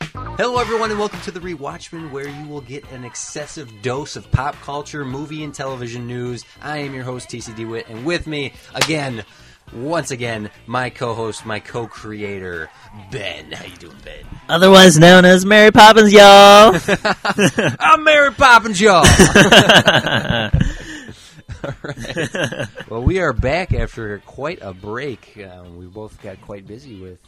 Hello, everyone, and welcome to The Rewatchman, where you will get an excessive dose of pop culture, movie, and television news. I am your host, TC DeWitt, and with me, again, once again, my co-host, my co-creator, Ben. How you doing, Ben? Otherwise known as Mary Poppins, y'all. I'm Mary Poppins, y'all! All right. Well, we are back after quite a break. Um, we both got quite busy with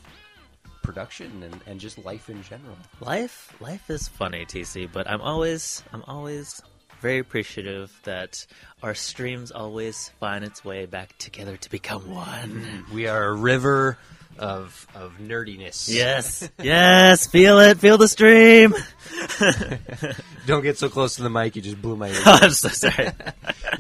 production and, and just life in general. life, life is funny, TC, but I'm always, I'm always very appreciative that our streams always find its way back together to become one. We are a river of of nerdiness. Yes, yes, feel it, feel the stream. Don't get so close to the mic; you just blew my. ear. I'm so sorry.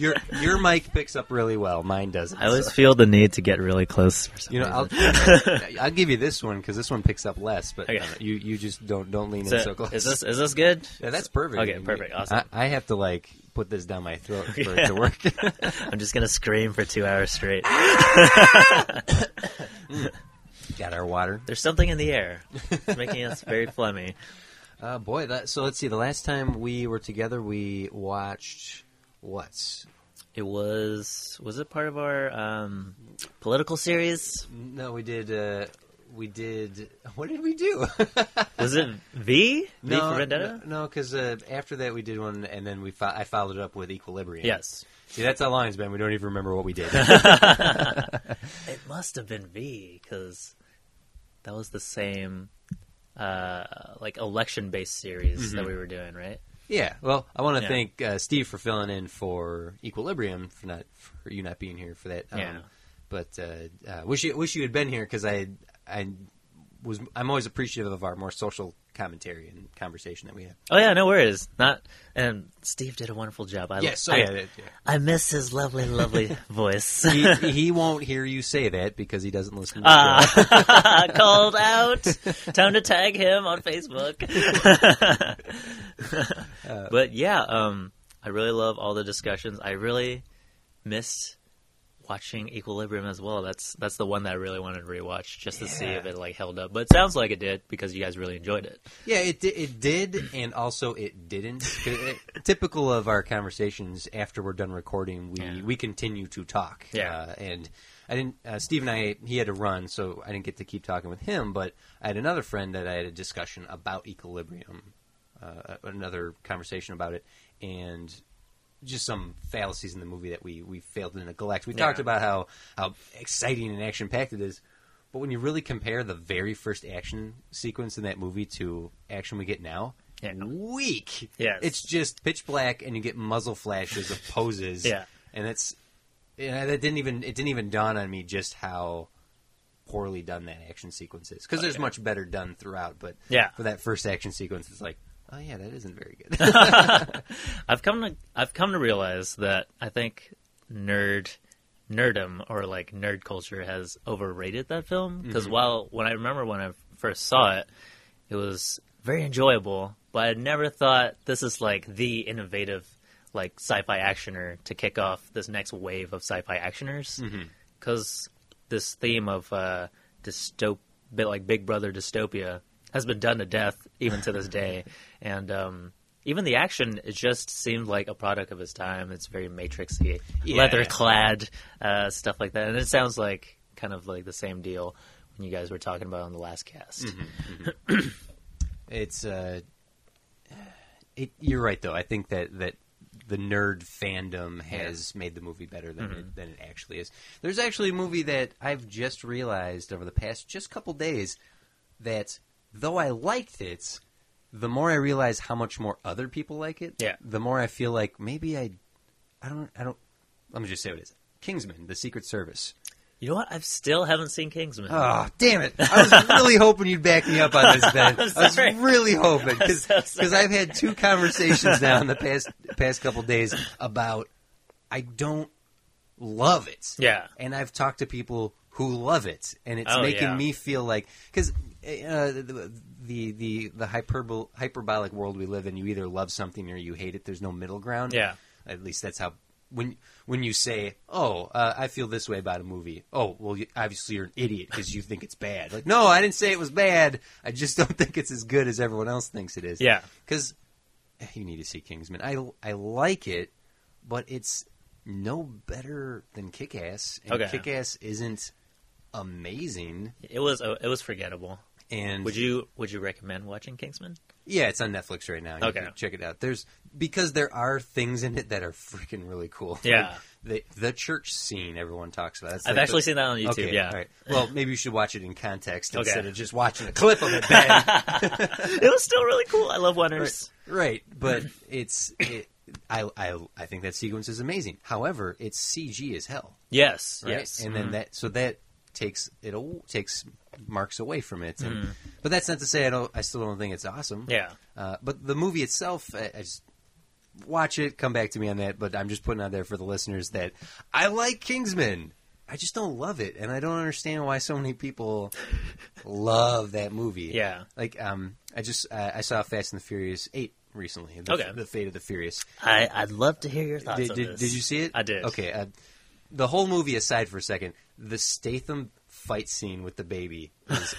your your mic picks up really well. Mine doesn't. I always so- feel the need to get really close. For some You know, I'll, reason. I'll give you this one because this one picks up less. But Okay. uh, you you just don't don't lean in So, so close. is this is this good? Yeah, that's perfect. Okay, perfect, awesome. I, I have to like put this down my throat for it Yeah. to work. I'm just gonna scream for two hours straight. Got our water. There's something in the air, it's making us very phlegmy. Uh, boy, that, so let's see. The last time we were together, we watched what? It was was it part of our um, political series? No, we did. Uh, we did. What did we do? Was it V? V for Vendetta? No, because uh, after that we did one, and then we fo- I followed it up with Equilibrium. Yes. See, that's how long it's been. We don't even remember what we did. It must have been V because that was the same uh, like election based series that Mm-hmm. we were doing, right? yeah. Well, I want to Yeah. thank uh, Steve for filling in for Equilibrium for not for you not being here for that. Um, Yeah. But uh, uh, wish you wish you had been here because I I was I'm always appreciative of our more social commentary and conversation that we have. Oh yeah, no worries. Not and Steve did a wonderful job. I Yes. oh, I, yeah, that- yeah. I miss his lovely, lovely voice. he, he won't hear you say that because he doesn't listen. to the show. Ah, called out. Time to tag him on Facebook. but yeah, um, I really love all the discussions. I really missed watching Equilibrium as well. That's that's the one that I really wanted to rewatch just to see Yeah. if it like held up. But it sounds like it did because you guys really enjoyed it. Yeah, it di- it did, and also it didn't. 'Cause it- typical of our conversations after we're done recording, we Yeah. we continue to talk. Yeah. uh, and I didn't. Uh, Steve and I, he had to run, so I didn't get to keep talking with him. But I had another friend that I had a discussion about equilibrium, uh, another conversation about it, and just some fallacies in the movie that we we failed to neglect. We Yeah. talked about how how exciting and action packed it is. But when you really compare the very first action sequence in that movie to action we get now, Yeah. weak. Yes. It's just pitch black and you get muzzle flashes of poses. Yeah. And that's yeah, that didn't even it didn't even dawn on me just how poorly done that action sequence is because there's Okay. much better done throughout but Yeah. for that first action sequence it's like oh yeah that isn't very good I've come to I've come to realize that I think nerd nerdum or like nerd culture has overrated that film because while when I remember when I first saw it, it was very enjoyable, but I never thought this is like the innovative like sci-fi actioner to kick off this next wave of sci-fi actioners because this theme of uh, dystop bit like Big Brother dystopia has been done to death even to this day, and um, even the action it just seemed like a product of its time. It's very matrixy, Yeah. leather clad uh, stuff like that, and it sounds like kind of like the same deal when you guys were talking about on the last cast. It's uh, it, you're right though. I think that that the nerd fandom has made the movie better than it, than it actually is. There's actually a movie that I've just realized over the past just couple days that though I liked it, the more I realize how much more other people like it, Yeah. the more I feel like maybe I, I don't, I don't. Let me just say what it is. Kingsman: The Secret Service. You know what? I still haven't seen Kingsman. Oh, damn it. I was really hoping you'd back me up on this, Ben. I'm I was sorry. really hoping because I'm so sorry. I've had two conversations now in the past past couple days about I don't love it. Yeah. And I've talked to people who love it and it's Oh, making yeah. me feel like cuz uh, the the the, the hyperbol- hyperbolic world we live in you either love something or you hate it. There's no middle ground. Yeah. At least that's how when when you say, "Oh, uh, I feel this way about a movie," oh, well, you, obviously you're an idiot because you think it's bad. Like, no, I didn't say it was bad. I just don't think it's as good as everyone else thinks it is. Yeah. because you need to see Kingsman. I I like it, but it's no better than Kick Ass, and Okay. Kick Ass isn't amazing. It was oh, it was forgettable. And Would you would you recommend watching Kingsman? yeah, it's on Netflix right now. You Okay. can check it out. There's because there are things in it that are freaking really cool. Yeah. Like, the the church scene everyone talks about. That's I've like actually the- seen that on YouTube. Okay, yeah, all right. Well, maybe you should watch it in context Okay. instead of just watching a clip of it. Ben. it was still really cool. I love Wonders. right, right, but it's it, I, I I think that sequence is amazing. However, it's CG as hell. Yes, right? yes. Mm-hmm. and then that so that takes it all takes marks away from it. And, But that's not to say I don't. I still don't think it's awesome. Mm. Mm-hmm. yeah, Uh, but the movie itself, I, I just watch it. Come back to me on that. But I'm just putting out there for the listeners that I like Kingsman. I just don't love it, and I don't understand why so many people love that movie. Yeah. like um, I just uh, I saw Fast and the Furious eight recently. The, Okay. the Fate of the Furious. I I'd love to hear your thoughts Did, on did, this. did you see it? I did. Okay. Uh, the whole movie aside for a second, the Statham fight scene with the baby is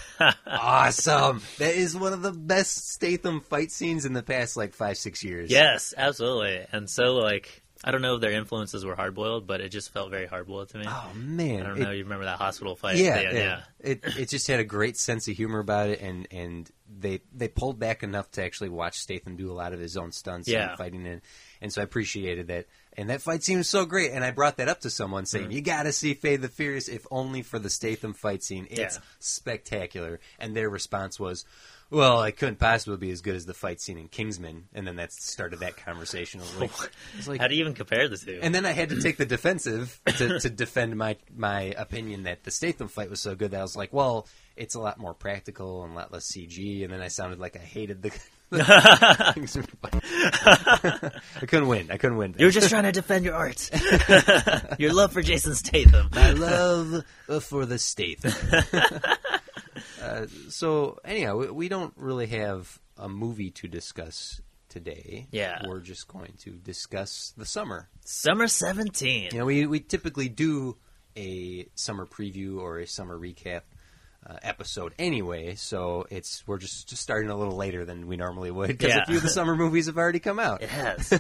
awesome. That is one of the best Statham fight scenes in the past like five, six years. Yes, absolutely. And so like I don't know if their influences were hard boiled, but it just felt very hard boiled to me. Oh I man. don't It- know. You remember that hospital fight? yeah, They- yeah. It it just had a great sense of humor about it, and and they they pulled back enough to actually watch Statham do a lot of his own stunts Yeah. and fighting in, and so I appreciated that. And that fight scene was so great, and I brought that up to someone saying, Mm. "You got to see Fade the Furious, if only for the Statham fight scene. It's Yeah. spectacular." And their response was. Well, I couldn't possibly be as good as the fight scene in Kingsman, and then that started that conversation. I was like, I was like How do you even compare the two? and then I had to take the defensive to, to defend my my opinion that the Statham fight was so good that I was like, well, it's a lot more practical and a lot less CG. And then I sounded like I hated the. the Kingsman fight. I couldn't win. I couldn't win. You're just trying to defend your art, your love for Jason Statham. my love uh, for the Statham. uh, so anyhow, we, we don't really have a movie to discuss today. Yeah. we're just going to discuss the summer. Summer seventeen. You know, we, we typically do a summer preview or a summer recap uh, episode anyway, so it's we're just, just starting a little later than we normally would because Yeah. a few of the summer movies have already come out. It has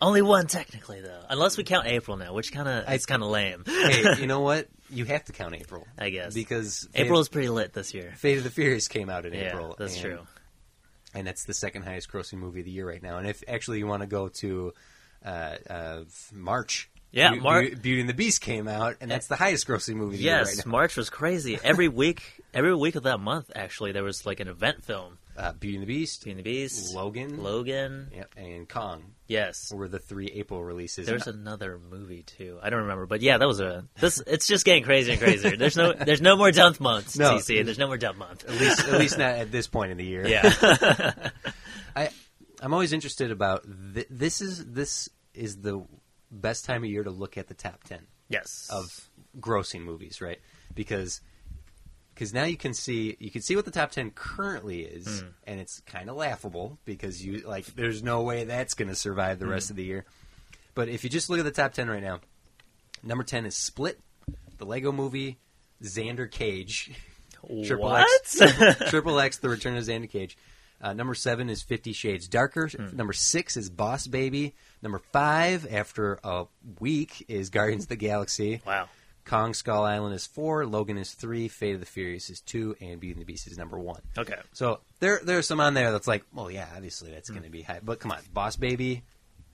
only one technically though, unless we count April now, which kind of it's kind of lame. hey, you know what? You have to count April, I guess. because Fate- April is pretty lit this year. Fate of the Furious came out in Yeah, April. that's and- true. and that's the second highest grossing movie of the year right now. And if actually you want to go to uh, uh, March. Yeah, Be- Mar- Be- Beauty and the Beast came out, and that's the highest grossing movie of the year Yes, right now. March was crazy. Every week, every week of that month, actually, there was like an event film. Uh, Beauty and the Beast, Beauty and the Beast, Logan, Logan. Yep, and Kong Yes, were the three April releases. there's another movie too. I don't remember, but yeah, that was a. This it's just getting crazier and crazier. There's no there's no more dump months. No. TC. There's no more dump month. at least at least not at this point in the year. Yeah, I I'm always interested about th- this is this is the best time of year to look at the top 10 yes. of grossing movies, right? Because because now you can see you can see what the top 10 currently is Hmm. and it's kind of laughable because you like there's no way that's going to survive the Hmm. rest of the year. But if you just look at the top 10 right now, number 10 is Split, The Lego Movie, Xander Cage, Triple what? X. Triple X, The Return of Xander Cage. Uh, number seven is Fifty Shades Darker. Number six is Boss Baby. Number five, after a week, is Guardians of the Galaxy. wow. Kong Skull Island is four. Logan is three. Fate of the Furious is two. And Beauty and the Beast is number one. Okay. So there, there's some on there that's like, well, yeah, obviously that's going to be high. But come on, Boss Baby,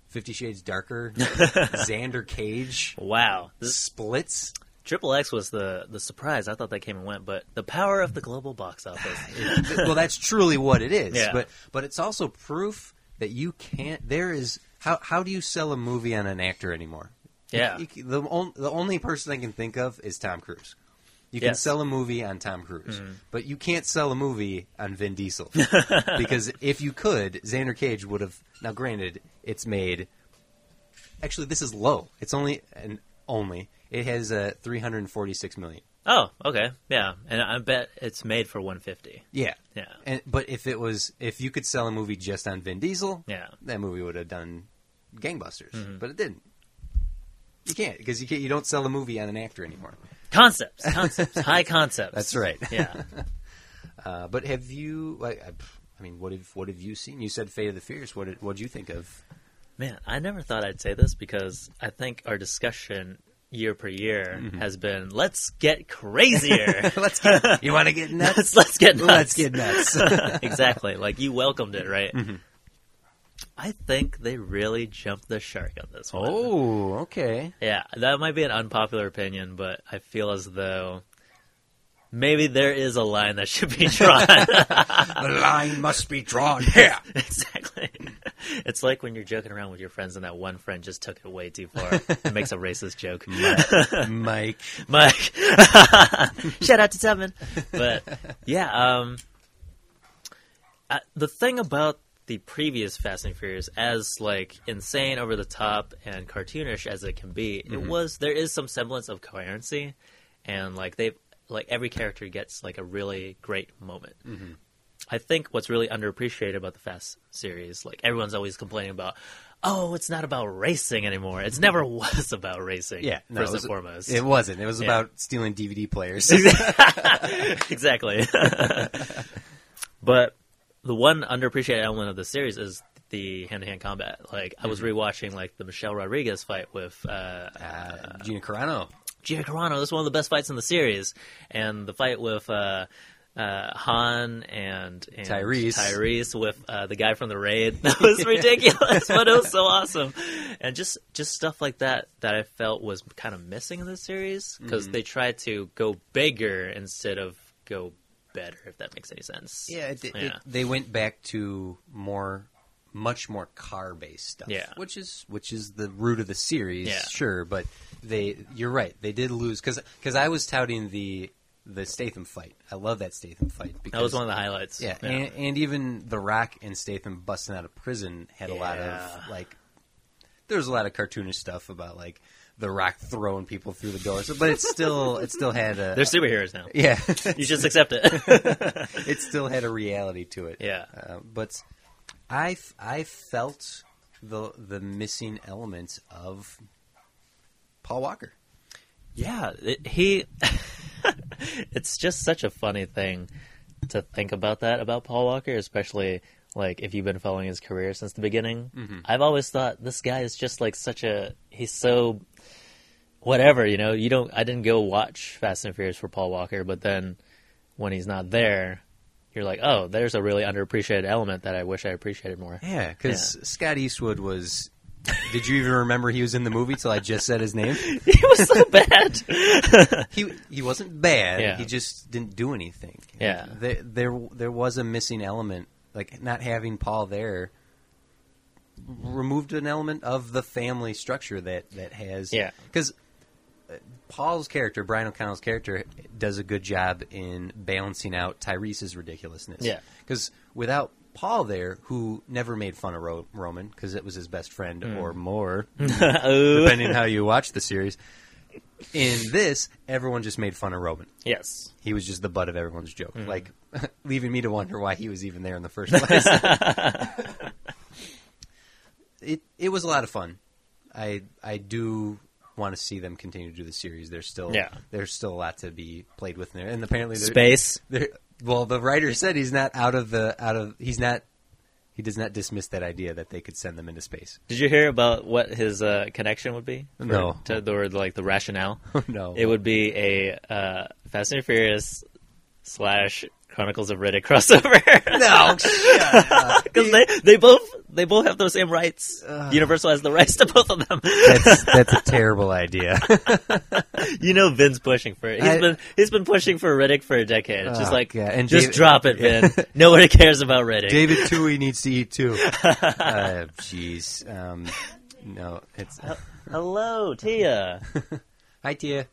Fifty Shades Darker, Xander Cage, Wow. This Splits. Triple X was the the surprise. I thought that came and went, but the power of the global box office. well, that's truly what it is. Yeah. But but it's also proof that you can't. There is how how do you sell a movie on an actor anymore? You- Yeah. you c- the on, the only person I can think of is Tom Cruise. You can Yes. Mm-hmm. sell a movie on Tom Cruise, but you can't sell a movie on Vin Diesel because if you could, Xander Cage would have. Now, granted, it's made. Actually, this is low. It's only and only it has uh, three hundred forty six million. oh, okay, yeah, and I bet it's made for 150. Yeah, Yeah. And, but if it was, if you could sell a movie just on Vin Diesel, Yeah. Mm-hmm. that movie would have done gangbusters. But it didn't. You can't because you can't, you don't sell a movie on an actor anymore. Concepts, concepts, high concepts. That's right. Yeah. Uh, but have you? Like, I, I mean, what have what have you seen? You said Fate of the Fierce. What did what did you think of? Man, I never thought I'd say this because I think our discussion year per year Mm-hmm. has been let's get crazier. let's get. You want to get nuts? let's let's get nuts. Let's get nuts. Mm-hmm. exactly. Like you welcomed it, right? I think they really jumped the shark on this one. oh, okay. Yeah, that might be an unpopular opinion, but I feel as though maybe there is a line that should be drawn. Uh, The line must be drawn here. exactly. It's like when you're joking around with your friends and that one friend just took it way too far and makes a racist joke. Mike. Mike. Shout out to Tubman. But yeah, um, uh, the thing about the previous Fast and Furious, as like insane, over the top, and cartoonish as it can be, Mm-hmm. it was there is some semblance of coherency, and like they like every character gets like a really great moment. Mm-hmm. I think what's really underappreciated about the Fast series, like everyone's always complaining about, oh, it's not about racing anymore. It's never was about racing. Yeah. no, first it was- and foremost, It wasn't. It was Yeah. about stealing DVD players. exactly. but the one underappreciated element of the series is the hand-to-hand combat. Like I was rewatching like the Michelle Rodriguez fight with uh, uh, Gina Carano. Gina Carano. That's one of the best fights in the series, and the fight with. Uh, uh, Han and, and Tyrese. Tyrese with uh, the guy from the raid. That was ridiculous, but it was so awesome, and just just stuff like that that I felt was kind of missing in this series because Mm-hmm. they tried to go bigger instead of go better. If that makes any sense. Yeah, it, it, Yeah. they went back to more, much more car-based stuff. Yeah. which is which is the root of the series, Yeah. sure. But they, you're right, they did lose because I was touting the the Statham fight. I love that Statham fight because that was one of the highlights. yeah, And, and even The Rock and Statham busting out of prison had a lot Yeah. of like. There was a lot of cartoonish stuff about like The Rock throwing people through the door, so, but it still it still had a they're superheroes now. yeah. You just accept it. it still had a reality to it. Yeah. Uh, but I, f- I felt the the missing elements of Paul Walker. Yeah, it, he. it's just such a funny thing to think about that about Paul Walker, especially like if you've been following his career since the beginning. Mm-hmm. I've always thought this guy is just like such a he's so whatever, you know. You don't. I didn't go watch Fast and Furious for Paul Walker, but then when he's not there, you're like, oh, there's a really underappreciated element that I wish I appreciated more. Yeah, because Scott Eastwood was. Did you even remember he was in the movie till I just said his name? he was so bad. He he wasn't bad. Yeah. He just didn't do anything. Yeah. There, there there was a missing element, like not having Paul there removed an element of the family structure that that has Yeah. because Paul's character, Brian O'Connell's character, does a good job in balancing out Tyrese's ridiculousness. Yeah. Because without Paul there, who never made fun of Ro- Roman because it was his best friend or more, Oh. depending how you watch the series. In this, everyone just made fun of Roman. Yes. He was just the butt of everyone's joke, like leaving me to wonder why he was even there in the first place. it it was a lot of fun. I I do want to see them continue to do the series. There's still Yeah. there's still a lot to be played with in there, and apparently there- Space. there- well, the writer said he's not out of the out of he's not he does not dismiss that idea that they could send them into space. Did you hear about what his uh, connection would be? For- No. to the or like the rationale. No. it would be a uh, Fast and Furious slash Chronicles of Riddick crossover No, shut up. because they they both they both have those same rights. Universal has the rights to both of them. that's that's a terrible idea. you know, Vin's pushing for it. He's I- been he's been pushing for Riddick for a decade. It's just Oh, like God. And just David- drop it, Vin. Nobody cares about Riddick. David Toohey needs to eat too. Uh, Jeez, um, no, it's uh, Hello, Tia. hi Tia.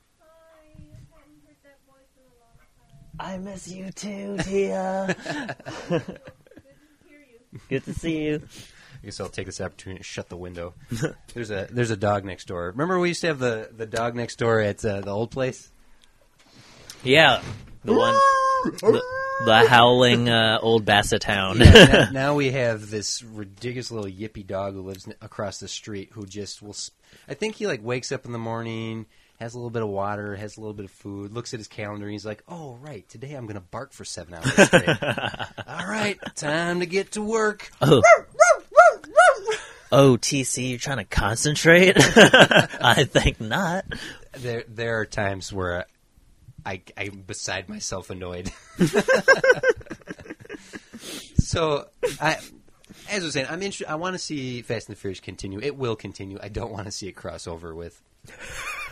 I miss you too, Tia. Good to see you. I guess I'll take this opportunity to shut the window. there's a there's a dog next door. Remember we used to have the the dog next door at uh, the old place. Yeah, the one. the- the howling uh, old Basset Hound. Yeah, now, now we have this ridiculous little yippy dog who lives n- across the street who just will. Sp- I think he like wakes up in the morning, has a little bit of water, has a little bit of food, looks at his calendar, and he's like, "Oh right, today I'm going to bark for seven hours straight. All right, time to get to work." oh. oh, TC, you're trying to concentrate? I think not. There, there are times where I, I'm beside myself annoyed. so, I, as I was saying, I'm inter- I want to see Fast and the Furious continue. It will continue. I don't want to see it cross over with.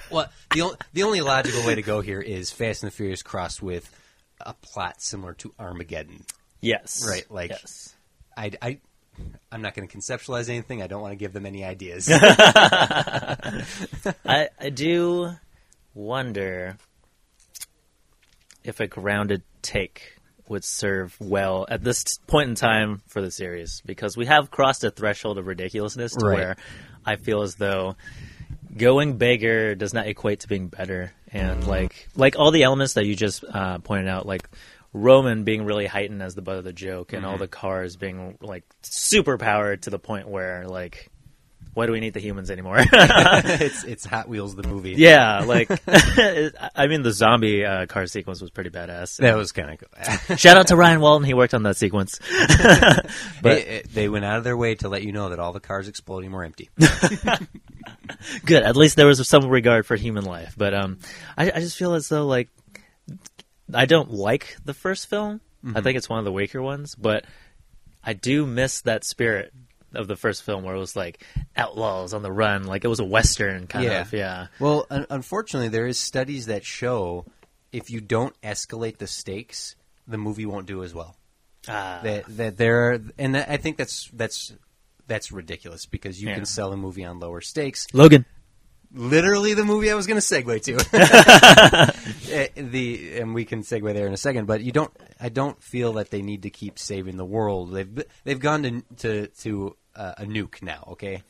Well, the on- the only logical way to go here is Fast and the Furious crossed with a plot similar to Armageddon. Yes. Right, like- Yes. I, I, I'm not going to conceptualize anything. I don't want to give them any ideas. I, I do wonder if a grounded take would serve well at this point in time for the series because we have crossed a threshold of ridiculousness to Right. where I feel as though going bigger does not equate to being better and like like all the elements that you just uh, pointed out like Roman being really heightened as the butt of the joke and all the cars being like super powered to the point where like why do we need the humans anymore it's it's Hot Wheels the movie. Yeah, like I mean, the zombie uh, car sequence was pretty badass. that was kind of cool. Shout out to Ryan Walton; he worked on that sequence. But But- it, it- they went out of their way to let you know that all the cars exploding were empty. Good, at least there was some regard for human life. But um, I, I just feel as though like I don't like the first film. Mm-hmm. I think it's one of the weaker ones, but I do miss that spirit of the first film where it was like outlaws on the run, like it was a western kind Yeah. of. Yeah, well, un- unfortunately, there is studies that show if you don't escalate the stakes, the movie won't do as well. Ah, That that there, are, and that, I think that's that's that's ridiculous because you Yeah. can sell a movie on lower stakes. Logan. Literally, the movie I was going to segue to. Eh, the and we can segue there in a second, but you don't. I don't feel that they need to keep saving the world. They've they've gone to to to uh, a nuke now. Okay,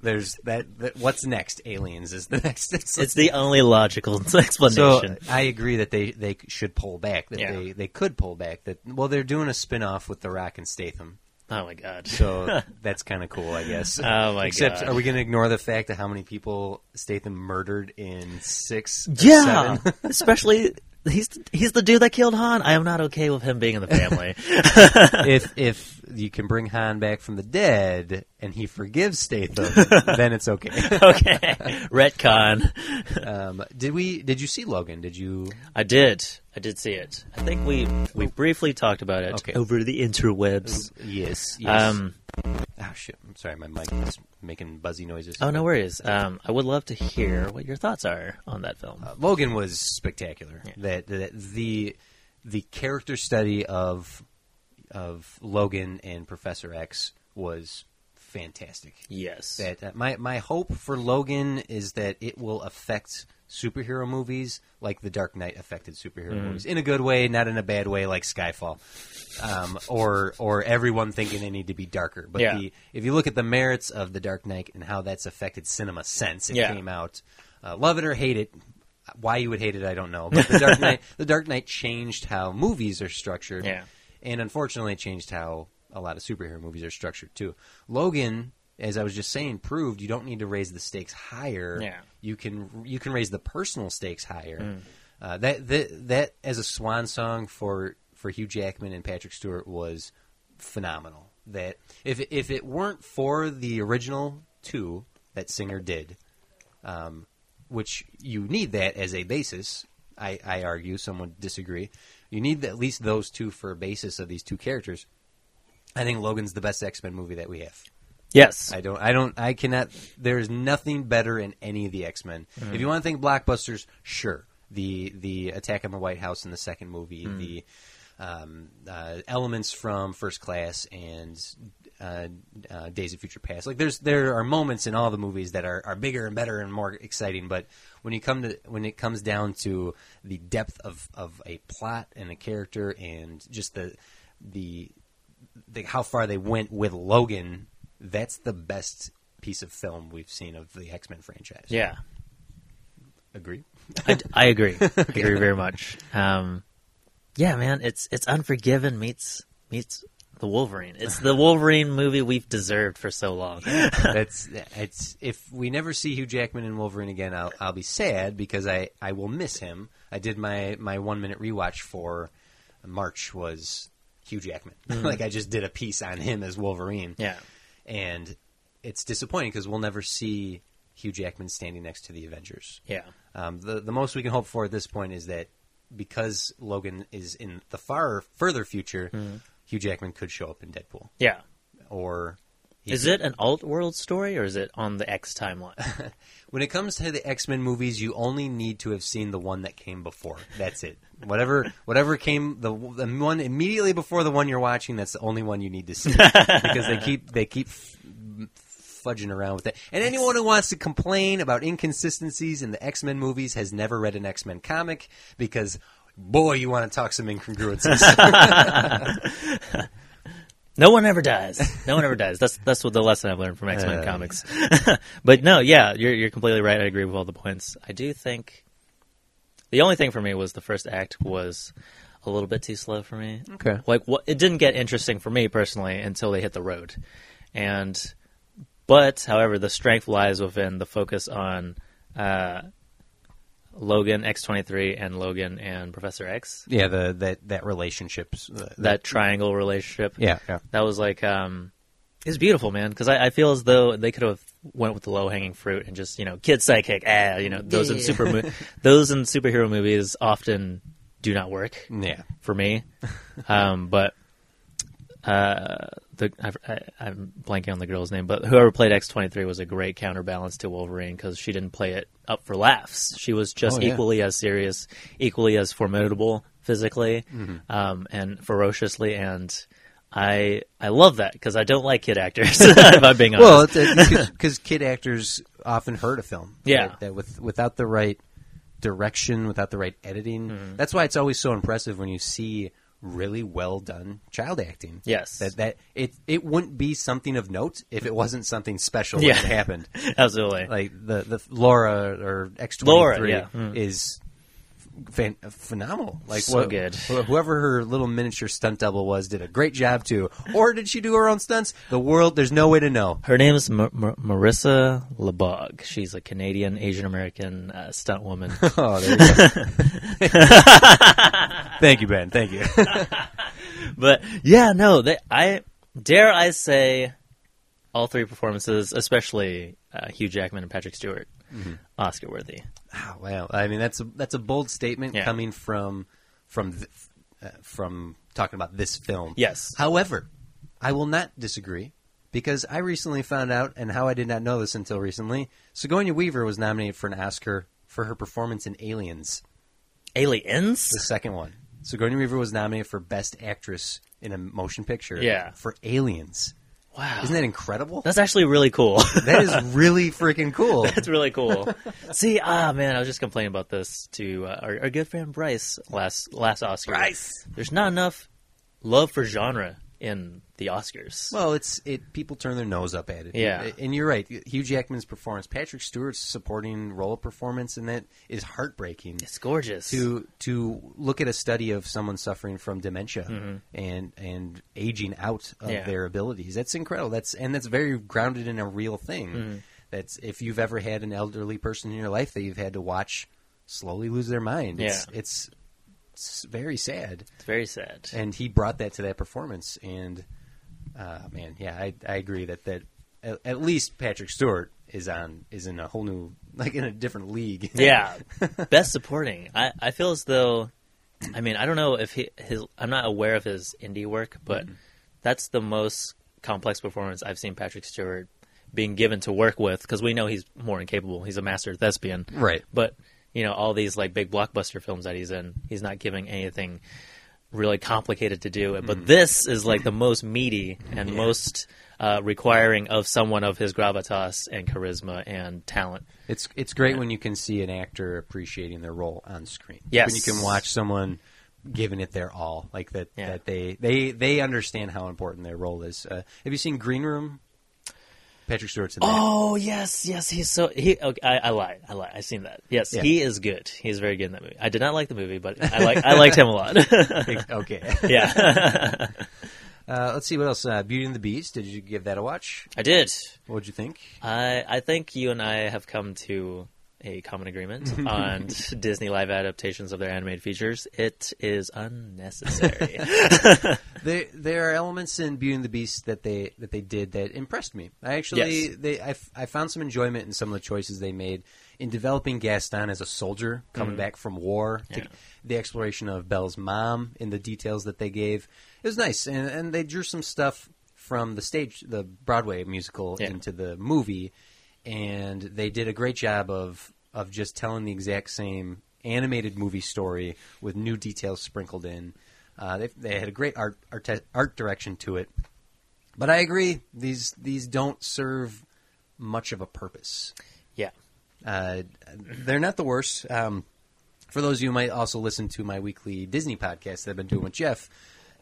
there's that, that. What's next? Aliens is the next. It's the only logical so explanation. I agree that they they should pull back. That Yeah. they they could pull back. That well, they're doing a spin off with The Rock and Statham. oh my god. So that's kind of cool, I guess. Oh, my Except, God. are we going to ignore the fact of how many people Statham murdered in six? or Yeah, seven? especially he's he's the dude that killed Han. I am not okay with him being in the family. if if you can bring Han back from the dead and he forgives Statham, then it's okay. okay, retcon. Um, did we? Did you see Logan? Did you? I did, I did see it. I think we we briefly talked about it Okay. over the interwebs. Yes. Um, oh shit! I'm sorry. My mic is making buzzy noises. oh no worries. Um, I would love to hear what your thoughts are on that film. Logan was spectacular. That, that the the character study of of Logan and Professor X was fantastic. yes. That uh, my my hope for Logan is that it will affect superhero movies like The Dark Knight affected superhero Mm-hmm. movies in a good way, not in a bad way, like Skyfall, um, or or everyone thinking they need to be darker. But Yeah. the, if you look at the merits of The Dark Knight and how that's affected cinema since it Yeah. came out, uh, love it or hate it. Why you would hate it, I don't know. But The Dark Knight, The Dark Knight changed how movies are structured, Yeah. and unfortunately, it changed how a lot of superhero movies are structured too. Logan, as I was just saying, proved you don't need to raise the stakes higher. Yeah. You can you can raise the personal stakes higher. Uh, that that that as a swan song for for Hugh Jackman and Patrick Stewart was phenomenal. That if if it weren't for the original two that Singer did, um, which you need that as a basis. I, I argue, some would disagree. You need at least those two for a basis of these two characters. I think Logan's the best X Men movie that we have. yes. I don't, I don't, I cannot. There is nothing better in any of the X Men. If you want to think blockbusters, sure. The the attack on the White House in the second movie, the um, uh, elements from First Class and uh, uh, Days of Future Past. Like there's there are moments in all the movies that are, are bigger and better and more exciting. But when you come to when it comes down to the depth of, of a plot and a character and just the the the, how far they went with Logan, that's the best piece of film we've seen of the X Men franchise. Yeah. agree. I, I agree. I agree very much. Um, yeah, man, it's it's Unforgiven meets meets the Wolverine. It's the Wolverine movie we've deserved for so long. That's it's. If we never see Hugh Jackman in Wolverine again, I'll I'll be sad because I I will miss him. I did my my one minute rewatch for March was Hugh Jackman. like I just did a piece on him as Wolverine. yeah, and it's disappointing because we'll never see Hugh Jackman standing next to the Avengers. yeah, Um, the the most we can hope for at this point is that because Logan is in the far further future, Hugh Jackman could show up in Deadpool yeah. or. he Is could- it an alt world story or is it on the X timeline? When it comes to the X Men movies, you only need to have seen the one that came before. That's it. Whatever, whatever came the, the one immediately before the one you're watching, that's the only one you need to see because they keep they keep f- fudging around with it. And anyone who wants to complain about inconsistencies in the X Men movies has never read an X Men comic because boy, you want to talk some incongruencies. No one ever dies. No one ever dies. That's that's what the lesson I've learned from X Men Uh. comics. but no, yeah, you're you're completely right. I agree with all the points. I do think the only thing for me was the first act was a little bit too slow for me. Okay. like what it didn't get interesting for me personally until they hit the road, and but however, the strength lies within the focus on. Uh, Logan X twenty three and Logan and Professor X yeah, the that that relationships uh, that triangle relationship yeah yeah. that was like um it's beautiful man because I, I feel as though they could have went with the low hanging fruit and just you know kid sidekick ah you know those in Yeah. super mo- those in superhero movies often do not work Yeah, for me um but uh the I, I, i'm blanking on the girl's name but whoever played x23 was a great counterbalance to wolverine because she didn't play it up for laughs she was just Oh, yeah. equally as serious equally as formidable physically Mm-hmm. um and ferociously and I I love that because I don't like kid actors. if I'm being honest, Well, because kid actors often hurt a film. Yeah. That, that with without the right direction, without the right editing, Mm-hmm. that's why it's always so impressive when you see really well done child acting. Yes. That that it it wouldn't be something of note if it wasn't something special Yeah. that happened. absolutely. Like the the Laura or X twenty Laura, three yeah. Mm. is. Fan- phenomenal, like So good. wh- Whoever her little miniature stunt double was did a great job too. Or did she do her own stunts? The world, there's no way to know. Her name is Mar- Mar- Marissa LeBog. She's a Canadian Asian American uh, stunt woman. Oh, there you go. Thank you, Ben. Thank you. but yeah, no, they, I dare I say, all three performances, especially uh, Hugh Jackman and Patrick Stewart, Mm-hmm. Oscar worthy. Oh, wow. I mean, that's a that's a bold statement Yeah. coming from from th- uh, from talking about this film. Yes. However, I will not disagree because I recently found out, and how I did not know this until recently. Sigourney Weaver was nominated for an Oscar for her performance in Aliens, the Aliens? second one. Sigourney Weaver was nominated for Best Actress in a Motion Picture. Yeah. For Aliens. Wow, Isn't that incredible? that's actually really cool. that is really freaking cool. That's really cool. See, ah, man, I was just complaining about this to uh, our, our good friend Bryce last last Oscar. Bryce. there's not enough love for genre in the Oscars. Well, it's it. People turn their nose up at it. Yeah. and you're right. Hugh Jackman's performance, Patrick Stewart's supporting role performance, and that is heartbreaking it's gorgeous. to to look at a study of someone suffering from dementia and and aging out of Mm-hmm. Yeah. their abilities. That's incredible. That's and that's very grounded in a real thing. Mm-hmm. That's if you've ever had an elderly person in your life that you've had to watch slowly lose their mind. It's, Yeah. it's it's very sad it's very sad. and he brought that to that performance. And uh, man, yeah, I, I agree that that at, at least Patrick Stewart is on is in a whole new like in a different league. Yeah, best supporting. I, I feel as though, I mean, I don't know if he, his. I'm not aware of his indie work, but that's the most complex performance I've seen Patrick Stewart being given to work with because we know he's more incapable. He's a master thespian, Right. But you know, all these like big blockbuster films that he's in, he's not giving anything really complicated to do. But this is like the most meaty and most uh, requiring of someone of his gravitas and charisma and talent. It's it's great when you can see an actor appreciating their role on screen. Yes. when you can watch someone giving it their all, like that Yeah. that they they they understand how important their role is. Uh, have you seen Green Room? Patrick Stewart's in that. Oh yes, yes, he's so he. Okay, I, I lied, I lied. I've seen that. Yes, Yeah. he is good. He's very good in that movie. I did not like the movie, but I like I liked him a lot. okay. yeah, Uh, let's see what else. Uh, Beauty and the Beast. Did you give that a watch? I did. What'd you think? I I think you and I have come to a common agreement on Disney live adaptations of their animated features. It is unnecessary. There, there are elements in Beauty and the Beast that they that they did that impressed me. I actually, Yes. they, I, f- I found some enjoyment in some of the choices they made in developing Gaston as a soldier coming back from war. to- Mm-hmm. Yeah. the exploration of Belle's mom in the details that they gave. It was nice, and, and they drew some stuff from the stage, the Broadway musical, Yeah. into the movie, and they did a great job of of just telling the exact same animated movie story with new details sprinkled in. Uh, they, they had a great art art, art direction to it, but I agree these these don't serve much of a purpose. yeah. Uh, they're not the worst. Um, for those of you who might also listen to my weekly Disney podcast that I've been doing with Jeff,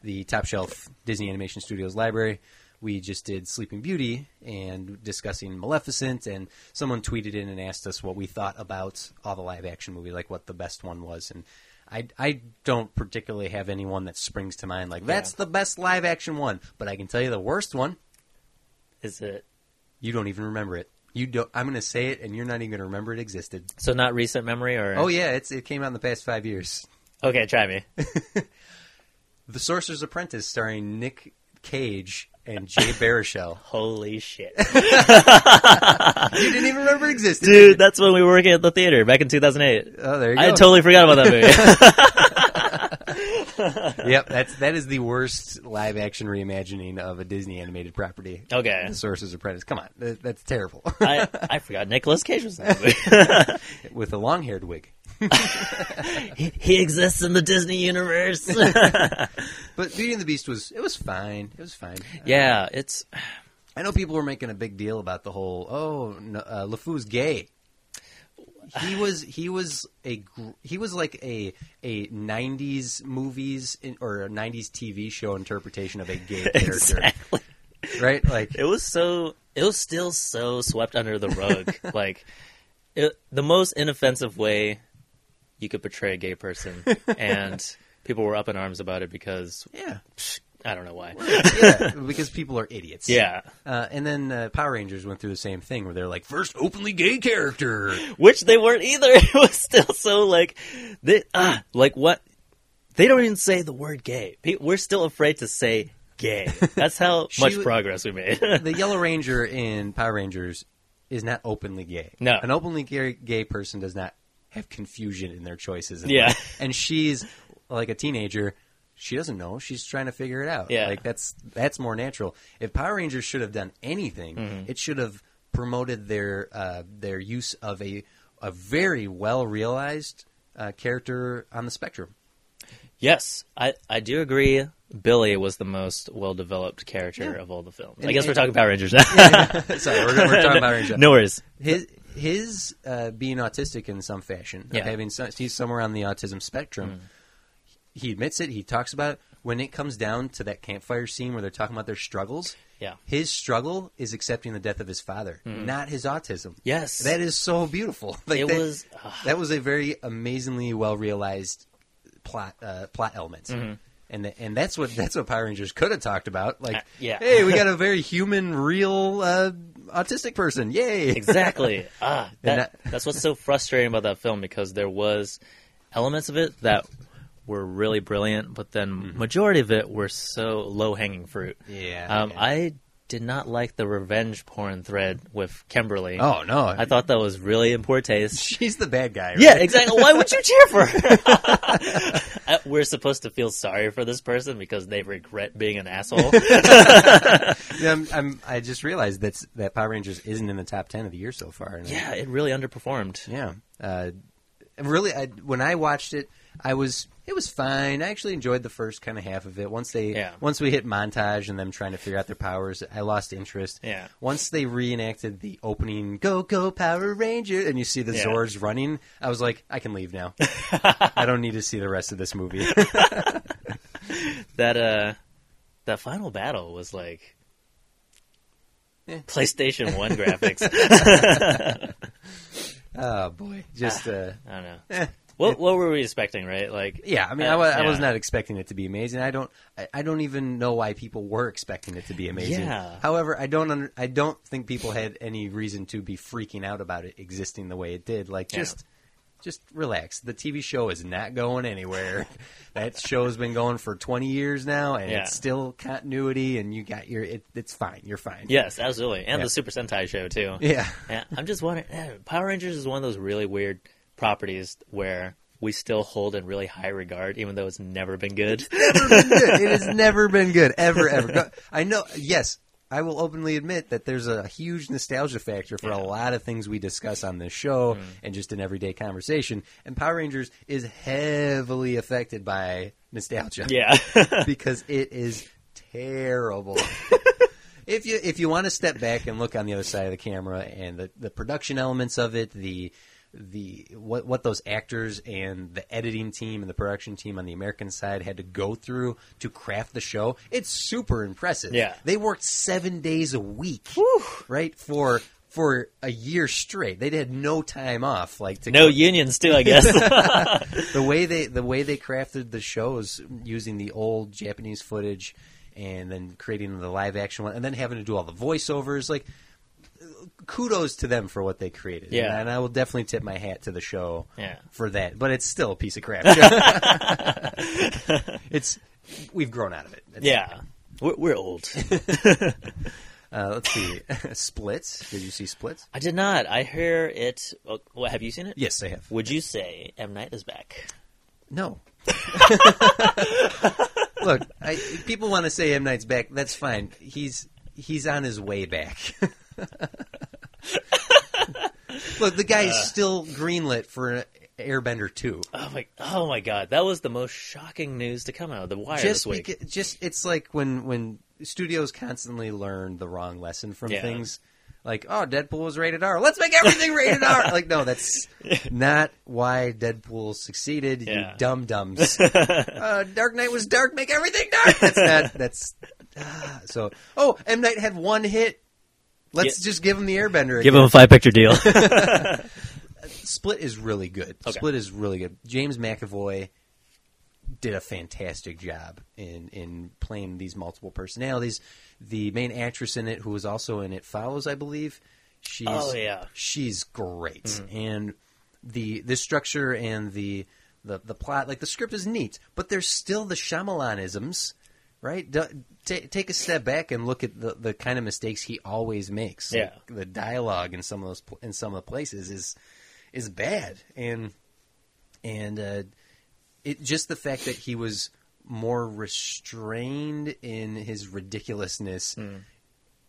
the Top Shelf Disney Animation Studios Library, we just did Sleeping Beauty and discussing Maleficent, and someone tweeted in and asked us what we thought about all the live action movie, like what the best one was, and. I, I don't particularly have anyone that springs to mind like that's the best live action one, but I can tell you the worst one. Is it You don't even remember it. You don't. I'm going to say it, and you're not even going to remember it existed. so? Not recent memory or Oh yeah, it's it came out in the past five years. Okay, try me. The Sorcerer's Apprentice, starring Nick Cage and Jay Baruchel. Holy shit. you didn't even remember it existed, Dude, that's when we were working at the theater back in 2008. Oh, there you go. I totally forgot about that movie. yep, that's that is the worst live action reimagining of a Disney animated property. Okay. The Sorcerer's Apprentice. Come on, that, that's terrible. Oh, I, I forgot Nicolas Cage was in that With a long haired wig. movie. he, he exists in the Disney universe. But Beauty and the Beast was it was fine. It was fine. yeah, it's I know people were making a big deal about the whole oh no, uh, LeFou's gay. He was he was a gr- he was like a a '90s movies in, or a '90s TV show interpretation of a gay character, exactly. right? Like It was so it was still so swept under the rug. like it, the most inoffensive way you could portray a gay person and people were up in arms about it because yeah, I don't know why. yeah, because people are idiots. Yeah. Uh, and then uh, Power Rangers went through the same thing where they're like first openly gay character. which they weren't either. It was still so like, they, ah, like what? They don't even say the word gay. Pe- We're still afraid to say gay. That's how She much w- progress we made. the Yellow Ranger in Power Rangers is not openly gay. No. an openly gay, gay person does not have confusion in their choices. in Yeah. life. and she's like a teenager. She doesn't know. She's trying to figure it out. Yeah. like that's that's more natural. If Power Rangers should have done anything, Mm-hmm. it should have promoted their uh, their use of a a very well realized uh, character on the spectrum. yes, I I do agree. Billy was the most well developed character Yeah. of all the films. I And- guess we're and- talking Power Rangers now. Sorry, we're, we're talking Power Rangers. no worries. his his uh, being autistic in some fashion, of Yeah. Mm. having some, he's somewhere on the autism spectrum. He admits it. He talks about it. when it comes down to that campfire scene where they're talking about their struggles. Yeah. Mm-hmm. his struggle is accepting the death of his father, not his autism. Yes. that is so beautiful. Like, It that, was- ugh. that was a very amazingly well realized plot uh, plot element. Mm-hmm. And, th- and that's what that's what Power Rangers could have talked about. Like, Uh, yeah. hey, we got a very human, real uh, autistic person. Yay! exactly. Ah, And that, that's what's so frustrating about that film because there was elements of it that were really brilliant, but then Mm-hmm. majority of it were so low hanging fruit. Yeah, Um, yeah. I did not like the revenge porn thread with Kimberly. Oh no! I thought that was really in poor taste. she's the bad guy. Right? Yeah, exactly. Why would you cheer for her? I- We're supposed to feel sorry for this person because they regret being an asshole. Yeah, I'm, um, I'm, I just realized that that Power Rangers isn't in the top ten of the year so far. And I- yeah, it really underperformed. yeah. Uh, really, I, when I watched it, I was it was fine. I actually enjoyed the first kind of half of it. Once they Yeah. once we hit montage and them trying to figure out their powers, I lost interest. Yeah. Once they reenacted the opening "Go Go Power Ranger" and you see the Yeah. Zords running, I was like, I can leave now. I don't need to see the rest of this movie. that uh that final battle was like PlayStation One graphics. Oh boy, just uh, I don't know. eh. What what were we expecting, right? Like, yeah. I mean, Uh, I, wa- I yeah. was not expecting it to be amazing. I don't. I, I don't even know why people were expecting it to be amazing. Yeah. However, I don't. Under, I don't think people had any reason to be freaking out about it existing the way it did. Like Yeah. just. Just relax. The TV show is not going anywhere. that show's been going for 20 years now, and Yeah. it's still continuity. And you got your, it, it's fine. You're fine. yes, absolutely, and Yeah. the Super Sentai show too. yeah, Yeah, I'm just wondering. eh, Power Rangers is one of those really weird properties where we still hold in really high regard, even though it's never been good. good. It has never been good, ever, ever. Go- I know. Yes, I will openly admit that there's a huge nostalgia factor for a lot of things we discuss on this show and just in everyday conversation. And Power Rangers is heavily affected by nostalgia. yeah, because it is terrible. if you if you want to step back and look on the other side of the camera and the, the production elements of it, the the what what those actors and the editing team and the production team on the American side had to go through to craft the show, it's super impressive. Yeah. They worked seven days a week. Right? For for a year straight. They had no time off like to no go- unions too, I guess. the way they the way they crafted the shows using the old Japanese footage and then creating the live action one and then having to do all the voiceovers like kudos to them for what they created Yeah. and, I will definitely tip my hat to the show Yeah. for that but it's still a piece of crap it's we've grown out of it That's- yeah, we're, we're old. uh, let's see splits did you see splits I did not. I hear it. oh, What have you seen it? yes I have Would you say M Night is back? No. Look, I, people want to say M Night's back. That's fine. He's he's on his way back. Look, the guy is still greenlit for Airbender two. Oh my! Oh my God! That was the most shocking news to come out of the wire Just this week. beca- just it's like when when studios constantly learn the wrong lesson from Yeah. things. Like, oh, Deadpool was rated R. Let's make everything rated R. Like, no, that's not why Deadpool succeeded. Yeah. You dum dums. uh, Dark Knight was dark. Make everything dark. That's not. That's ah, so. Oh, M Night had one hit. Let's Yeah. just give him the Airbender. Give again. him a five picture deal. Split is really good. Okay. Split is really good. James McAvoy did a fantastic job in in playing these multiple personalities. The main actress in it, who was also in It Follows, I believe, she's Oh, yeah. Mm-hmm. she's great. And the the structure and the the the plot, like the script is neat, but there's still the Shyamalanisms. Right, D- ta take a step back and look at the, the kind of mistakes he always makes. Yeah. Like, the dialogue in some of those pl- in some of the places is is bad and and uh, it just the fact that he was more restrained in his ridiculousness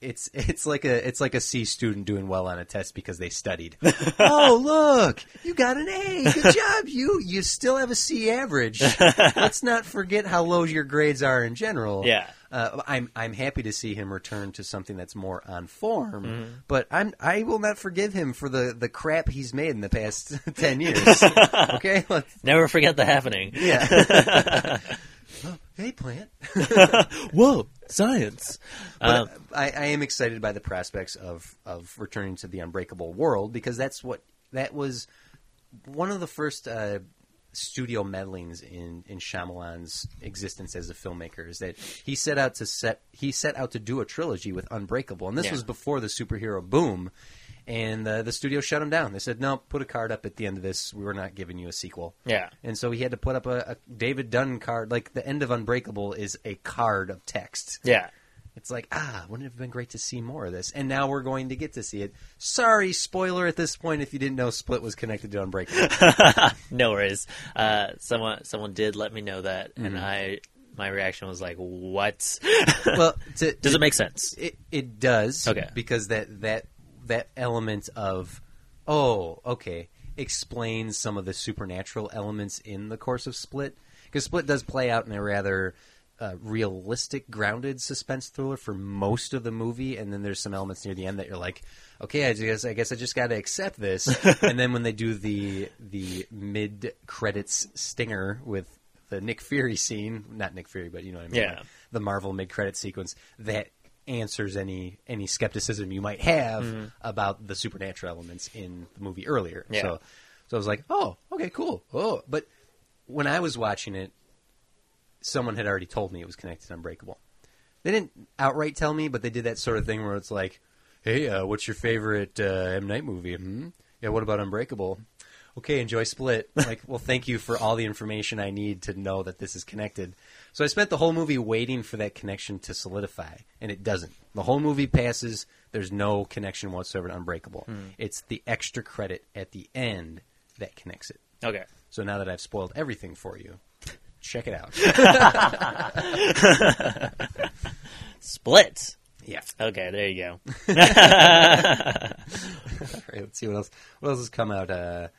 it's it's like a it's like a C student doing well on a test because they studied. oh look, you got an A. Good job. You you still have a C average. Let's not forget how low your grades are in general. Yeah. Uh, I'm I'm happy to see him return to something that's more on form, but I'm I will not forgive him for the, the crap he's made in the past ten years. okay, Let's, Never forget the happening. yeah. oh, hey, plant. Whoa, science. Uh, But Um, I, I am excited by the prospects of of returning to the Unbreakable world because that's what that was one of the first uh, studio meddlings in in Shyamalan's existence as a filmmaker is that he set out to set he set out to do a trilogy with Unbreakable, and this Yeah. was before the superhero boom. And uh, the studio shut him down. They said, "No, put a card up at the end of this. We were not giving you a sequel." Yeah. and so he had to put up a, a David Dunn card. Like the end of Unbreakable is a card of text. yeah. It's like, ah, wouldn't it have been great to see more of this? And now we're going to get to see it. Sorry, spoiler at this point if you didn't know Split was connected to Unbreakable. No worries. Uh, someone someone did let me know that, and I my reaction was like, "What? well, to, Does it make sense?" it, it does. Okay. Because that, that, that element of, oh, okay, explains some of the supernatural elements in the course of Split. Because Split does play out in a rather uh, realistic, grounded suspense thriller for most of the movie, and then there's some elements near the end that you're like, okay, I guess I, guess I just got to accept this. and then when they do the the mid credits stinger with the Nick Fury scene, not Nick Fury, but you know what I mean, Yeah. like the Marvel mid credit sequence, that answers any any skepticism you might have about the supernatural elements in the movie earlier. Yeah. So, so I was like, oh, okay, cool. Oh, but when I was watching it, someone had already told me it was connected to Unbreakable. They didn't outright tell me, but they did that sort of thing where it's like, "Hey, uh, what's your favorite uh, M Night movie?" Hmm? Yeah, what about Unbreakable? Okay, enjoy Split. Like, well, thank you for all the information I need to know that this is connected. So I spent the whole movie waiting for that connection to solidify, and it doesn't. The whole movie passes. There's no connection whatsoever to Unbreakable. It's the extra credit at the end that connects it. Okay. So now that I've spoiled everything for you, check it out. Split. yeah. Okay, there you go. All right, let's see what else. What else has come out? Uh,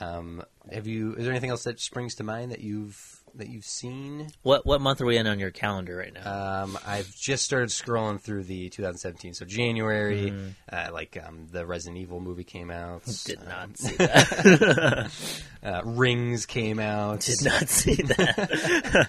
um, have you? Is there anything else that springs to mind that you've that you've seen? What what month are we in on your calendar right now? Um, I've just started scrolling through the 2017, so January. Uh, like um, the Resident Evil movie came out. Did Uh, not see that. Uh, Rings came out. Did not see that.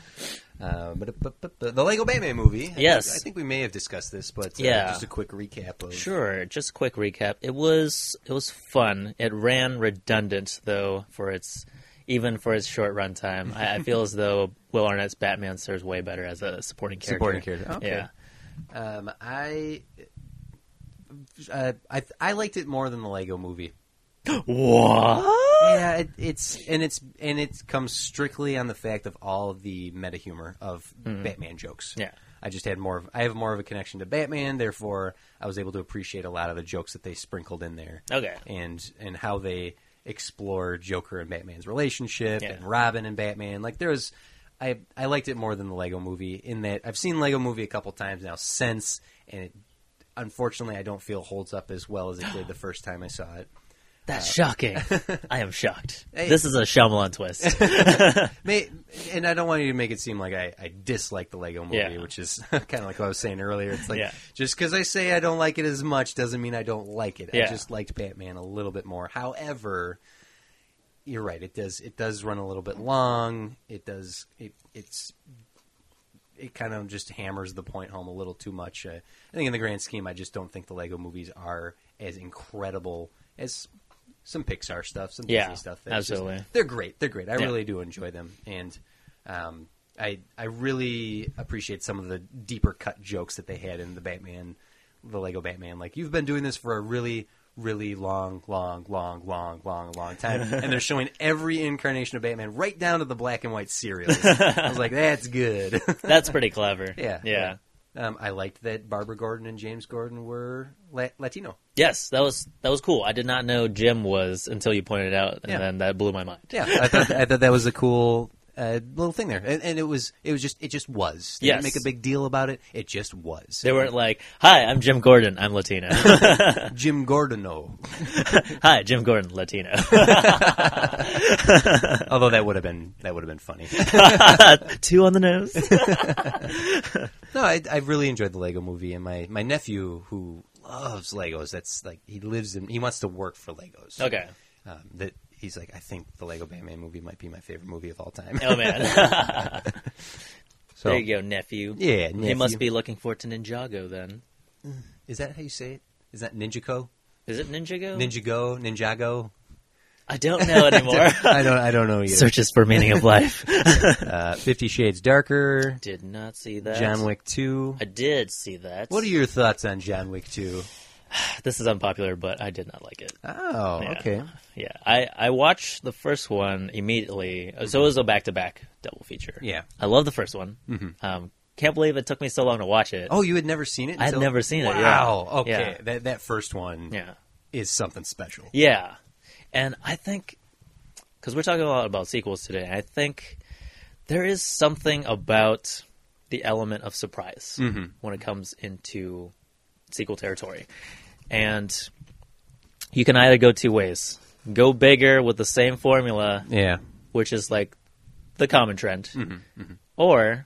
Uh, but, but, but, but the Lego Batman movie. I think- Yes. I think we may have discussed this, but uh, Yeah. just a quick recap of. Sure. Just a quick recap. It was it was fun. It ran redundant though for its even for its short runtime. I, I feel as thougugh Will Arnett's Batman serves way better as a supporting character. Supporting character. Okay. Yeah. Um, I. Uh, I I liked it more than the Lego Movie. What? yeah, it, it's and it's and it comes strictly on the fact of all of the meta humor of Batman jokes. Yeah. I just had more of I have more of a connection to Batman, therefore I was able to appreciate a lot of the jokes that they sprinkled in there. Okay. And and how they explore Joker and Batman's relationship Yeah. and Robin and Batman. Like there was I I liked it more than the Lego movie in that I've seen Lego movie a couple times now since and it unfortunately I don't feel holds up as well as it did the first time I saw it. That's shocking. Uh, I am shocked. Hey. This is a Shyamalan twist. May, and I don't want you to make it seem like I, I dislike the Lego movie, Yeah. which is kind of like what I was saying earlier. It's like Yeah. just because I say I don't like it as much doesn't mean I don't like it. I Yeah. just liked Batman a little bit more. However, you're right. It does it does run a little bit long. It does it it's it kind of just hammers the point home a little too much. Uh, I think in the grand scheme, I just don't think the Lego movies are as incredible as some Pixar stuff, some Yeah, Disney stuff. That's just- absolutely. they're great. They're great. I Yeah. really do enjoy them, and um, I I really appreciate some of the deeper cut jokes that they had in the Batman, the Lego Batman. Like you've been doing this for a really really long long long long long long time and they're showing every incarnation of batman right down to the black and white serials i was like that's good That's pretty clever. yeah, Yeah. Um, I liked that Barbara Gordon and James Gordon were la- Latino. Yes, that was that was cool. I did not know Jim was until you pointed it out, and Yeah. then that blew my mind. Yeah, I thought I thought that was a cool uh, little thing there, and, and it was it was just it just was. They Yes. didn't make a big deal about it. It just was. They weren't like, "Hi, I'm Jim Gordon. I'm Latino." Jim Gordino, Hi, Jim Gordon, Latino. although that would have been that would have been funny. Two on the nose. No, I, I really enjoyed the Lego movie, and my, my nephew who loves Legos. That's like he lives in. He wants to work for Legos. Okay. Um, that he's like, I think the Lego Batman movie might be my favorite movie of all time. Oh man. so, there you go, nephew. Yeah, He must nephew. be looking forward to Ninjago then. Is that how you say it? Is that Ninjago? Is it Ninjago? Ninjago? Ninjago? I don't know anymore. I don't. I don't know either. Searches for meaning of life. Uh, Fifty Shades Darker, did not see that. John Wick Two. I did see that. What are your thoughts on John Wick Two? This is unpopular, but I did not like it. Oh, Yeah. okay. Yeah, I, I watched the first one immediately. So it was a back to back double feature. Yeah. I love the first one. Mm-hmm. Um, can't believe it took me so long to watch it. Oh, you had never seen it. I had until- never seen it, yeah. Wow. Okay. Yeah. That that first one yeah, is something special. yeah, and I think because we're talking a lot about sequels today, I think there is something about the element of surprise when it comes into sequel territory, and you can either go two ways: go bigger with the same formula, Yeah. which is like the common trend, or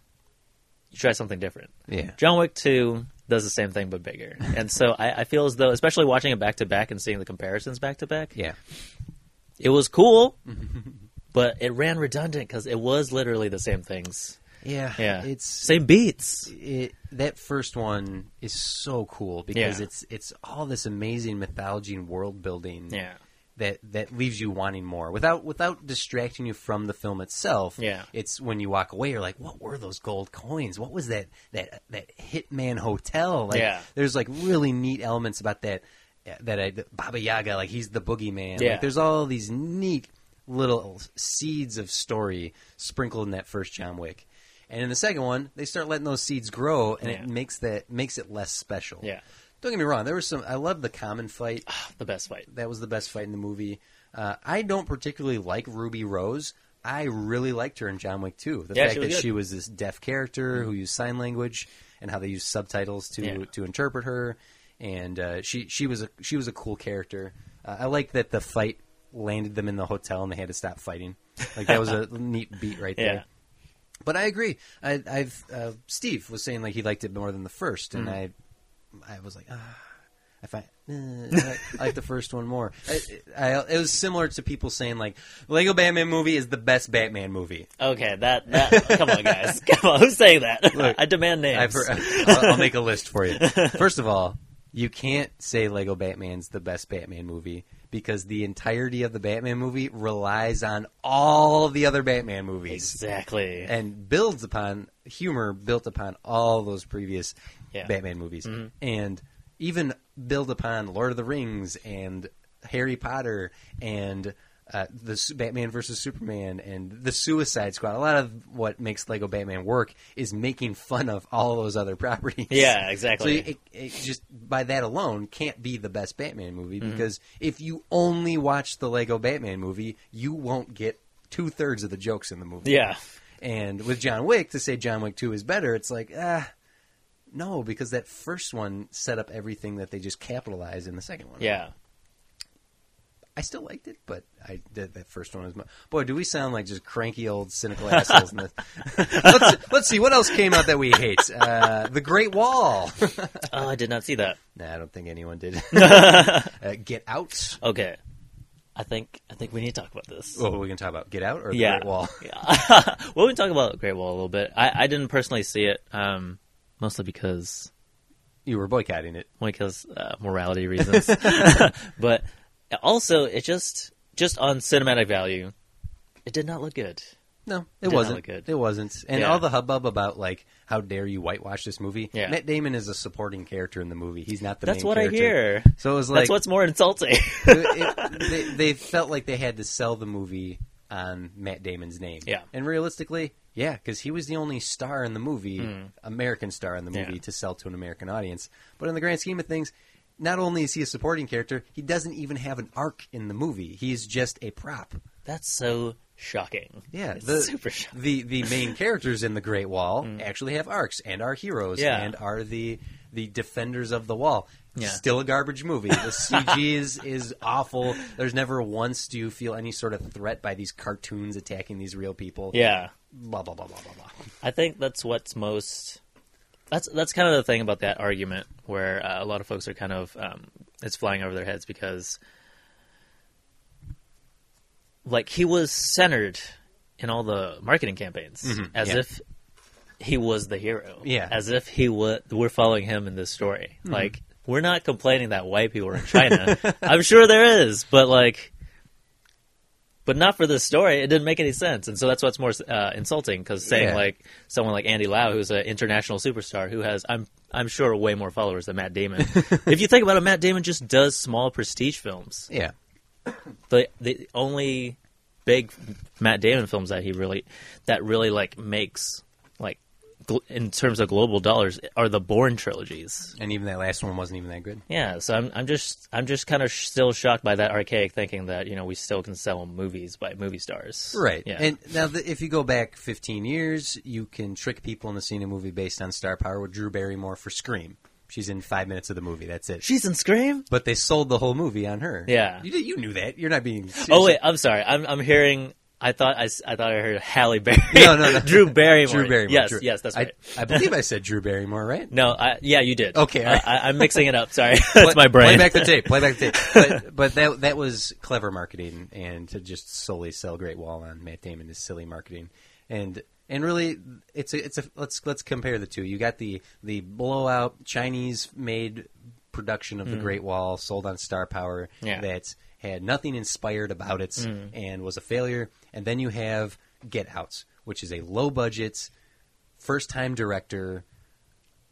you try something different. Yeah. John Wick 2 does the same thing but bigger. And so I, I feel as though, especially watching it back to back and seeing the comparisons back to back, Yeah. it was cool, but it ran redundant because it was literally the same things. Yeah, Yeah, It's same beats. it, that first one is so cool because Yeah. it's it's all this amazing mythology and world building Yeah, that that leaves you wanting more without without distracting you from the film itself. Yeah. it's when you walk away, you're like, what were those gold coins? What was that that that Hitman Hotel? Like, Yeah. there's like really neat elements about that that I, Baba Yaga, like he's the boogeyman. Yeah. Like, there's all these neat little seeds of story sprinkled in that first John Wick. And in the second one, they start letting those seeds grow, and Yeah. it makes that makes it less special. Yeah. Don't get me wrong. There was some. I love the common fight the best fight. that was the best fight in the movie. Uh, I don't particularly like Ruby Rose. I really liked her in John Wick 2. The Yeah, fact that she was good. Mm-hmm. she was this deaf character who used sign language and how they used subtitles to Yeah. to interpret her, and uh, she she was a she was a cool character. Uh, I like that the fight landed them in the hotel and they had to stop fighting. Like that was a neat beat right there. Yeah. But I agree. I, I've uh, Steve was saying like he liked it more than the first, and I, I was like, ah, I find eh, I, I like the first one more. I, I, it was similar to people saying like Lego Batman movie is the best Batman movie. Okay, that that. come on, guys. Come on. Who's saying that? Look, I demand names. I've heard, I'll, I'll make a list for you. First of all, you can't say Lego Batman's the best Batman movie because the entirety of the Batman movie relies on all the other Batman movies. Exactly. and builds upon humor built upon all those previous Yeah. Mm-hmm. Batman movies and even build upon Lord of the Rings and Harry Potter and uh, the Su- Batman versus Superman and the Suicide Squad. A lot of what makes Lego Batman work is making fun of all those other properties. yeah, So exactly. it, it just by that alone can't be the best Batman movie Mm-hmm. because if you only watch the Lego Batman movie, you won't get two thirds of the jokes in the movie. yeah. And with John Wick, to say John Wick 2 is better, it's like, ah, no, because that first one set up everything that they just capitalized in the second one. Yeah. I still liked it, but I that, that first one was my. Boy, do we sound like just cranky old cynical assholes. in this. let's, let's see, what else came out that we hate? Uh, the Great Wall. Oh, I did not see that. nah, I don't think anyone did. uh, Get Out. Okay. I think I think we need to talk about this. What were Oh, we going to talk about? Get Out or The yeah. Great Wall? Yeah. well, we can talk about Great Wall a little bit. I, I didn't personally see it, um, mostly because You were boycotting it. well, because uh, morality reasons. but also, it just just on cinematic value, it did not look good. No, It it did not wasn't. look good. It wasn't. And Yeah. all the hubbub about like how dare you whitewash this movie. Yeah. Matt Damon is a supporting character in the movie. He's not the That's main what I character. hear. So it was like That's what's more insulting. it- it- they, they felt like they had to sell the movie on Matt Damon's name. Yeah. And realistically, yeah, because he was the only star in the movie, American star in the Hmm. Yeah. movie, to sell to an American audience. But in the grand scheme of things, not only is he a supporting character, he doesn't even have an arc in the movie. He's just a prop. That's so shocking. Yeah, It's the, super shocking. the the main characters in the Great Wall actually have arcs and are heroes Mm. Yeah. and are the the defenders of the wall. Yeah. Still a garbage movie. The CG is is awful. There's never once do you feel any sort of threat by these cartoons attacking these real people. Yeah. Blah blah blah blah blah blah. I think that's what's most. That's that's kind of the thing about that argument where uh, a lot of folks are kind of um, it's flying over their heads because like he was centered in all the marketing campaigns as Mm-hmm. yeah. if he was the hero. Yeah. Mm-hmm. As if he was we're following him in this story. Like we're not complaining that white people are in China. I'm sure there is, but like but not for this story. It didn't make any sense, and so that's what's more uh, insulting because saying Yeah. like someone like Andy Lau, who's an international superstar who has I'm I'm sure way more followers than Matt Damon. if you think about it, Matt Damon just does small prestige films. Yeah. The the only big Matt Damon films that he really that really like makes like gl- in terms of global dollars are the Bourne trilogies. And even that last one wasn't even that good. Yeah, so I'm I'm just I'm just kind of sh- still shocked by that archaic thinking that you know we still can sell movies by movie stars. Right. Yeah. And now, the, if you go back 15 years, you can trick people into seeing a movie based on star power with Drew Barrymore for Scream. She's in five minutes of the movie. That's it. She's in Scream. But they sold the whole movie on her. Yeah. you, did- you knew that. You're not being. Serious. Oh wait, I'm sorry. I'm I'm hearing. I thought I, s- I thought I heard Halle Berry. No, no, no. Drew Barrymore. Drew Barrymore. Yes, Drew- yes, that's I- right. I, believe I said Drew Barrymore, right? no, I, yeah, you did. Okay, all I, right. I, I'm mixing it up. Sorry, that's my brain. Play back the tape. Play back the tape. But, but that that was clever marketing, and to just solely sell Great Wall on Matt Damon is silly marketing. And And really, it's a, it's a let's let's compare the two. You got the the blowout Chinese made production of the Great Wall sold on Star Power Mm. Yeah. Mm. that had nothing inspired about it and was a failure. And then you have Get Out, which is a low budget, first time director,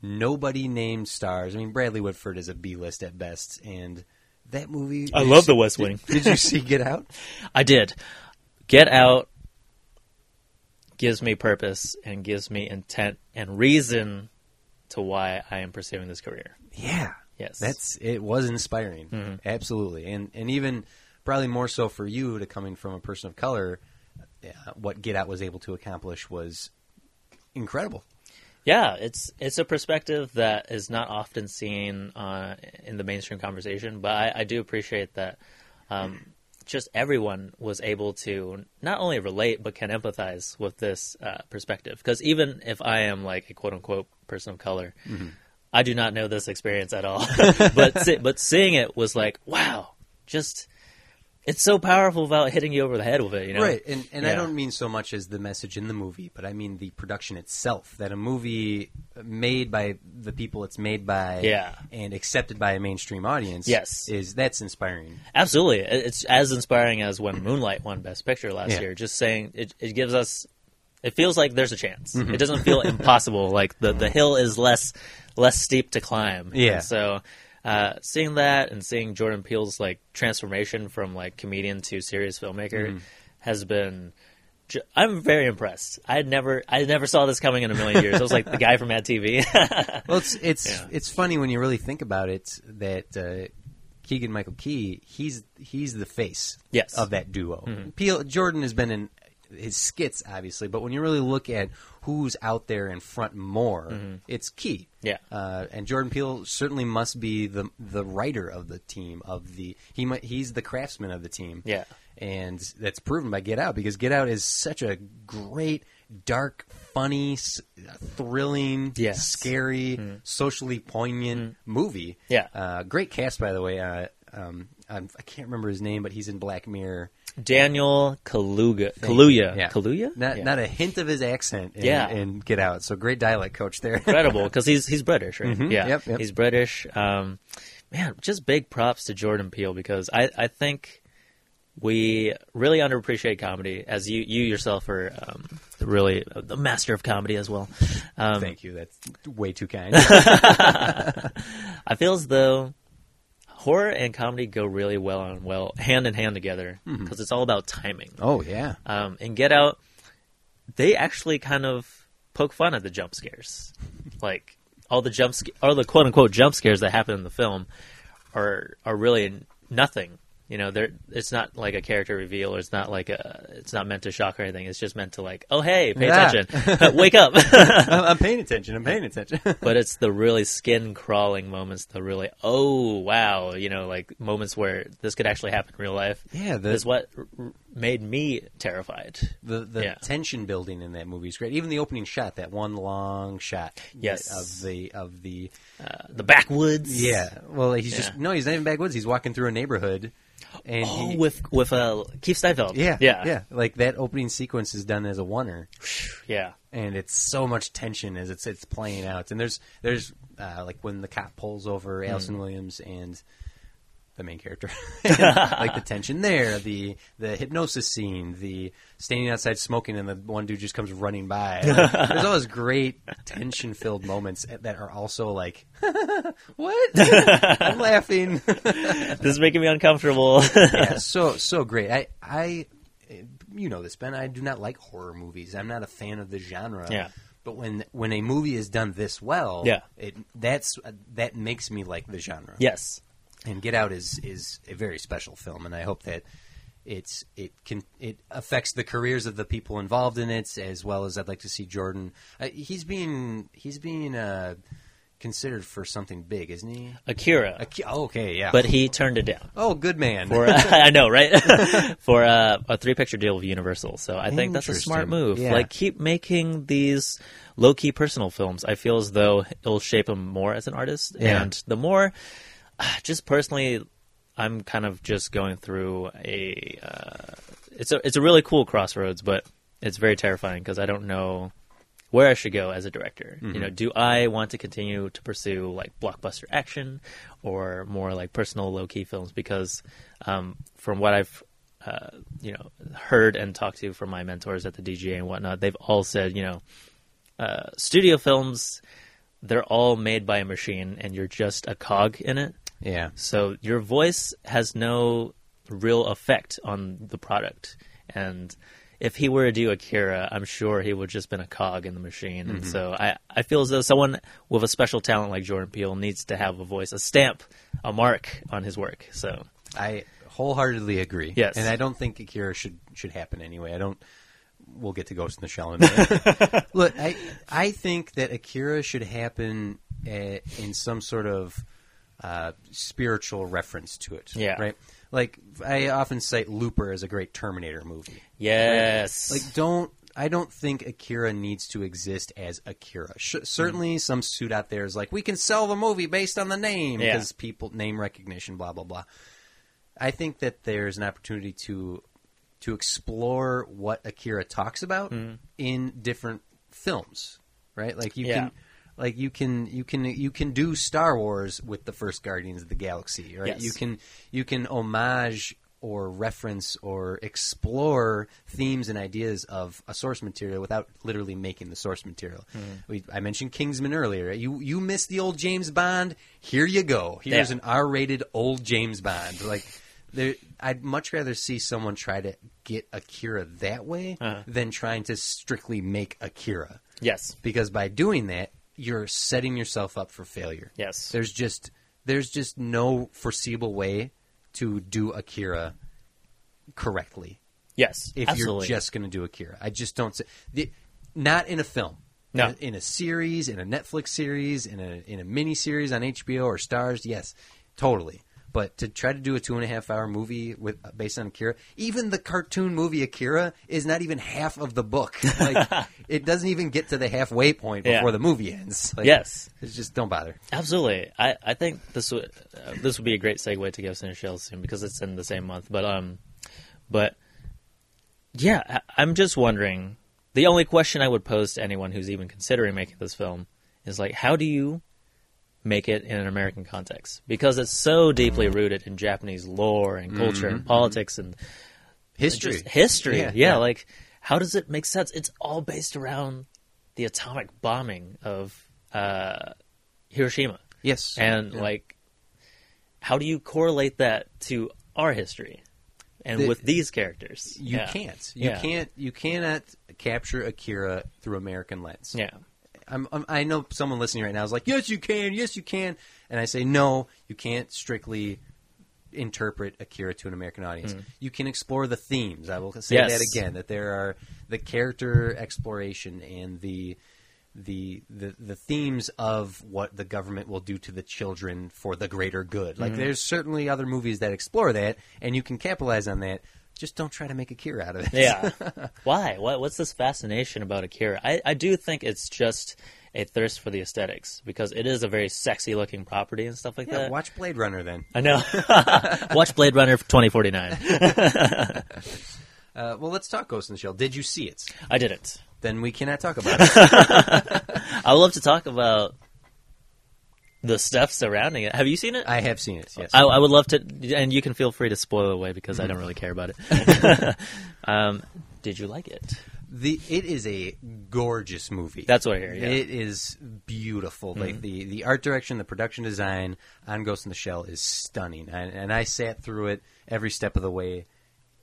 nobody named stars. I mean, Bradley Whitford is a B list at best, and that movie. I love The West Wing. Did, you see Get Out? I did. Get Out gives me purpose and gives me intent and reason to why I am pursuing this career. Yeah. Yes. That's it was inspiring. Absolutely. And and even probably more so for you to coming from a person of color, uh, what Get Out was able to accomplish was incredible. Yeah, it's it's a perspective that is not often seen uh, in the mainstream conversation, but I, I do appreciate that um, just everyone was able to not only relate but can empathize with this uh, perspective. Because even if I am like a quote unquote person of color, I do not know this experience at all. but see, but seeing it was like wow, just it's so powerful without hitting you over the head with it. You know, Right, and and I Yeah. don't mean so much as the message in the movie, but I mean the production itself. That a movie made by the people it's made by, Yeah. and accepted by a mainstream audience, Yes. is that's inspiring. Absolutely, It- it's as inspiring as when Moonlight won Best Picture last Yeah. year. Just saying, it, it gives us. It feels like there's a chance. Mm-hmm. It doesn't feel impossible. Like the, the hill is less less steep to climb. Yeah. And so, uh, seeing that and seeing Jordan Peele's like transformation from like comedian to serious filmmaker Mm-hmm. has been. ju- I'm very impressed. I had never I never saw this coming in a million years. I was like the guy from Mad TV. Well, it's it's Yeah. it's funny when you really think about it that uh, Keegan Michael Key he's he's the face Yes. Mm-hmm. of that duo. Peel, Jordan has been in his skits obviously, but when you really look at who's out there in front more, Mm-hmm. it's Key. Yeah. uh, and Jordan Peele certainly must be the the writer of the team of the he might he's the craftsman of the team. Yeah. and that's proven by Get Out because Get Out is such a great. Dark, funny, s- thrilling, Yes. Hmm. scary, socially poignant movie. Yeah. uh, great cast by the way. Uh, um, I'm, I can't remember his name, but he's in Black Mirror. Daniel Kaluga, Kaluuya, Yeah. Kaluuya. Not, Yeah. not a hint of his accent. In, Yeah. in Get Out. So great dialect coach there. incredible because he's he's British, right? Mhm. Yeah, Yep, yep. he's British. Um, man, just big props to Jordan Peele because I I think we really underappreciate comedy as you you yourself are um, really the master of comedy as well. Um, Thank you. That's way too kind. I feel as though horror and comedy go really well on well hand in hand together Mm-hmm. because it's all about timing. oh yeah. Um, in Get Out, they actually kind of poke fun at the jump scares, like all the jump sc- all the quote unquote jump scares that happen in the film are are really nothing. You know, they're it's not like a character reveal, or it's not like a it's not meant to shock or anything. It's just meant to like, oh hey, pay Yeah. attention, wake up. I'm, I'm paying attention. I'm paying attention. but it's the really skin crawling moments, the really oh wow, you know, like moments where this could actually happen in real life. Yeah, the- that's what r- r- made me terrified. the the Yeah. tension building in that movie is great. Even the opening shot, that one long shot. Yes. Of the of the the backwoods. yeah. Well, he's just Yeah. no. He's not even backwoods. He's walking through a neighborhood. And Oh, he, with with uh, Keith Steinfeld. Yeah, yeah, yeah. Like that opening sequence is done as a oneer, yeah. and it's so much tension as it's it's playing out. And there's there's uh, like when the cop pulls over Allison Williams and the main character, like the tension there, the the hypnosis scene, the standing outside smoking, and the one dude just comes running by. Like, there's all those great tension filled moments that are also like, what? I'm laughing. This is making me uncomfortable. yeah, so so great. I I you know this, Ben. I do not like horror movies. I'm not a fan of the genre. Yeah. But when when a movie is done this well, Yeah. it that's that makes me like the genre. yes, And Get Out is is a very special film, and I hope that it's it can it affects the careers of the people involved in it as well as I'd like to see Jordan. Uh, he's being he's being uh, considered for something big, isn't he? Akira, Aki- oh, okay, yeah. but he turned it down. oh, good man. For I know, right? For uh, a three picture deal with Universal. So I think that's a smart Interesting. move. Yeah. Like keep making these low key personal films. I feel as though it'll shape him more as an artist. Yeah. And the more, uh, just personally, I'm kind of just going through a. Uh, it's a it's a really cool crossroads, but it's very terrifying because I don't know where I should go as a director. You know, do I want to continue to pursue like blockbuster action or more like personal low key films? Because um, from what I've uh, you know heard and talked to from my mentors at the DGA and whatnot, they've all said you know uh, studio films they're all made by a machine and you're just a cog in it. Yeah. So your voice has no real effect on the product. And if he were to do Akira, I'm sure he would just been a cog in the machine. And so I, I feel as though someone with a special talent like Jordan Peele needs to have a voice, a stamp, a mark on his work. So I wholeheartedly agree. Yes. and I don't think Akira should should happen anyway. I don't. We'll get to Ghost in the Shell in a minute. Look, I I think that Akira should happen uh, in some sort of uh, spiritual reference to it. Yeah. right. Like I often cite Looper as a great Terminator movie. yes, Like don't. I don't think Akira needs to exist as Akira. Sh- certainly, Mm. some suit out there is like, we can sell the movie based on the name Yeah. because people name recognition, blah blah blah. I think that there's an opportunity to to explore what Akira talks about in different films, right? Like you Mm. Yeah. can like you can you can you can do Star Wars with the first Guardians of the Galaxy, right? Yes. You can you can homage or reference or explore themes and ideas of a source material without literally making the source material. Hmm. We, I mentioned Kingsman earlier. You you missed the old James Bond. Here you go. Here's Yeah. an R-rated old James Bond. Like there, I'd much rather see someone try to get Akira that way Uh-huh. than trying to strictly make Akira yes, because by doing that you're setting yourself up for failure. yes. There's just there's just no foreseeable way to do Akira correctly Yes, if absolutely. you're just going to do Akira. I just don't. See, the, not in a film. No. In a, in a series, in a Netflix series, in a in a mini series on HBO or Stars. Yes, totally. But to try to do a two and a half hour movie with based on Akira, even the cartoon movie Akira is not even half of the book. Like it doesn't even get to the halfway point Yeah. before the movie ends. Like, Yes. it's just don't bother. Absolutely, I, I think this would uh, this would be a great segue to Ghost in the Shell soon because it's in the same month. But um, but yeah, I, I'm just wondering. The only question I would pose to anyone who's even considering making this film is like, how do you make it in an American context? Because it's so Mm-hmm. deeply rooted in Japanese lore and culture and politics and History. just history. Yeah, Yeah, yeah. like how does it make sense? It's all based around the atomic bombing of uh, Hiroshima. Yes. And Yeah. like, how do you correlate that to our history and The- with these characters? you Yeah. can't. You Yeah. can't. You cannot capture Akira through American lens. Yeah. I'm, I'm, I know someone listening right now is like, yes, you can, yes, you can. And I say, no, you can't strictly interpret Akira to an American audience. You can explore the themes. I will say Hmm. Yes. that again, that there are the character exploration and the, the, the, the themes of what the government will do to the children for the greater good. Hmm. Like, there's certainly other movies that explore that, and you can capitalize on that. Just don't try to make Akira out of it. Yeah. Why? What, what's this fascination about Akira? I, I do think it's just a thirst for the aesthetics because it is a very sexy looking property and stuff like yeah, that. watch Blade Runner then. I know. Watch Blade Runner 2049. Uh, well, let's talk Ghost in the Shell. Did you see it? I didn't. then we cannot talk about it. I would love to talk about the stuff surrounding it. Have you seen it? I have seen it. Yes. I, I would love to, and you can feel free to spoil away because I don't really care about it. um, did you like it? the it is a gorgeous movie. That's what I hear. Yeah. Mm-hmm. It is beautiful. Like the the art direction, the production design on Ghost in the Shell is stunning, and, and I sat through it every step of the way,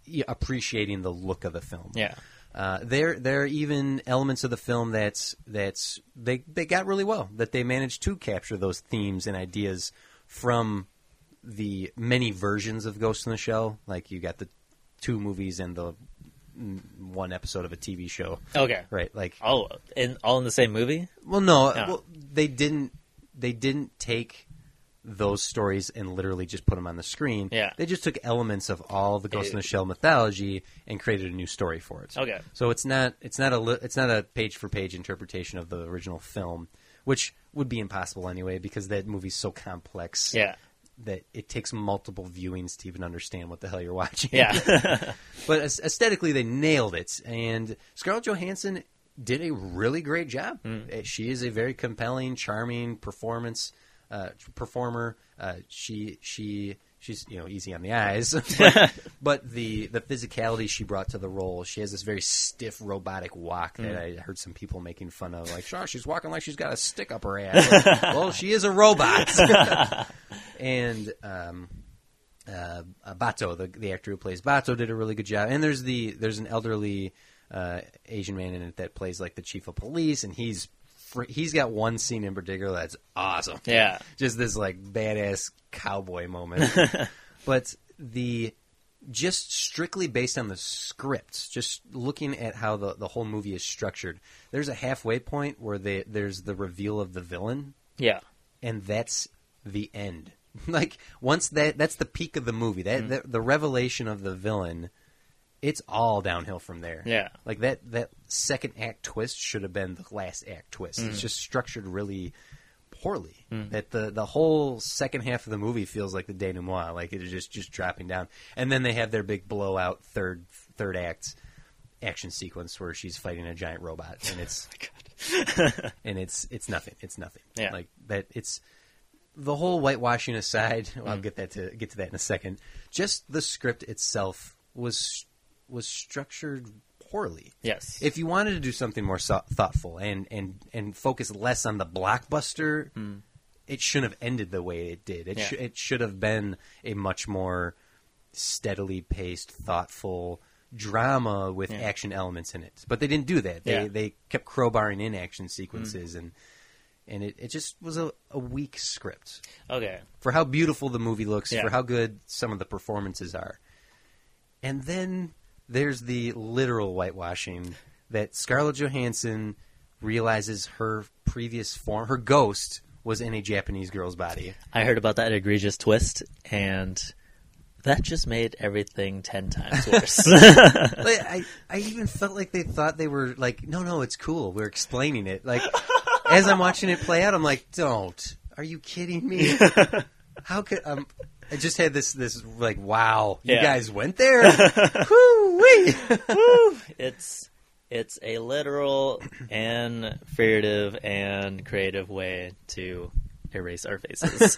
y- appreciating the look of the film. yeah. Uh, there, there are even elements of the film that's that's they they got really well that they managed to capture those themes and ideas from the many versions of Ghost in the Shell. Like you got the two movies and the mm, one episode of a TV show, Okay. right? Like, All in all in the same movie. well, no, Yeah. well, they didn't they didn't take those stories and literally just put them on the screen. Yeah. they just took elements of all the Ghost in the Shell mythology and created a new story for it. Okay. So it's not it's not a li- it's not a page for page interpretation of the original film, which would be impossible anyway because that movie's so complex. Yeah. that it takes multiple viewings to even understand what the hell you're watching. Yeah. but aes- aesthetically, they nailed it, and Scarlett Johansson did a really great job. Uh, She is a very compelling, charming performance uh, performer. Uh, she she she's you know easy on the eyes, but, but the the physicality she brought to the role. She has this very stiff robotic walk that I heard some people making fun of, like, "Sure, she's walking like she's got a stick up her ass." Like, well, she is a robot. and um, uh, uh, Bato, the, the actor who plays Bato, did a really good job. And there's the there's an elderly uh, Asian man in it that plays like the chief of police, and he's fr- he's got one scene in particular that's awesome. Yeah. just this like badass cowboy moment. but the just strictly based on the scripts, just looking at how the, the whole movie is structured, there's a halfway point where they, there's the reveal of the villain, yeah. and that's the end. Like once that that's the peak of the movie. That, that the revelation of the villain, it's all downhill from there. Yeah. Like that that second act twist should have been the last act twist. It's just structured really poorly. That the the whole second half of the movie feels like the denouement, like it is just just dropping down. And then they have their big blowout third third act action sequence where she's fighting a giant robot and it's and it's it's nothing. It's nothing. Yeah. Like that. It's the whole whitewashing aside. I'll get that to get to that in a second. Just the script itself was was structured poorly. Yes. If you wanted to do something more so- thoughtful and and and focus less on the blockbuster, it shouldn't have ended the way it did. It Hmm. Yeah. sh- it should have been a much more steadily paced, thoughtful drama with action elements in it. But they didn't do that. They Yeah. Hmm. they kept crowbarring in action sequences and and it, it just was a, a weak script okay. for how beautiful the movie looks, Yeah. for how good some of the performances are. And then there's the literal whitewashing that Scarlett Johansson realizes her previous form, her ghost, was in a Japanese girl's body. I heard about that egregious twist, and that just made everything ten times worse. Like, I, I even felt like they thought they were like, no, no, it's cool. We're explaining it. Like, as I'm watching it play out, I'm like, don't. Are you kidding me? How could um? I just had this this like, wow, you Yeah. guys went there. Woo-wee. it's it's a literal and figurative and creative way to erase our faces.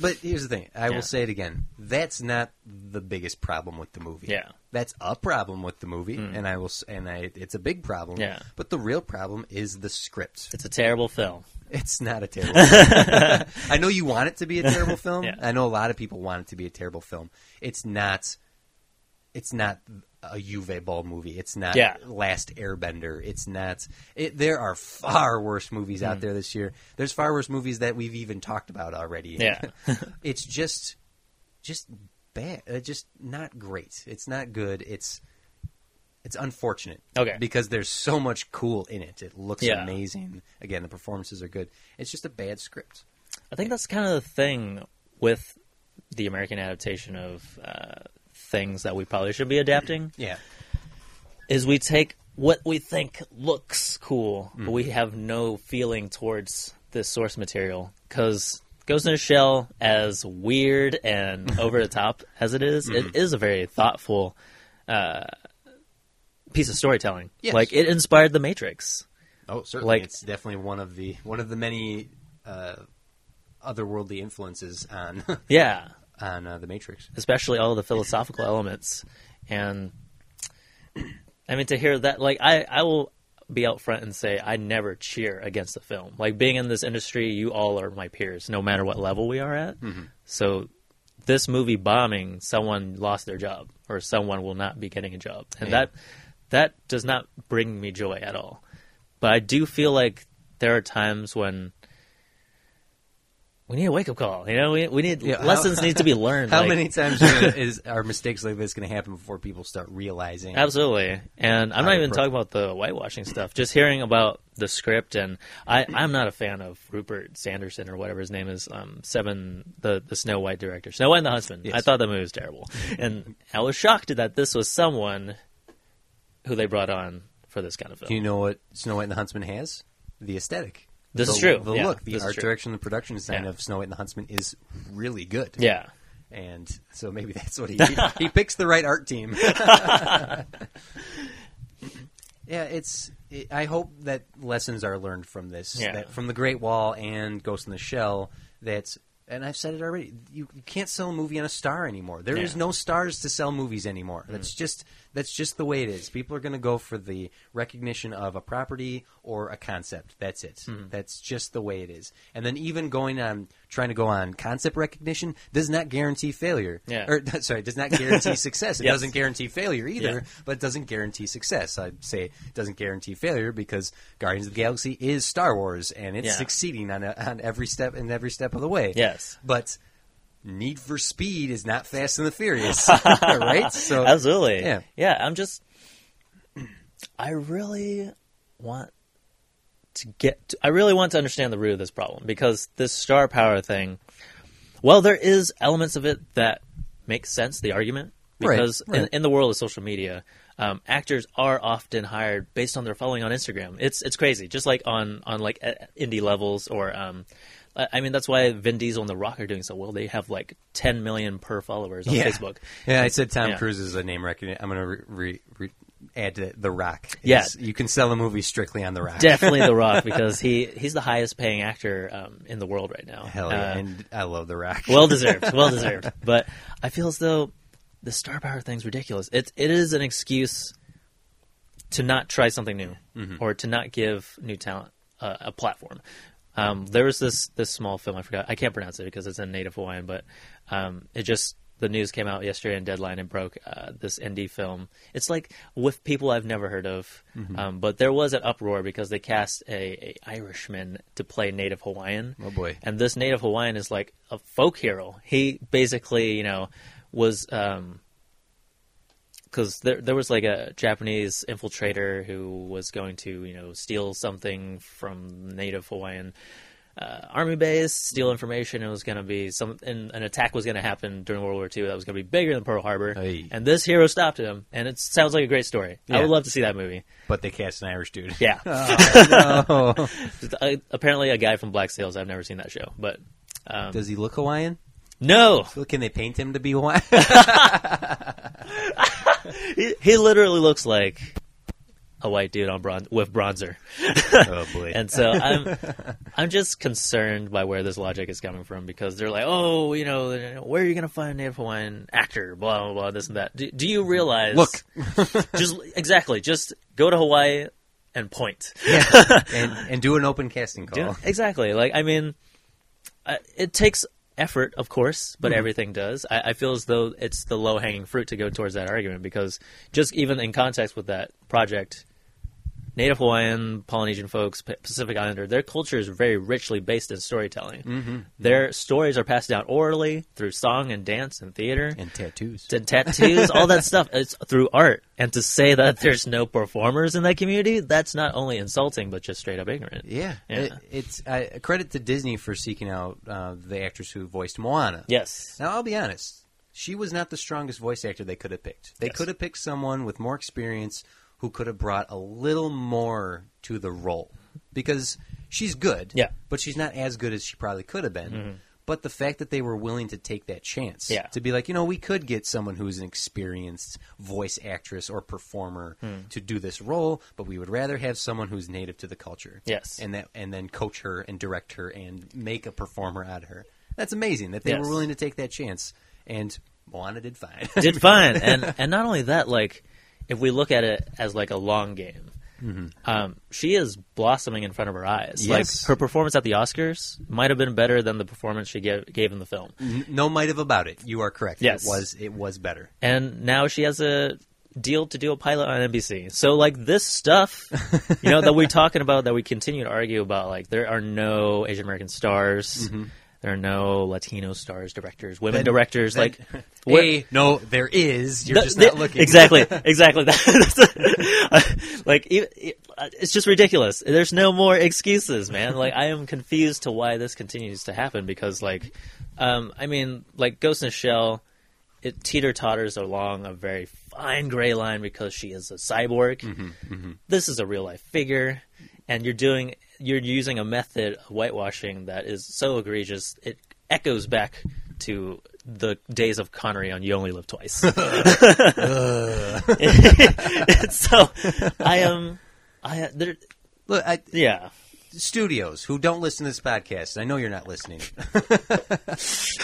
But here's the thing. I Yeah. will say it again. That's not the biggest problem with the movie. Yeah. Hmm. That's a problem with the movie, and I will, s- and I, it's a big problem. Yeah. But the real problem is the script. it's a terrible film. It's not a terrible film. I know you want it to be a terrible film. Yeah. I know a lot of people want it to be a terrible film. It's not it's not a Juve ball movie. It's not Yeah. Last Airbender. It's not it, there are far worse movies Mm. out there this year. There's far worse movies that we've even talked about already. Yeah. it's just just bad uh, just not great. It's not good. It's it's unfortunate. Okay. Because there's so much cool in it. It looks Yeah. amazing. Again, the performances are good. It's just a bad script. I think that's kind of the thing with the American adaptation of uh, things that we probably should be adapting Yeah. is we take what we think looks cool, but we have no feeling towards the source material because Ghost in a Shell, as weird and over the top as it is, it is a very thoughtful uh, piece of storytelling. Yes. Like it inspired The Matrix. Oh, certainly. Like- it's definitely one of the one of the many uh, otherworldly influences on Yeah, on uh, the Matrix. especially all the philosophical elements. And I mean, to hear that, like, I, I will be out front and say I never cheer against a film. Like, being in this industry, you all are my peers, no matter what level we are at. Mm-hmm. So, this movie bombing, someone lost their job, or someone will not be getting a job. And Yeah. that that does not bring me joy at all. But I do feel like there are times when we need a wake up call. You know, we, we need Yeah, how- lessons need to be learned. How like- many times are- is are mistakes like this going to happen before people start realizing? Absolutely. And I'm How to not even pro- talking about the whitewashing stuff, just hearing about the script. And I, I'm not a fan of Rupert Sanderson or whatever his name is, um, Seven, the, the Snow White director. Snow White and the Huntsman. Yes. I thought that movie was terrible. and I was shocked that this was someone who they brought on for this kind of Do film. you know what Snow White and the Huntsman has? The aesthetic. This the, is true. The Yeah, look, the this is art true. direction, the production design Yeah. of Snow White and the Huntsman is really good. Yeah. And so maybe that's what he he, he picks the right art team. yeah, it's. It, I hope that lessons are learned from this, Yeah. that from the Great Wall and Ghost in the Shell. That's and I've said it already. You, you can't sell a movie on a star anymore. There is Yeah. Mm-hmm. no stars to sell movies anymore. That's just that's just the way it is. People are going to go for the recognition of a property or a concept. That's it. Mm-hmm. That's just the way it is. And then even going on trying to go on concept recognition does not guarantee failure. Yeah. Or sorry, does not guarantee success. It Yes. doesn't guarantee failure either, Yeah. but it doesn't guarantee success. I'd say it doesn't guarantee failure because Guardians of the Galaxy is Star Wars and it's Yeah. succeeding on, a, on every step and every step of the way. Yes. But Need for Speed is not Fast and the Furious, right? So Absolutely. Yeah. Yeah. I'm just. I really want to get. I really want to understand the root of this problem because this star power thing. Well, there is elements of it that make sense. The argument Right, because In, right. in the world of social media, um, actors are often hired based on their following on Instagram. It's it's crazy. Just like on on like uh, indie levels or. Um, I I mean that's why Vin Diesel and The Rock are doing so well. They have like 10 million per followers on yeah. Facebook. Yeah, I said Tom Yeah. Cruise is a name recognition. I'm going to re- re- re- add to that, The Rock. is- Yeah. You can sell a movie strictly on The Rock. definitely The Rock because he he's the highest paying actor um, in the world right now. Hell yeah. Uh, and I love The Rock. well deserved, well deserved. But I feel as though the star power thing's ridiculous. It it is an excuse to not try something new or to not give new talent a, a platform. Um, there was this this small film I forgot I can't pronounce it because it's in native Hawaiian, but um, it just the news came out yesterday in Deadline and broke uh, this indie film. It's like with people I've never heard of, um, but there was an uproar because they cast a, a Irishman to play native Hawaiian. Oh, boy. And this native Hawaiian is like a folk hero. He basically you know was. Um, because there there was like a Japanese infiltrator who was going to you know steal something from native Hawaiian uh, army base, steal information. It was going to be some and an attack was going to happen during World War II that was going to be bigger than Pearl Harbor. Hey. And this hero stopped him, and it sounds like a great story. I Yeah. would love to see that movie. but they cast an Irish dude. Yeah, Oh. Just, uh, apparently a guy from Black Sails. I've never seen that show, but um, Does he look Hawaiian? no, Well, Can they paint him to be Hawaiian? he, he literally looks like a white dude on bron- with bronzer. oh boy! And so I'm I'm just concerned by where this logic is coming from because they're like, oh, you know, where are you going to find a Native Hawaiian actor? Blah blah blah, this and that. Do, do you realize? Look. just exactly, just go to Hawaii and point. Yeah. and, and do an open casting Do- call. Exactly. Like I mean, I, it takes effort, of course, but everything does. I, I feel as though it's the low hanging fruit to go towards that argument because just even in context with that project, Native Hawaiian, Polynesian folks, Pa- Pacific Islander, their culture is very richly based in storytelling. Mm-hmm. Their stories are passed down orally through song and dance and theater And tattoos. and tattoos, all that stuff. It's through art. And to say that there's no performers in that community, that's not only insulting, but just straight up ignorant. Yeah, Yeah. It, it's uh, credit to Disney for seeking out uh, the actress who voiced Moana. Yes. Now I'll be honest, she was not the strongest voice actor they could have picked. They Yes. could have picked someone with more experience who could have brought a little more to the role because she's good. Yeah. Mm-hmm. but she's not as good as she probably could have been. But the fact that they were willing to take that chance Yeah. to be like, you know, we could get someone who's an experienced voice actress or performer Hmm. to do this role, but we would rather have someone who's native to the culture. Yes. And that and then coach her and direct her and make a performer out of her. That's amazing that they Yes. were willing to take that chance. And Moana did fine. did fine, and and not only that, like if we look at it as like a long game, um, she is blossoming in front of her eyes. Mm-hmm. Yes. Like her performance at the Oscars might have been better than the performance she gave, gave in the film, N- no might have about it. You are correct. Yes. It was it was better. and now she has a deal to do a pilot on NBC. So like this stuff, you know, that we're talking about, that we continue to argue about, like there are no Asian American stars. There are no Latino stars, directors, women Mm-hmm. Then- directors. then- like, what- Hey, no, there is. You're Th- just th- not looking. Exactly, exactly. That- like, e- e- it's just ridiculous. There's no more excuses, man. Like, I am confused to why this continues to happen because, like, um, I mean, like Ghost in the Shell, it teeter totters along a very Mm-hmm, fine gray line because she is a cyborg. This is a real life figure. and you're doing you're using a method of whitewashing that is so egregious it echoes back to the days of Connery on You Only Live Twice. so I am I there, Look, I, yeah. studios who don't listen to this podcast, I know you're not listening,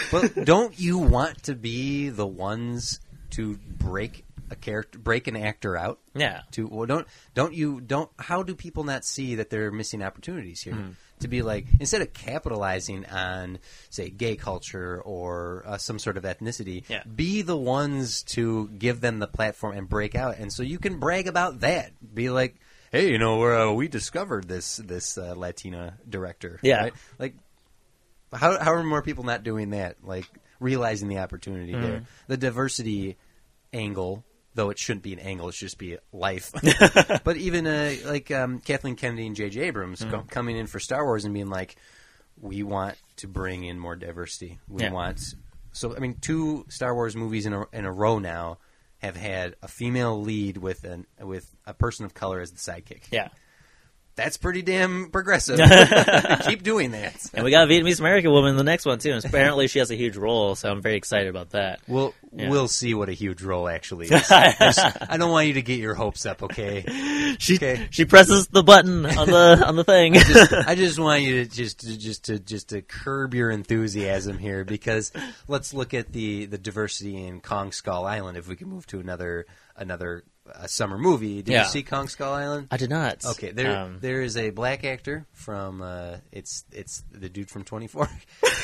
but don't you want to be the ones to break a character, break an actor out? Yeah. To well, don't don't you don't? How do people not see that they're missing opportunities here? Hmm. To be like instead of capitalizing on say gay culture or uh, some sort of ethnicity, Yeah. be the ones to give them the platform and break out, and so you can brag about that. Be like, hey, you know, we're, uh, we discovered this this uh, Latina director. Yeah. right? like how how are more people not doing that? Like realizing the opportunity Hmm. there, the diversity angle. Though it shouldn't be an angle, it should just be life. but even uh, like um, Kathleen Kennedy and J.J. Abrams Mm-hmm. co- coming in for Star Wars and being like, we want to bring in more diversity. We Yeah. want so I mean, two Star Wars movies in a, in a row now have had a female lead with an with a person of color as the sidekick. Yeah. That's pretty damn progressive. Keep doing that. And we got a Vietnamese American woman in the next one too. And apparently she has a huge role, so I'm very excited about that. We'll Yeah. we'll see what a huge role actually is. I don't want you to get your hopes up, okay? She Okay. she presses the button on the on the thing. Just- I just want you to just to, just to just to curb your enthusiasm here because let's look at the the diversity in Kong Skull Island. If we can move to another another uh, summer movie, did Yeah. you see Kong Skull Island? I did not. Okay, there Um, there is a black actor from uh, it's it's the dude from Twenty Four,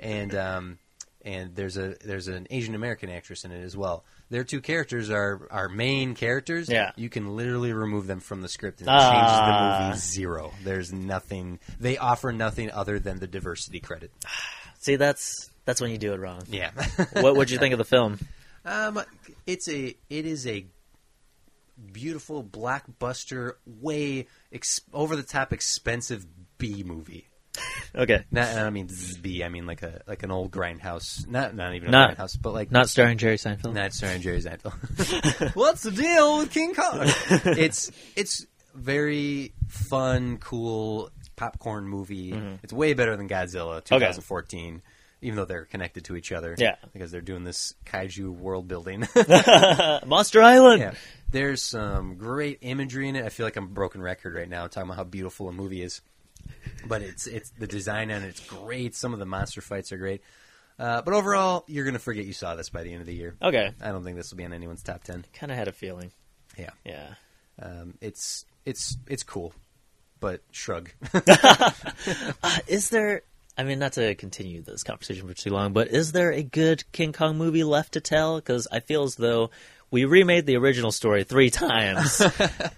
and um, and there's a there's an Asian American actress in it as well. Their two characters are our main characters. Yeah. you can literally remove them from the script and it changes the Ah. movie zero. There's nothing. They offer nothing other than the diversity credit. see that's that's when you do it wrong. Yeah. what would you think of the film? Um, it's a it is a beautiful blockbuster, way ex- over the top, expensive B movie. Okay, Not I don't mean zzz, B, I mean like a like an old grindhouse. Not not even a Not- grindhouse, but like not starring Jerry Seinfeld. not starring Jerry Seinfeld. What's the deal with King Kong? it's it's very fun, cool popcorn movie. Mm-hmm. It's way better than Godzilla 2014, even though they're connected to each other. Yeah. because they're doing this kaiju world building. Monster Island. yeah, there's some great imagery in it. I feel like I'm a broken record right now talking about how beautiful a movie is, but it's it's the design on it's great. Some of the monster fights are great, uh, but overall, you're gonna forget you saw this by the end of the year. Okay, I don't think this will be on anyone's top ten. kind of had a feeling. Yeah, Yeah. um, it's it's it's cool, but shrug. Is there? I mean, not to continue this conversation for too long, but is there a good King Kong movie left to tell? Because I feel as though we remade the original story three times,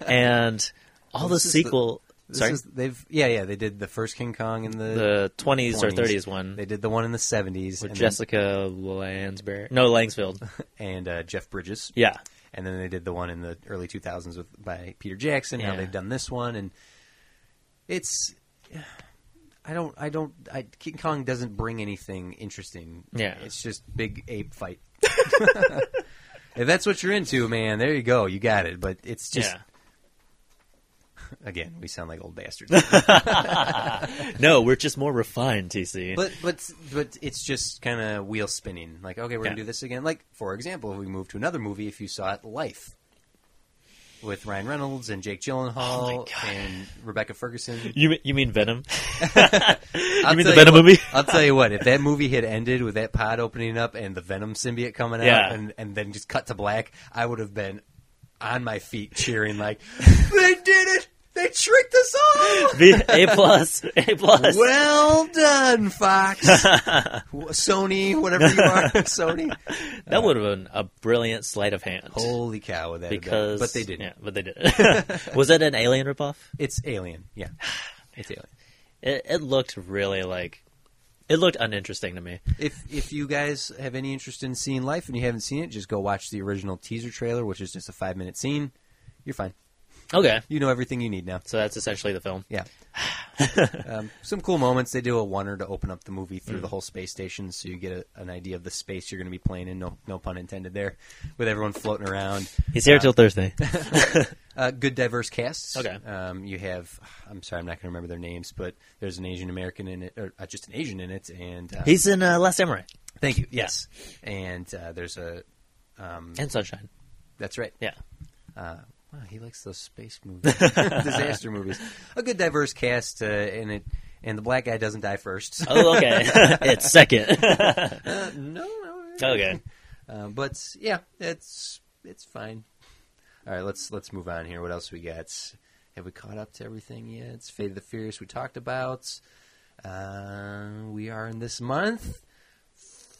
and all the This is the- sequel. This sorry, is- they've yeah yeah they did the first King Kong in the, the twenties or 20s. thirties one they did the one in the seventies with and, Jessica Lansbury. No, Langsfield. then- and uh, Jeff Bridges Yeah, and then they did the one in the early 2000s with by Peter Jackson. Now Yeah. they've done this one, and it's I don't I don't I, King Kong doesn't bring anything interesting. Yeah. it's just big ape fight. if that's what you're into, man, there you go, you got it. But it's just again, we sound like old bastards. yeah. No, we're just more refined, TC. but but but it's just kind of wheel spinning. Like okay, we're gonna Yeah. do this again. Like for example, if we move to another movie, if you saw it, Life, with Ryan Reynolds and Jake Gyllenhaal Oh my God. and Rebecca Ferguson. you mean- you mean Venom? I'll you mean the tell Venom what- movie? I'll tell you what. If that movie had ended with that pod opening up and the Venom symbiote coming out, Yeah. and and then just cut to black, I would have been on my feet cheering like, "They did it! They tricked us all!" V- a plus, A plus. Well done, Fox. W- Sony, whatever you are, Sony. That would have been a brilliant sleight of hand. Holy cow, would that because have been. but they didn't. Yeah, but they did. was it an alien ripoff? It's Alien. Yeah, it's Alien. It, it looked really like it looked uninteresting to me. If if you guys have any interest in seeing Life and you haven't seen it, just go watch the original teaser trailer, which is just a five minute scene. You're fine. Okay, You know everything you need now. so that's essentially the film. Yeah. um, some cool moments. They do a oneer to open up the movie through the whole space station, so you get a, an idea of the space you're going to Uh, be playing in. No, no pun intended there. With everyone floating around. He's here till Thursday. Uh, good diverse casts. Okay. Um, you have, I'm sorry, I'm not going to remember their names, but there's an Asian American in it, or uh, just an Asian in it, and uh, He's in uh, Last Samurai thank you, yes. And uh, there's a, um, Mm. and Sunshine. that's right. Yeah. Uh, wow, he likes those space movies, disaster movies. A good diverse cast, uh, and it, and the black guy doesn't die first. Oh, okay. it's second. Uh, no, no. okay. Uh, but yeah, it's it's fine. All right, let's let's move on here. What else we got? Have we caught up to everything yet? It's Fate of the Furious we talked about. Uh, we are in this month.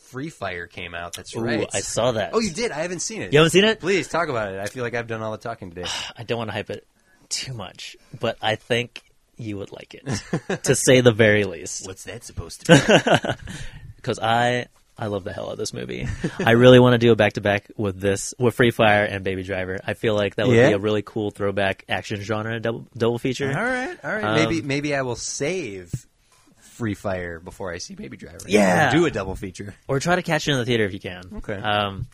Free Fire came out. That's Ooh, right. I saw that. Oh, you did. I haven't seen it. You haven't seen it? Please talk about it. I feel like I've done all the talking today. I don't want to hype it too much, but I think you would like it, to say the very least. What's that supposed to be? Because I I love the hell out of this movie. I really want to do a back to back with this with Free Fire and Baby Driver. I feel like that would Yeah. be a really cool throwback action genre double double feature. all right, all right. Um, maybe maybe I will save Free Fire before I see Baby Driver. Yeah. do a double feature. or try to catch it in the theater if you can. Okay. Um,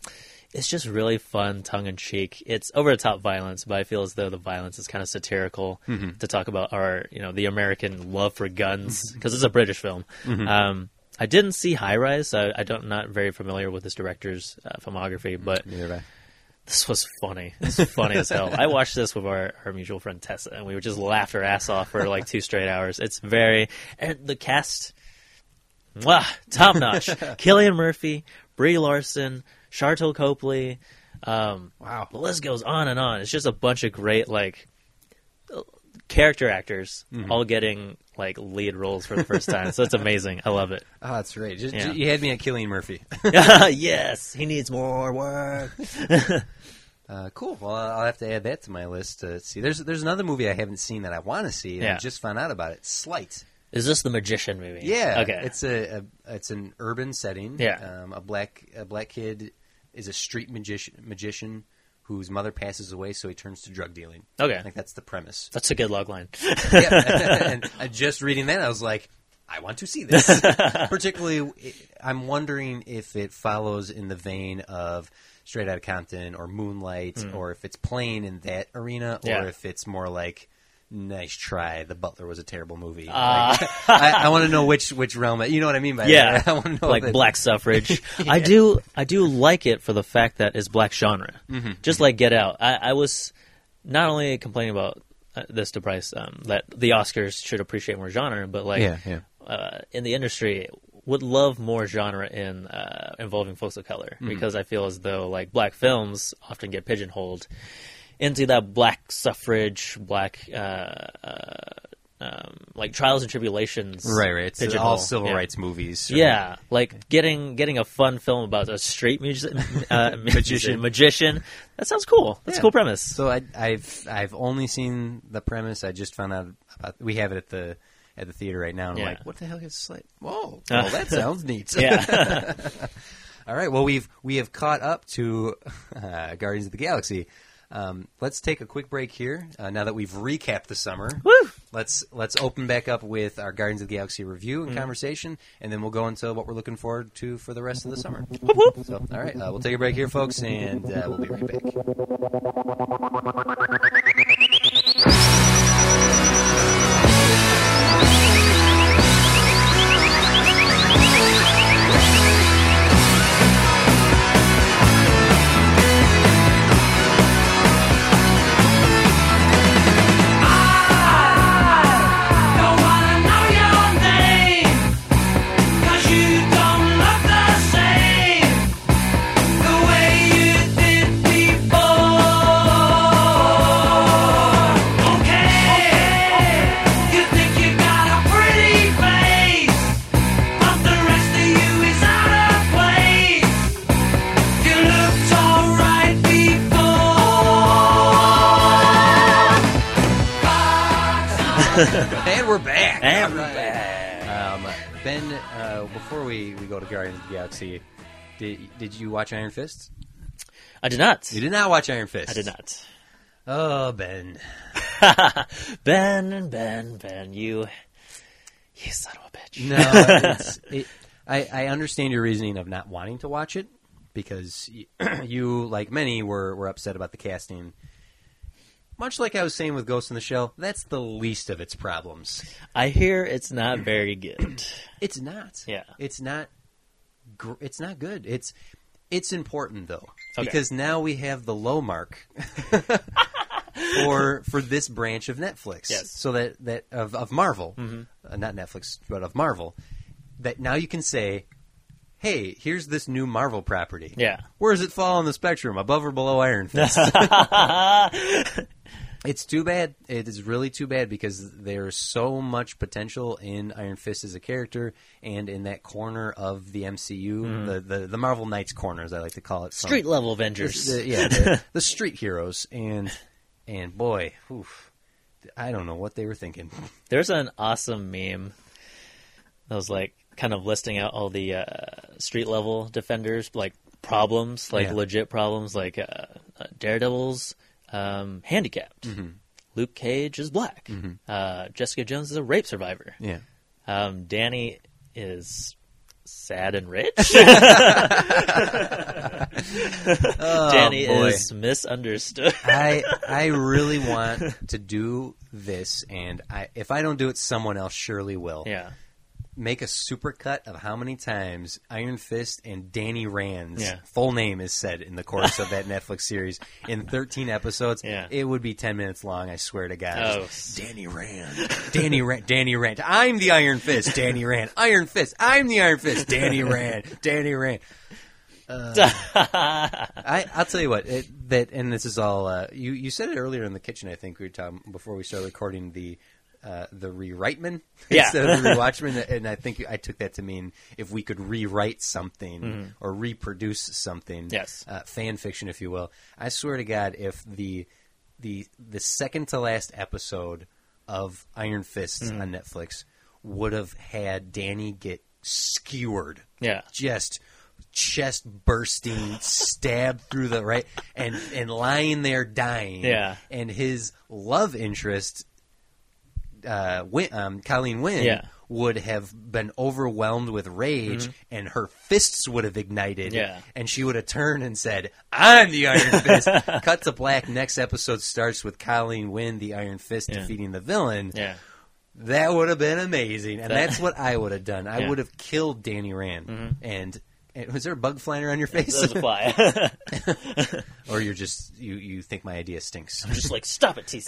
it's just really fun, tongue in cheek. It's over the top violence, but I feel as though the violence is kind of satirical Mm-hmm. to talk about our, you know, the American love for guns Mm-hmm. because it's a British film. Um, I didn't see High Rise, so I, I don't not very familiar with this director's uh, filmography, but Neither have I. this was funny. This was funny as hell. I watched this with our, our mutual friend Tessa, and we would just laughed our ass off for like two straight hours. It's very and the cast, mwah, top notch. Killian Murphy, Brie Larson, Charlton Copley. Um, Wow. the list goes on and on. It's just a bunch of great like uh, character actors Mm-hmm. all getting like lead roles for the first time. so it's amazing. I love it. Oh, that's right. Just, Yeah. You had me at Killian Murphy. yes, he needs more work. uh, cool. Well, I'll have to add that to my list to see. There's there's another movie I haven't seen that I want to see. And I Yeah. just found out about it. Slight. Is this the magician movie? Yeah. Okay. It's a, a it's an urban setting. Yeah. Um, a black a black kid is a street magician magician whose mother passes away, so he turns to drug dealing. Okay. I think that's the premise. That's a good log line. yeah. and I, just reading that, I was like, I want to see this. Particularly, I'm wondering if it follows in the vein of Straight Outta Compton or Moonlight, or if it's playing in that arena, or Hmm. Yeah. if it's more like. Nice try. The Butler was a terrible movie. Ah. Like, I, I want to know which which realm. You know what I mean by yeah, that. I want to know like that- black suffrage. I do, I do like it for the fact that it's black genre. Mm-hmm. Just like Get Out, I, I was not only complaining about uh, this to Price um, that the Oscars should appreciate more genre, but like Yeah, yeah. Uh, in the industry would love more genre in uh, involving folks of color Mm-hmm. because I feel as though like black films often get pigeonholed into that black suffrage, black. Uh, uh, um, like trials and tribulations, Right, right. It's pigeonhole. all civil Yeah. rights movies. or- Yeah, like getting getting a fun film about a straight music, uh, magician. Magician. That sounds cool. That's Yeah. a cool premise. So I, I've I've only seen the premise. I just found out about. We have it at the at the theater right now. And Yeah. Uh. I'm like, what the hell is Slate? Whoa! Well, that sounds neat. yeah, All right. Well, we've we have caught up to uh, Guardians of the Galaxy. Um, let's take a quick break here. Uh, now that we've recapped the summer, Woo! let's let's open back up with our Guardians of the Galaxy review Mm-hmm. and conversation, and then we'll go into what we're looking forward to for the rest of the summer. So, all right, uh, we'll take a break here, folks, and uh, we'll be right back. Don't wanna know your name, 'cause you don't look the same the way you did before. Okay, you think you got a pretty face, but the rest of you is out of place. You looked alright before. And we're back. And All we're right. Um, ben, uh, before we, we go to Guardians of the Galaxy, did did you watch Iron Fist? I did not. You did not watch Iron Fist. I did not. Oh, Ben. Ben, Ben, Ben, you, you son of a bitch. No, it's, it, I I understand your reasoning of not wanting to watch it because y- you, like many, were were upset about the casting. much like I was saying with Ghost in the Shell, that's the least of its problems. I hear it's not very good. It's not. Yeah. It's not. Gr- it's not good. It's it's important though Okay. because now we have the low mark for for this branch of Netflix. Yes. Mm-hmm. So that that of of Marvel, uh, not Netflix, but of Marvel, that now you can say. Hey, here's this new Marvel property. Yeah. Where does it fall on the spectrum, above or below Iron Fist? It's too bad. It is really too bad because there's so much potential in Iron Fist as a character and in that corner of the MCU, the, the the Marvel Knights corner, as I like to call it. from- Mm-hmm. Street level the- Avengers. the- yeah, the, the street heroes, and and boy, oof, I don't know what they were thinking. There's an awesome meme that was like kind of listing out all the uh, street level defenders, like problems, like Yeah. legit problems, like uh, uh, Daredevil's um, handicapped. Mm-hmm. Luke Cage is black. Uh, Jessica Jones is a rape survivor. Yeah, Um, Danny is sad and rich. Danny Oh, boy. is misunderstood. I I really want to do this, and I if I don't do it, someone else surely will. yeah. make a supercut of how many times Iron Fist and Danny Rand's Yeah. full name is said in the course of that Netflix series in 13 episodes. Yeah. It would be 10 minutes long, I swear to God. Oh. Just, Danny Rand. Danny Rand. Danny Rand. I'm the Iron Fist. Danny Rand. Iron Fist. I'm the Iron Fist. Danny Rand. Danny Rand. I, I'll tell you what it, that, and this is all. Uh, you you said it earlier in the kitchen. I think we were talking before we started recording the uh, the rewriteman Yeah. instead of the rewatchman, and I think I took that to mean if we could rewrite something or reproduce something, Yes. uh, fan fiction, if you will. I swear to God, if the the the second to last episode of Iron Fists on Netflix would have had Danny get skewered Yeah. just chest bursting, stabbed through the right, and and lying there dying. Yeah. and his love interest, uh, Win, um, Colleen Wynn, Yeah. Mm-hmm. would have been overwhelmed with rage, and her fists would have ignited. Yeah. and she would have turned and said, "I'm the Iron Fist." Cut to black. Next episode starts with Colleen Wynn, the Iron Fist, Yeah. defeating the villain. Yeah. That would have been amazing, and That- that's what I would have done. I Yeah. Mm-hmm. would have killed Danny Rand. And, and was there a bug flying around your That face, was a fly. or you're just you you think my idea stinks? I'm just like, stop it, TC.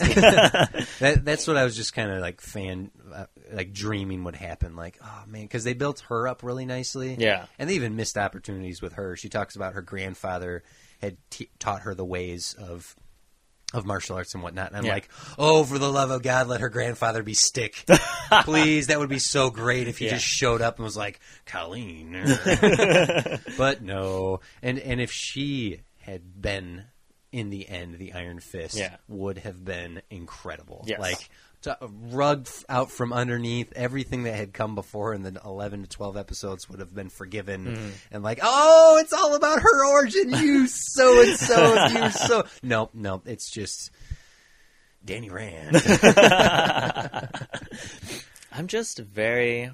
that that's what I was just kind of like fan uh, like dreaming would happen. Like oh man, because they built her up really nicely. Yeah. and they even missed opportunities with her. She talks about her grandfather had t- taught her the ways of. Of martial arts and whatnot, and I'm Yeah. like, oh, for the love of God, let her grandfather be stick, please. That would be so great if he Yeah. just showed up and was like, Colleen, but no. And and if she had been in the end, the Iron Fist Yeah. would have been incredible. Yes. Like to, rug f- out from underneath everything that had come before in the 11 to 12 episodes would have been forgiven and like oh it's all about her origin you so and so you so no no it's just danny rand I'm just very.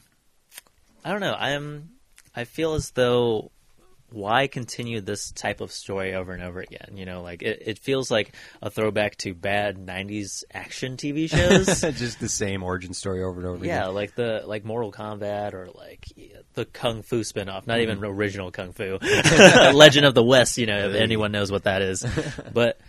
I don't know. I'm. I feel as though why continue this type of story over and over again? You know, like it, it feels like a throwback to bad '90s action TV shows. just the same origin story over and over yeah, again like the like Mortal Kombat or like the Kung Fu spinoff. Not even original Kung Fu, Legend of the West. You know, if anyone knows what that is, but.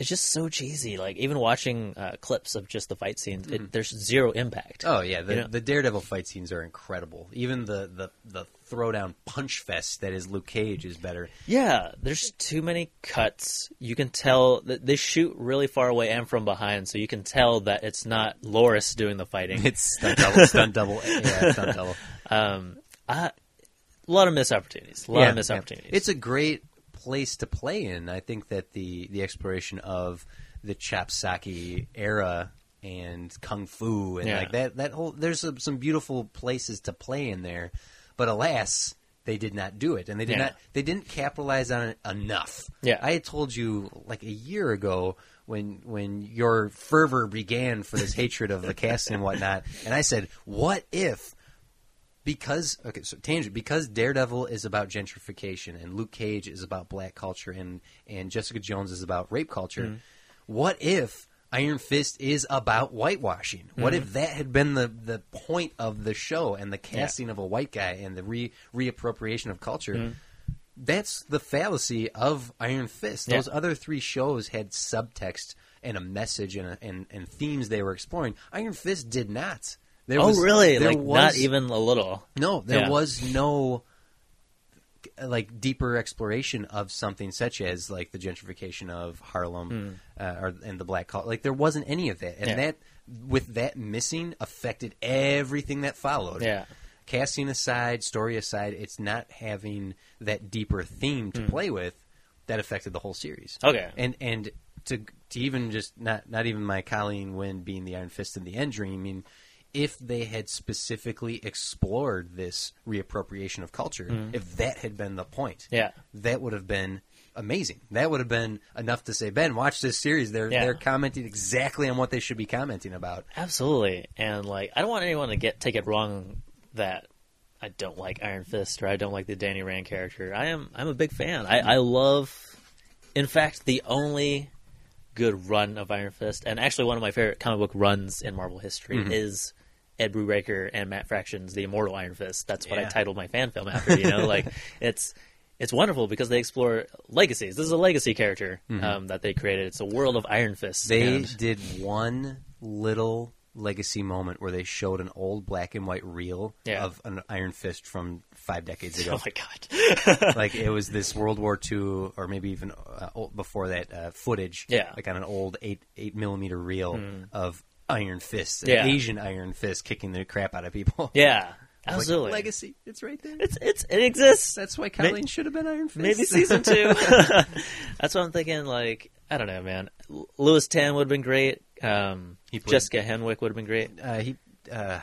It's just so cheesy. Like even watching uh, clips of just the fight scenes, it, there's zero impact. Oh yeah, the, You know? the Daredevil fight scenes are incredible. Even the the the throwdown punch fest that is Luke Cage is better. Yeah, there's too many cuts. You can tell that they shoot really far away and from behind, so you can tell that it's not Loris doing the fighting. It's stunt double, stunt double, yeah, stunt double. a lot of missed opportunities. A lot Yeah, of missed yeah. opportunities. It's a great place to play in. I think that the the exploration of the Chapsaki era and kung fu and Yeah. like that that whole there's some some beautiful places to play in there, but alas. They did not do it, and they did Yeah. not. They didn't capitalize on it enough. Yeah. I had told you like a year ago when when your fervor began for this hatred of the cast and whatnot, and I said, "What if because okay, so tangent because Daredevil is about gentrification and Luke Cage is about black culture and and Jessica Jones is about rape culture. What if Iron Fist is about whitewashing. What Mm-hmm. if that had been the, the point of the show and the casting of a white guy and the re reappropriation of culture? Mm-hmm. That's the fallacy of Iron Fist. Yeah. Those other three shows had subtext and a message and, a, and and themes they were exploring. Iron Fist did not. There oh, was- really? there Like not was- even a little. no, there Yeah. was no like deeper exploration of something such as like the gentrification of Harlem uh, or and the black cult. Like there wasn't any of that, and Hmm. Yeah. that with that missing affected everything that followed. Yeah. Casting aside, story aside, it's not having that deeper theme Hmm. to play with that affected the whole series. Okay. And and to to even just not not even my Colleen Wynn being the Iron Fist in the End Dream. I mean, if they had specifically explored this reappropriation of culture, if that had been the point, Mm-hmm. Yeah. that would have been amazing. That would have been enough to say, Ben, watch this series. They're Yeah. they're commenting exactly on what they should be commenting about. Absolutely. And like I don't want anyone to get take it wrong that I don't like Iron Fist or I don't like the Danny Rand character. I am I'm a big fan. I, I love in fact the only good run of Iron Fist and actually one of my favorite comic book runs in Marvel history Mm-hmm. is Ed Brubaker and Matt Fraction's The Immortal Iron Fist. That's what I Yeah. titled my fan film after, you know, like it's it's wonderful because they explore legacies. This is a legacy character um, that they created. It's a world of Iron Fists. Mm-hmm. They and- did one little legacy moment where they showed an old black and white reel Yeah. of an Iron Fist from five decades ago. Oh my god! like it was this World War II, or maybe even uh, old, before that uh, footage, Yeah. Hmm. like on an old eight eight millimeter reel of Iron Fist, an Yeah. Asian Iron Fist kicking the crap out of people. Yeah, It's like, absolutely. legacy, it's right there. It's it's it exists. That's why Colleen should have been Iron Fist. Maybe season two. That's what I'm thinking. Like I don't know, man. L- Lewis Tan would have been great. Um, He played- Jessica Henwick would have been great. uh, he uh,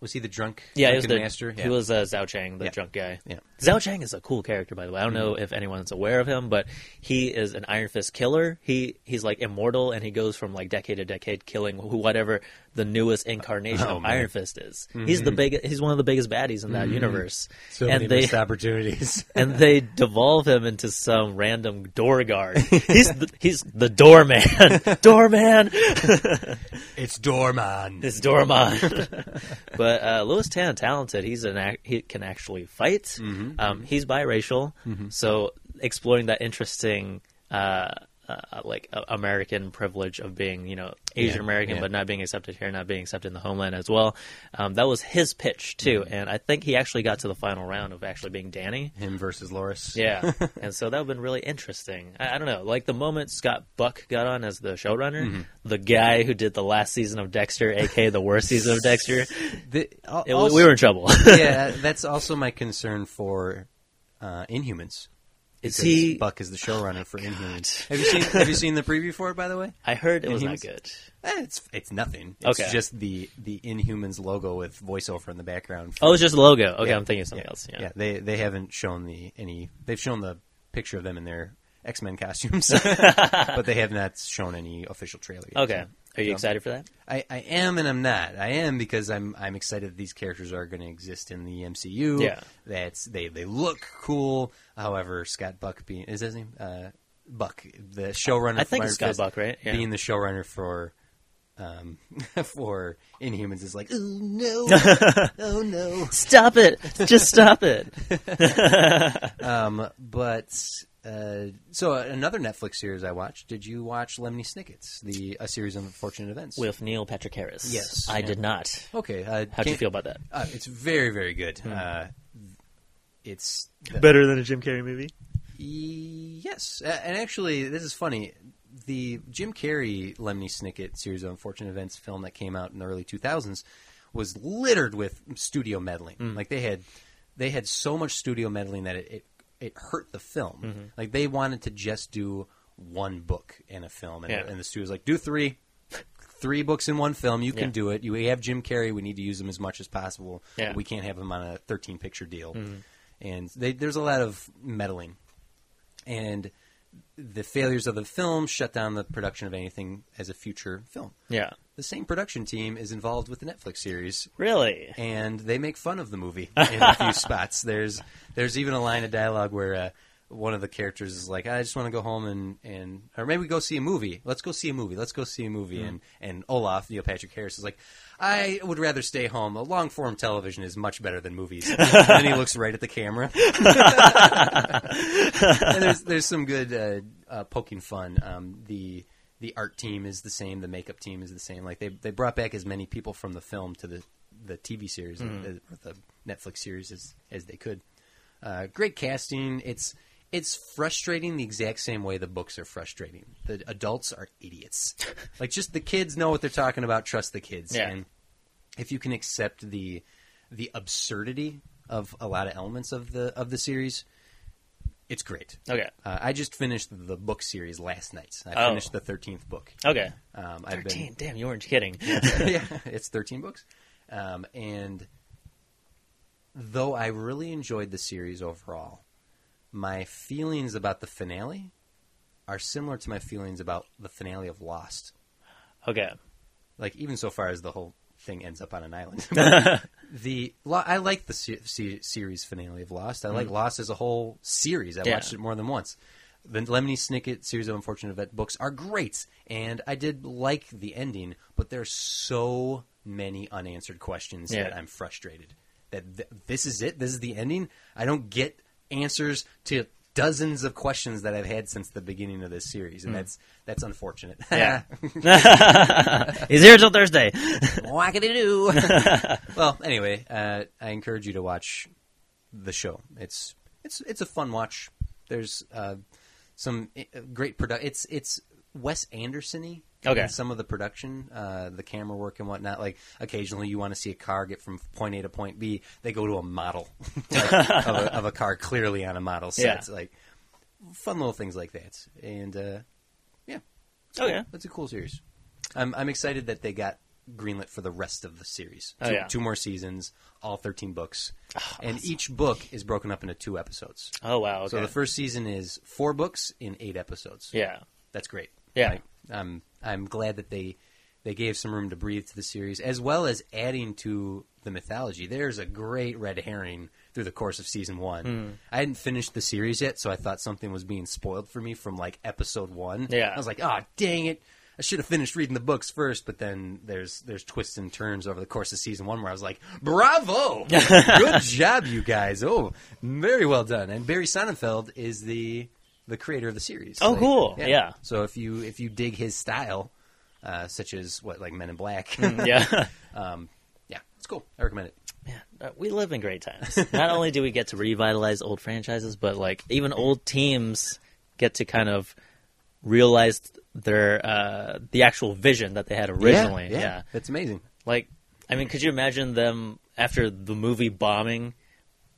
was he the drunk? Yeah, he was drunken the master. He was uh, Zhao Chang, the Yeah. drunk guy. Yeah. Mm-hmm. Zhao Chang is a cool character, by the way. I don't know if anyone's aware of him, but he is an Iron Fist killer. He he's like immortal, and he goes from like decade to decade, killing wh- whatever the newest incarnation Oh, of man. Mm-hmm. Iron Fist is. He's the big. He's one of the biggest baddies in that universe. So and many they missed opportunities. and they devolve him into some random door guard. He's the, he's the doorman, doorman, it's Dorman. this doorman. but uh, Louis Tan, talented. He's an ac- he can actually fight. Mm-hmm. Um, he's biracial, so exploring that interesting. Uh, uh, like uh, American privilege of being, you know, Asian American, yeah. but not being accepted here, not being accepted in the homeland as well. Um, that was his pitch too, Mm-hmm. and I think he actually got to the final round of actually being Danny. Him versus Loris. Yeah, and so that would have been really interesting. I, I don't know, like the moment Scott Buck got on as the showrunner, Mm-hmm. the guy who did the last season of Dexter, aka the worst season of Dexter, The- al- it- also- we were in trouble. yeah, that's also my concern for uh, Inhumans. Is because he? Buck is Oh, the showrunner for Inhumans. Have you seen Have you seen the preview for it? By the way, I heard it was he not was- good. Eh, it's it's nothing. It's Okay. just the the Inhumans logo with voiceover in the background. Oh, it's just the logo. Okay, Yeah. I'm thinking of something else. Yeah. they they haven't shown the any. They've shown the picture of them in their X Men costumes, but they have not shown any official trailer. Yet. Okay. Are you So- excited for that? I, I am and I'm not. I am because I'm I'm excited that these characters are going to exist in the MCU. Yeah. that's they they look cool. However, Scott Buck being is that his name uh, Buck, the showrunner. I think for it's Iron Scott Fist, Buck, right? Yeah. Being the showrunner for. Um, for Inhumans is like, oh no, oh no. Stop it! Just stop it. Um, but uh, so another Netflix series I watched. Did you watch Lemony Snicket's, the a series of unfortunate events? With Neil Patrick Harris. Yes. I Yeah. did not. okay, uh, How'd you can't- feel about that? Uh, it's very, very good. Uh, it's the- Better than a Jim Carrey movie. yes, A- and actually, this is funny. The Jim Carrey Lemony Snicket series of unfortunate events film that came out in the early two thousands was littered with studio meddling. Like they had, they had so much studio meddling that it it, it hurt the film. Like they wanted to just do one book in a film, and, Yeah. and the studio's like, do three. Three books in one film, you can Yeah. do it. You we have Jim Carrey. We need to use him as much as possible. Yeah. Mm-hmm. We can't have him on a thirteen-picture deal, and they, there's a lot of meddling and the failures of the film shut down the production of anything as a future film. Yeah. The same production team is involved with the Netflix series, Really? and they make fun of the movie in a few spots. There's there's even a line of dialogue where uh, one of the characters is like, I just want to go home and, and or maybe go see a movie. Let's go see a movie. Let's go see a movie. And and Olaf Neil Patrick Harris is like, I would rather stay home. A long form television is much better than movies. and then he looks right at the camera. and there's there's some good uh, uh, poking fun. Um, the the art team is the same. The makeup team is the same. Like they they brought back as many people from the film to the the TV series uh, or the Netflix series as as they could. Uh, great casting. It's it's frustrating the exact same way the books are frustrating. The adults are idiots. like just the kids know what they're talking about. Trust the kids. Yeah. And if you can accept the the absurdity of a lot of elements of the of the series, it's great. Okay. Uh, I just finished the book series last night. I Oh. finished the thirteenth book. Okay. Um, I've been- 13. Damn, you weren't kidding. yeah, it's 13 books. Um, and though I really enjoyed the series overall, my feelings about the finale are similar to my feelings about the finale of Lost. Okay. Like, even so far as the whole thing ends up on an island. But the Lo- I like the se- se- series finale of Lost. I like Lost as a whole series. I Mm. Yeah. watched it more than once. The Lemony Snicket series of unfortunate event books are great, and I did like the ending, but there's so many unanswered questions Yeah. that I'm frustrated that th- this is it. This is the ending. I don't get answers to dozens of questions that I've had since the beginning of this series, and that's that's unfortunate. Mm. Yeah. He's here till Thursday. Wackity doo. well, anyway, uh, I encourage you to watch the show. It's it's it's a fun watch. There's uh, some i- uh, great product. It's it's Wes Anderson-y. Okay. in Some of the production, uh, the camera work and whatnot. Like occasionally, you want to see a car get from point A to point B. They go to a model like, of, a, of a car clearly on a model set. Yeah. It's like fun little things like that. And uh, yeah, Okay. that's a cool series. I'm I'm excited that they got greenlit for the rest of the series. Oh, Two- yeah. two more seasons, all 13 books, and each book is broken up into two episodes. Oh, wow. Okay. So the first season is four books in eight episodes. yeah. that's great. Yeah. Like, I'm I'm glad that they they gave some room to breathe to the series as well as adding to the mythology. There's a great red herring through the course of season 1. Hmm. I hadn't finished the series yet, so I thought something was being spoiled for me from like episode 1. Yeah. I was like, "Ah, dang it. I should have finished reading the books first, but then there's there's twists and turns over the course of season 1 where I was like, "Bravo! Good job you guys. Oh, very well done." And Barry Sonnenfeld is the the creator of the series. Oh, cool. Yeah. So if you if you dig his style, uh, such as what like Men in Black, Mm, Yeah. yeah, it's cool. I recommend it. Uh, we live in great times. Not only do we get to revitalize old franchises, but like even old teams get to kind of realize their uh, the actual vision that they had originally. Yeah, it's amazing. Like, I mean, could you imagine them after the movie bombing?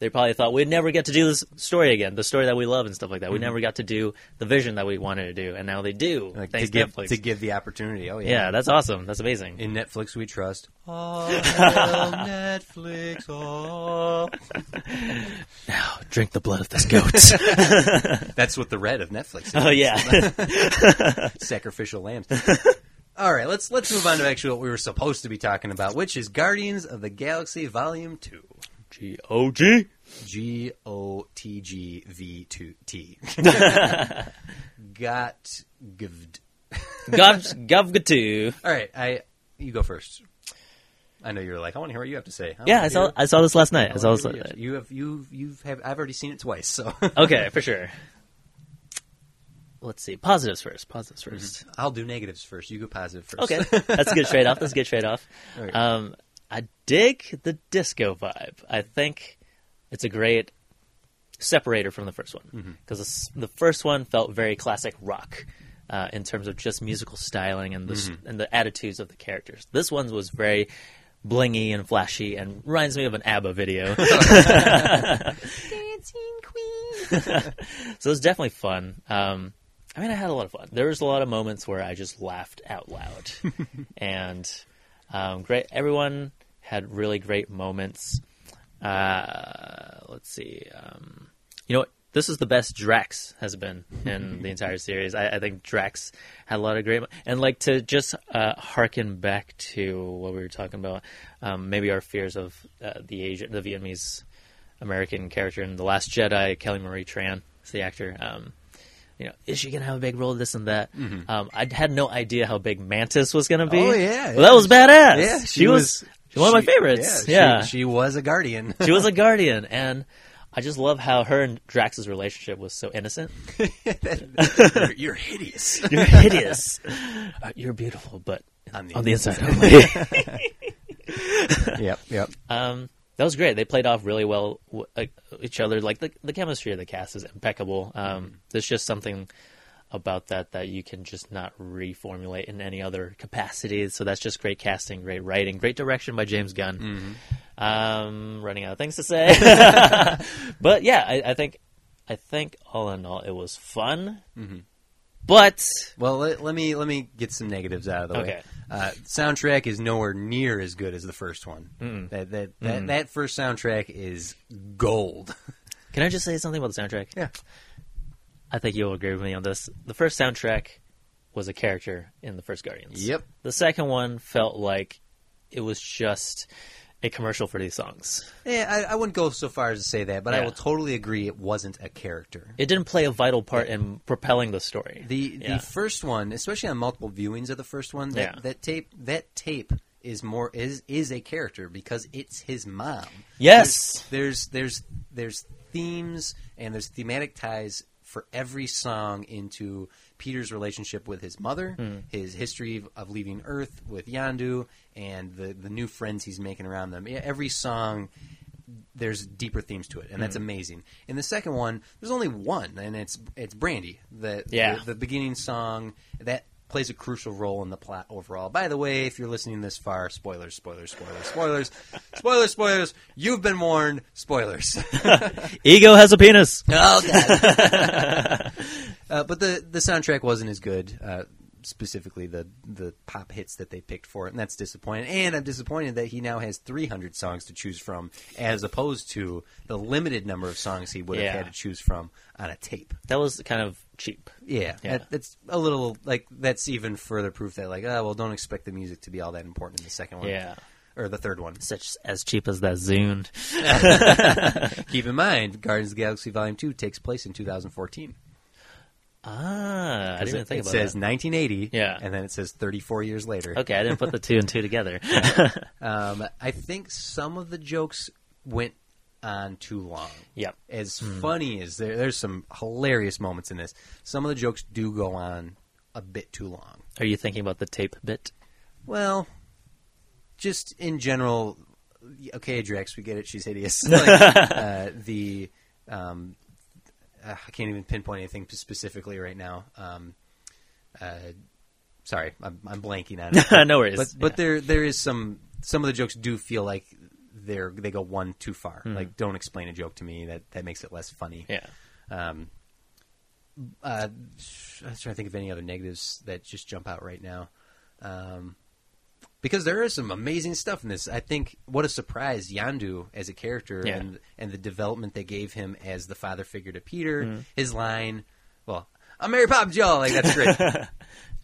They probably thought we'd never get to do this story again, the story that we love and stuff like that. We never got to do the vision that we wanted to do, and now they do. Like thanks to give Netflix. to give the opportunity. Oh yeah, yeah, that's awesome. That's amazing. in Netflix we trust. Oh, Netflix. Oh, now, drink the blood of this goat. that's what the red of Netflix. Is. oh yeah, sacrificial lambs. All right, let's let's move on to actually what we were supposed to be talking about, which is Guardians of the Galaxy Volume Two. G O G. G O T G V two T. Got gived. Gov Govgatu. All right, I you go first. I know you're like I want to hear what you have to say. wanna Yeah, I saw hear- I saw this last night. I wanna saw hear this. what you have to- you have you you've have I've already seen it twice. So Okay, for sure. Let's see. Positives first. Positives 1st I'll do negatives first. You go positive first. Okay, that's a good trade off. That's a good trade off. Alright. Um, I dig the disco vibe. I think it's a great separator from the first one because the first one felt very classic rock uh, in terms of just musical styling and the s and the attitudes of the characters. This one was very blingy and flashy and reminds me of an ABBA video. Dancing Queen. So it was definitely fun. Um, I mean, I had a lot of fun. There was a lot of moments where I just laughed out loud, and um, great. Everyone had really great moments. Uh, let's see. Um, you know, what? this is the best Drax has been in the entire series. I, I think Drax had a lot of great, mo- and like to just uh, harken back to what we were talking about. Um, maybe our fears of uh, the Asian, the Vietnamese American character in the Last Jedi, Kelly Marie Tran it's the actor. Um, you know, is she gonna have a big role? This and that. Um, I had no idea how big Mantis was gonna be. Mm-hmm. Oh, yeah, well, that yeah. was badass. Yeah, she, she was, one of my She- favorites. she- Yeah, She, was a guardian. she was a guardian, and I just love how her and Drax's relationship was so innocent. you're, you're hideous. You're hideous. Uh, You're beautiful, but On the on the inside, only. yep, yep. um, that was great. They played off really well w- uh, each other. Like the the chemistry of the cast is impeccable. Um, there's just something about that that you can just not reformulate in any other capacity. So that's just great casting, great writing, great direction by James Gunn. Um, running out of things to say, but yeah, I, I think I think all in all, it was fun. But Well, let, let me let me get some negatives out of the Okay. way. Uh, soundtrack is nowhere near as good as the first one. That that, that that first soundtrack is gold. can I just say something about the soundtrack? Yeah. I think you'll agree with me on this. The first soundtrack was a character in the first Guardians. Yep. The second one felt like it was just a commercial for these songs. Yeah, I, I wouldn't go so far as to say that, but I Yeah. will totally agree it wasn't a character. It didn't play a vital part in propelling the story. The the Yeah. first one, especially on multiple viewings of the first one, that, Yeah. that tape that tape is more is is a character because it's his mom. Yes. There's there's there's, there's themes and there's thematic ties for every song into Peter's relationship with his mother, Hmm. his history of- of leaving Earth with Yandu, and the, the new friends he's making around them. Yeah, Every song there's deeper themes to it, and that's amazing. In the second one, there's only one, and it's it's Brandy, the, Yeah. the the beginning song that plays a crucial role in the plot overall. By the way, if you're listening this far, spoilers, spoilers, spoilers, spoilers, spoilers, spoilers. You've been warned. Spoilers. Ego has a penis. Oh god. uh, but the the soundtrack wasn't as good. Uh, specifically, the the pop hits that they picked for it, and that's disappointing. And I'm disappointed that he now has 300 songs to choose from, as opposed to the limited number of songs he would Yeah. have had to choose from on a tape. That was kind of cheap. Yeah, Yeah. That, that's a little like that's even further proof that like, oh well, don't expect the music to be all that important in the second one. Yeah. Or the third one. Such as cheap as that Zune. Keep in mind, Guardians of the Galaxy Volume Two takes place in 2014. Ah, I didn't even it, think it about says that. 1980, Yeah. and then it says 34 years later. Okay, I didn't put the two and two together. Um, I think some of the jokes went on too long. yep. As Hmm. funny as there, there's some hilarious moments in this. Some of the jokes do go on a bit too long. Are you thinking about the tape bit? Well, just in general, okay, Drax, we get it. She's hideous. Like, uh, the um, uh, I can't even pinpoint anything specifically right now. Um, uh, sorry, I'm, I'm blanking on it. No worries. But but there there is some some of the jokes do feel like they're they go one too far. Like don't explain a joke to me. That that makes it less funny. Hmm. Yeah. Um, uh, I was trying to think of any other negatives that just jump out right now. Um, because there is some amazing stuff in this. I think what a surprise Yandu as a character Yeah. and and the development they gave him as the father figure to Peter. Hmm. His line, well, I'm Mary Poppins, y'all. Like that's great.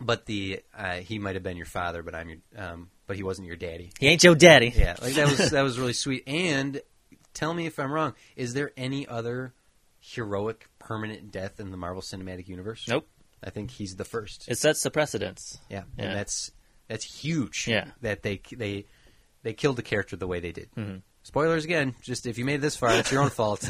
but the uh, he might have been your father, but I'm your um, but he wasn't your daddy. He ain't your daddy. Yeah, like that was that was really sweet. And tell me if I'm wrong. Is there any other heroic permanent death in the Marvel Cinematic Universe? Nope. I think he's the first. It sets the precedence. yeah, yeah. and that's that's huge. Yeah. that they they they killed the character the way they did. Mm-hmm. Spoilers again. Just if you made it this far, it's your own fault.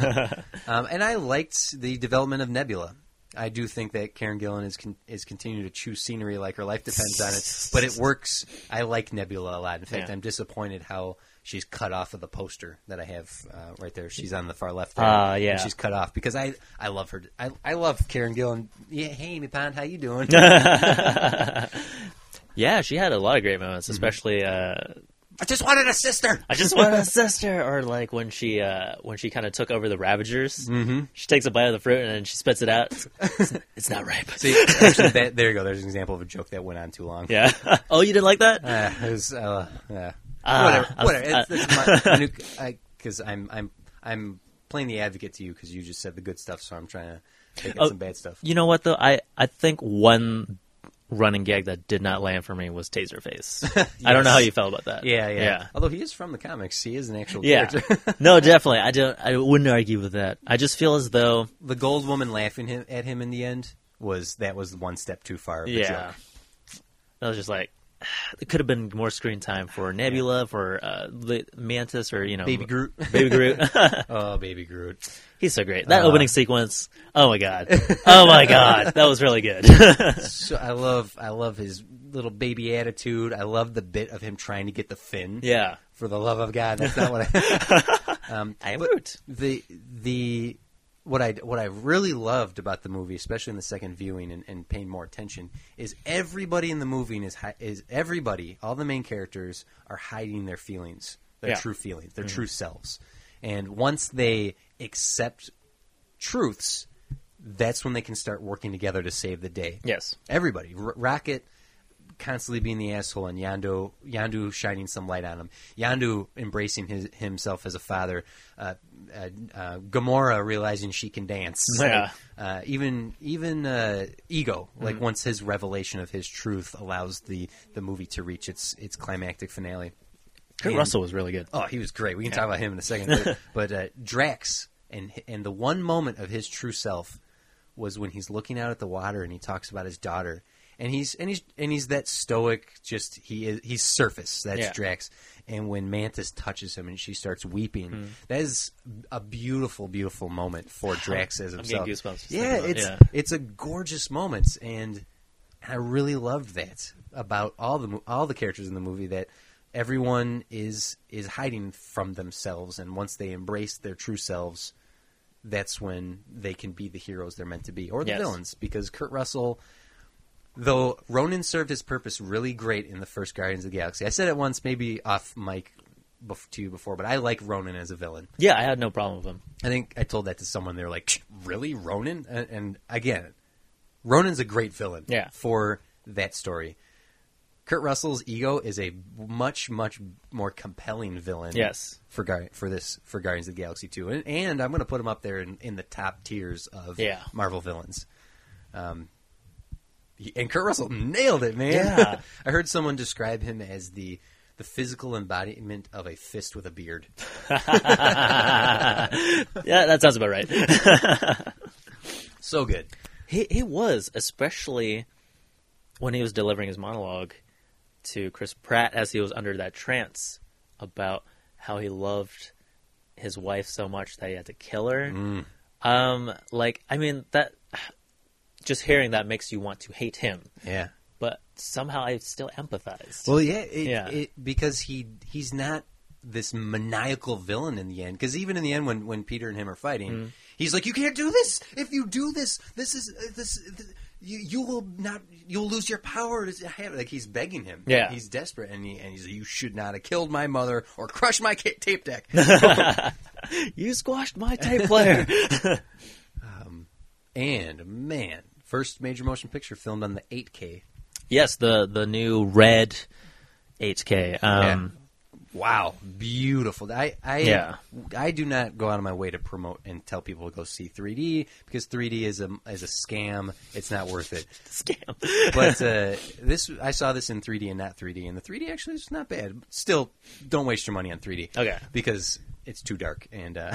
um, and I liked the development of Nebula. I do think that Karen Gillan is con- is continuing to chew scenery like her life depends on it, but it works. I like Nebula a lot. In fact, Yeah. I'm disappointed how she's cut off of the poster that I have uh, right there. She's on the far left. there, Ah, and yeah. she's cut off because I I love her. I, I love Karen Gillan. Yeah, hey, me pond, how you doing? Yeah, she had a lot of great Mm-hmm. moments, especially uh, I just wanted a sister. I just want a sister, or like when she uh, when she kind of took over the Ravagers. Mm-hmm. She takes a bite of the fruit and then she spits it out. It's, it's not ripe. See, actually, that, there you go. There's an example of a joke that went on too long. Yeah. oh, you didn't like that? Uh, it was, uh, yeah. Ah, I was- whatever. Whatever. It's, it's my, my new, I, cause I'm, I'm, I'm playing the advocate to you because you just said the good stuff, so I'm trying to take out Oh, some bad stuff. you know what though? I I think one running gag that did not land for me was Taserface. I don't know how you felt about that. Yeah, yeah, yeah. Although he is from the comics, he is an actual Yeah. character. no, definitely. I don't. I wouldn't argue with that. I just feel as though the gold woman laughing him, at him in the end was that was one step too far. Of a yeah. joke. I was just like, it could have been more screen time for Nebula, for uh, Li- Mantis, or you know, Baby Groot. Baby Groot. oh, Baby Groot. He's so great. That Uh, opening sequence. Oh my god. Oh my god. That was really good. So I love I love his little baby attitude. I love the bit of him trying to get the fin. yeah. For the love of God, that's not what I. um, I am but Groot. The the what I what I really loved about the movie, especially in the second viewing and, and paying more attention, is everybody in the movie is hi- is everybody, all the main characters are hiding their feelings, their Yeah. Mm-hmm. true feelings, their true selves, and once they accept truths, that's when they can start working together to save the day. Yes. Everybody, R- Rocket constantly being the asshole, and Yandu Yandu shining some light on him. Yandu embracing his, himself as a father. Uh, uh, uh, Gamora realizing she can dance. Yeah. Uh, even even uh, Ego, like once his revelation of his truth allows the the movie to reach its its climactic finale. Kurt And- Russell was really good. Oh, he was great. We can talk about him in a second. But, but uh, Drax and and the one moment of his true self was when he's looking out at the water and he talks about his daughter. And he's and he's and he's that stoic. Just he is he's surface. That's Yeah. Drax. And when Mantis touches him and she starts weeping, Hmm. that is a beautiful, beautiful moment for Drax as I'm himself. getting goosebumps just yeah, thinking about it. it's Yeah. it's a gorgeous moment, and I really loved that about all the mo- all the characters in the movie that everyone is is hiding from themselves, and once they embrace their true selves, that's when they can be the heroes they're meant to be or the Yes. villains. Because Kurt Russell, though Ronan served his purpose really great in the first Guardians of the Galaxy, I said it once, maybe off mic bef- to you before, but I like Ronan as a villain. Yeah, I had no problem with him. I think I told that to someone. They were like, "Really, Ronan?" And, and again, Ronan's a great villain. Yeah. For that story, Kurt Russell's ego is a much, much more compelling villain. Yes. For Guar- for this for Guardians of the Galaxy two, and, and I'm going to put him up there in, in the top tiers of Yeah. Marvel villains. Um, he- and Kurt Russell nailed it, man. Yeah. I heard someone describe him as the the physical embodiment of a fist with a beard. Yeah, that sounds about right. So good. he he was, especially when he was delivering his monologue to Chris Pratt as he was under that trance about how he loved his wife so much that he had to kill her. Um, like I mean that just hearing that makes you want to hate him, Yeah. but somehow I still empathize. Well, yeah, it, Yeah. It, because he he's not this maniacal villain in the end. Because even in the end, when when Peter and him are fighting, Mm-hmm. he's like, "You can't do this. If you do this, this is uh, this." th- you, you will not. You'll lose your power. It's- I have- Like he's begging him. Yeah. he's desperate, and, he, and he's like, "You should not have killed my mother or crushed my ca- tape deck." you squashed my tape player. and man, first major motion picture filmed on the 8K. yes, the the new red 8K. Um, Wow, beautiful. I I Yeah. I do not go out of my way to promote and tell people to go see 3D because 3D is a is a scam. It's not worth it. Scam. But uh, this I saw this in 3D and not 3D, and the 3D actually is not bad. Still, don't waste your money on 3D. Okay. because it's too dark. And uh,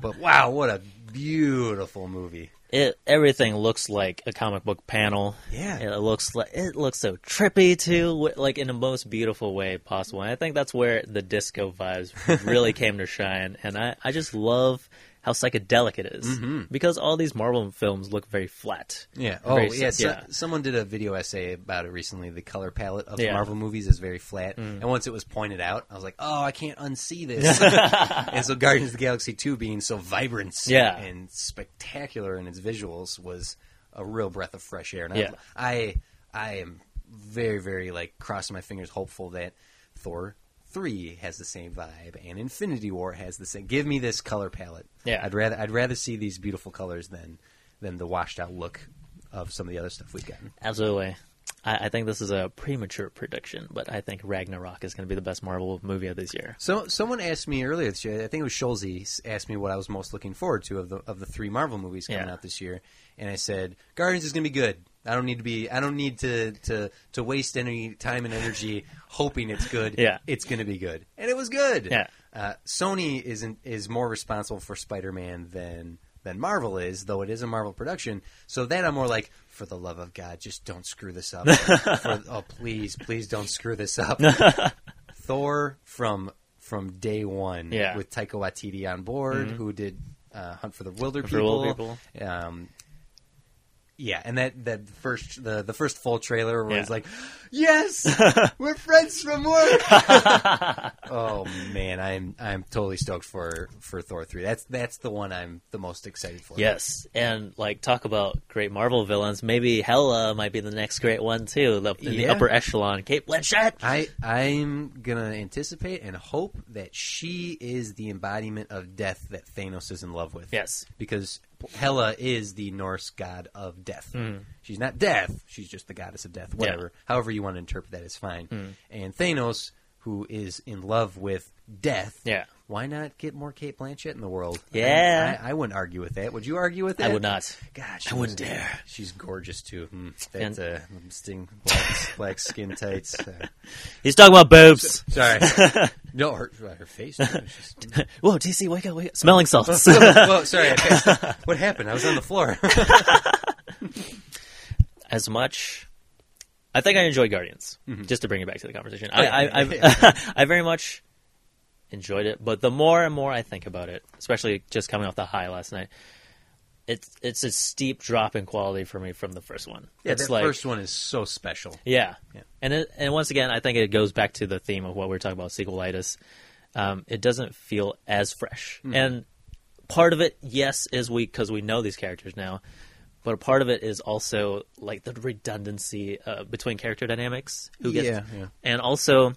but wow, what a beautiful movie. it everything looks like a comic book panel. Yeah. it looks like it looks so trippy too, wh- like in the most beautiful way possible. And I think that's where the disco vibes really came to shine. And I, I just love how psychedelic it is. Mm-hmm. because all these Marvel films look very flat. Yeah. They're Oh, very yeah, s- so- yeah. Someone did a video essay about it recently. The color palette of Yeah. Mm. Marvel movies is very flat, and once it was pointed out, I was like, "Oh, I can't unsee this." and so, Guardians of the Galaxy Two being so vibrant, Yeah. and spectacular in its visuals was a real breath of fresh air. And Yeah. I, I, I am very, very like crossing my fingers, hopeful that Thor three has the same vibe, and Infinity War has the same. Give me this color palette. Yeah. I'd rather I'd rather see these beautiful colors than than the washed out look of some of the other stuff we've gotten. Absolutely. I, I think this is a premature prediction, but I think Ragnarok is going to be the best Marvel movie of this year. So someone asked me earlier this year. I think it was Schulze s- asked me what I was most looking forward to of the of the three Marvel movies coming Yeah. out this year, and I said Guardians is going to be good. I don't need to be. I don't need to to to waste any time and energy hoping it's good. Yeah. it's going to be good, and it was good. Yeah. Uh, Sony isn't is more responsible for Spider Man than than Marvel is, though it is a Marvel production. So then I'm more like, for the love of God, just don't screw this up. For- oh please, please don't screw this up. Thor from from day one Yeah. Mm-hmm. with Taika Waititi on board, who did uh, Hunt for the Wilder For the People. Wilder Um, yeah, and that, that first the the first full trailer where it's Yeah. like, yes, we're friends from work. oh man, I'm I'm totally stoked for for Thor three. That's that's the one I'm the most excited for. Yes, and like talk about great Marvel villains. Maybe Hela might be the next great one too. The, in the Yeah. upper echelon, Kate Blanchett. I I'm gonna anticipate and hope that she is the embodiment of death that Thanos is in love with. Yes, because Hela is the Norse god of death. Hmm. She's not death; she's just the goddess of death. Whatever, however you want to interpret that is fine. Hmm. And Thanos, who is in love with death, Yeah. Why not get more Kate Blanchett in the world? Yeah. I, I wouldn't argue with that. Would you argue with that? I would not. Gosh, I wouldn't dare. She's gorgeous too. Hmm. And- That uh, sting black, black skin tights. Uh, He's talking about boobs. sorry, no, her, her face. too. She's- Whoa, DC, wake up, wake up! Smelling salts. Whoa, sorry. I passed it. What happened? I was on the floor. as much. I think I enjoy Guardians. Just to bring it back to the conversation, I, Mm-hmm. Oh, yeah, I, yeah, I've, I very much enjoyed it. But the more and more I think about it, especially just coming off the high last night, it's it's a steep drop in quality for me from the first one. Yeah, it's that first one is so special. Yeah. Yeah. And it, and once again, I think it goes back to the theme of what we are talking about sequelitis. Um, it doesn't feel as fresh. Mm-hmm. And part of it, yes, is we because we know these characters now, but a part of it is also like the redundancy uh, between character dynamics. Who gets Yeah, yeah. and also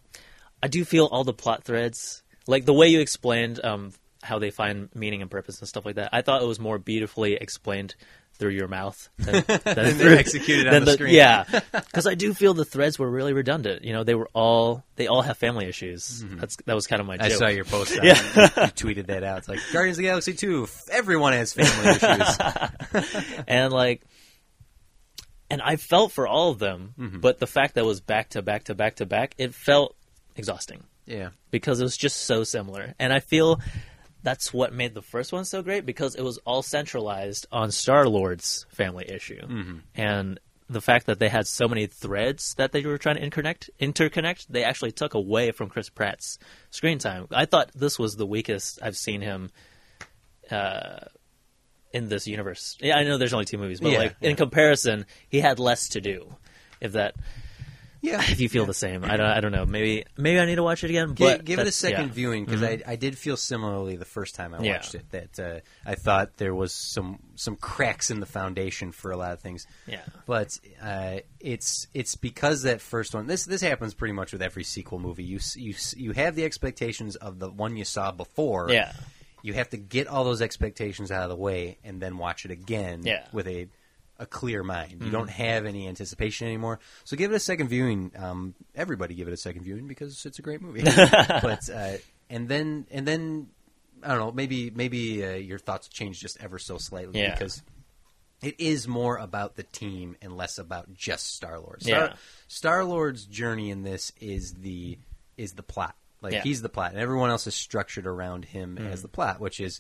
I do feel all the plot threads, like the way you explained um, how they find meaning and purpose and stuff like that. I thought it was more beautifully explained through your mouth than, than through- executed on than the screen. Yeah, because I do feel the threads were really redundant. You know, they were all they all have family issues. That's that was kind of my. Mm-hmm. I joke. saw your post. On Yeah. it. you tweeted that out. It's like Guardians of the Galaxy Two. f- Everyone has family issues. and like and i felt for all of them Mm-hmm. but the fact that it was back to back to back to back it felt exhausting Yeah, because it was just so similar and i feel that's what made the first one so great because it was all centralized on star lord's family issue Mm-hmm. and the fact that they had so many threads that they were trying to interconnect interconnect they actually took away from chris pratt's screen time i thought this was the weakest i've seen him uh, in this universe. Yeah, I know there's only two movies, but Yeah, like yeah. in comparison, he had less to do. If that, yeah. if you feel the same, I don't, I don't know. Maybe, maybe I need to watch it again. Gi- But give it a that's- second yeah. viewing because I, I did feel similarly the first time I Yeah. watched it that uh, I thought there was some some cracks in the foundation for a lot of things. Yeah. but uh, it's it's because that first one. This this happens pretty much with every sequel movie. You s- you s- you have the expectations of the one you saw before. Yeah. you have to get all those expectations out of the way and then watch it again. Yeah. Mm-hmm. with a a clear mind. You don't have any anticipation anymore. So give it a second viewing. Um, everybody give it a second viewing because it's a great movie. but uh, and then and then I don't know. Maybe maybe uh, your thoughts change just ever so slightly Yeah. because it is more about the team and less about just Star Lord. Yeah. Star Lord's journey in this is the is the plot. Like Yeah. he's the plot, and everyone else is structured around him as the plot, which is,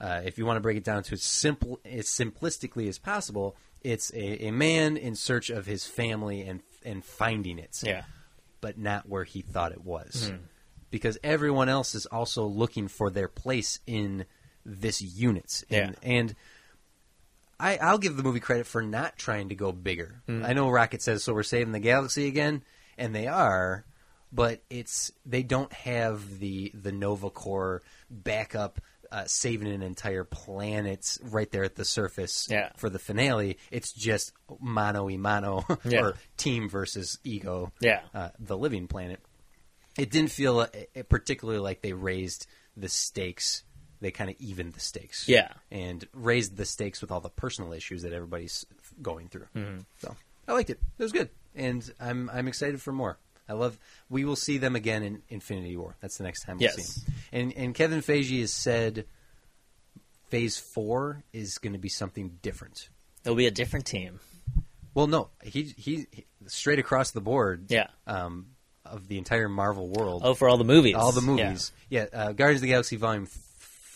uh, if you want to break it down to as simple as simplistically as possible, it's a, a man in search of his family and and finding it Yeah. but not where he thought it was. Hmm. Because everyone else is also looking for their place in this unit. And, and I, I'll give the movie credit for not trying to go bigger. Hmm. I know Rocket says, so we're saving the galaxy again, and they are. But it's they don't have the the Nova Corps backup uh, saving an entire planet right there at the surface Yeah. for the finale. It's just mano y mano Yeah. or team versus ego Yeah. uh, the living planet. It didn't feel uh, it particularly like they raised the stakes. They kind of evened the stakes, Yeah. Mm-hmm. and raised the stakes with all the personal issues that everybody's going through. So I liked it. It was good, and I'm I'm excited for more. I love. We will see them again in Infinity War. That's the next time we will Yes. see them. And and Kevin Feige has said Phase Four is going to be something different. It'll be a different team. Well, no, he he, he straight across the board. Yeah. Um, of the entire Marvel world. Oh, for all the movies. all the Yeah. movies. Yeah, uh, Guardians of the Galaxy Volume th-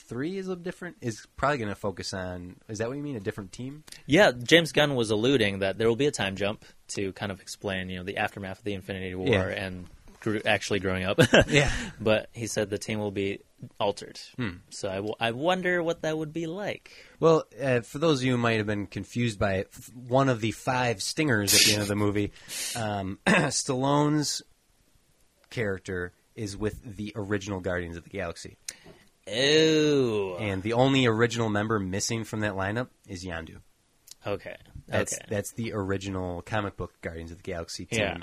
Three is a different. Is probably going to focus on. Is that what you mean? A different team? Yeah, James Gunn was alluding that there will be a time jump to kind of explain, you know, the aftermath of the Infinity War Yeah. and gr- actually growing up. Yeah. but he said the team will be altered. Hmm. So I, w- I wonder what that would be like. Well, uh, for those of you who might have been confused by it, f- one of the five stingers at the end of the movie, um, Stallone's character is with the original Guardians of the Galaxy, Ew. and the only original member missing from that lineup is Yandu. okay. That's okay. that's the original comic book Guardians of the Galaxy team. Yeah.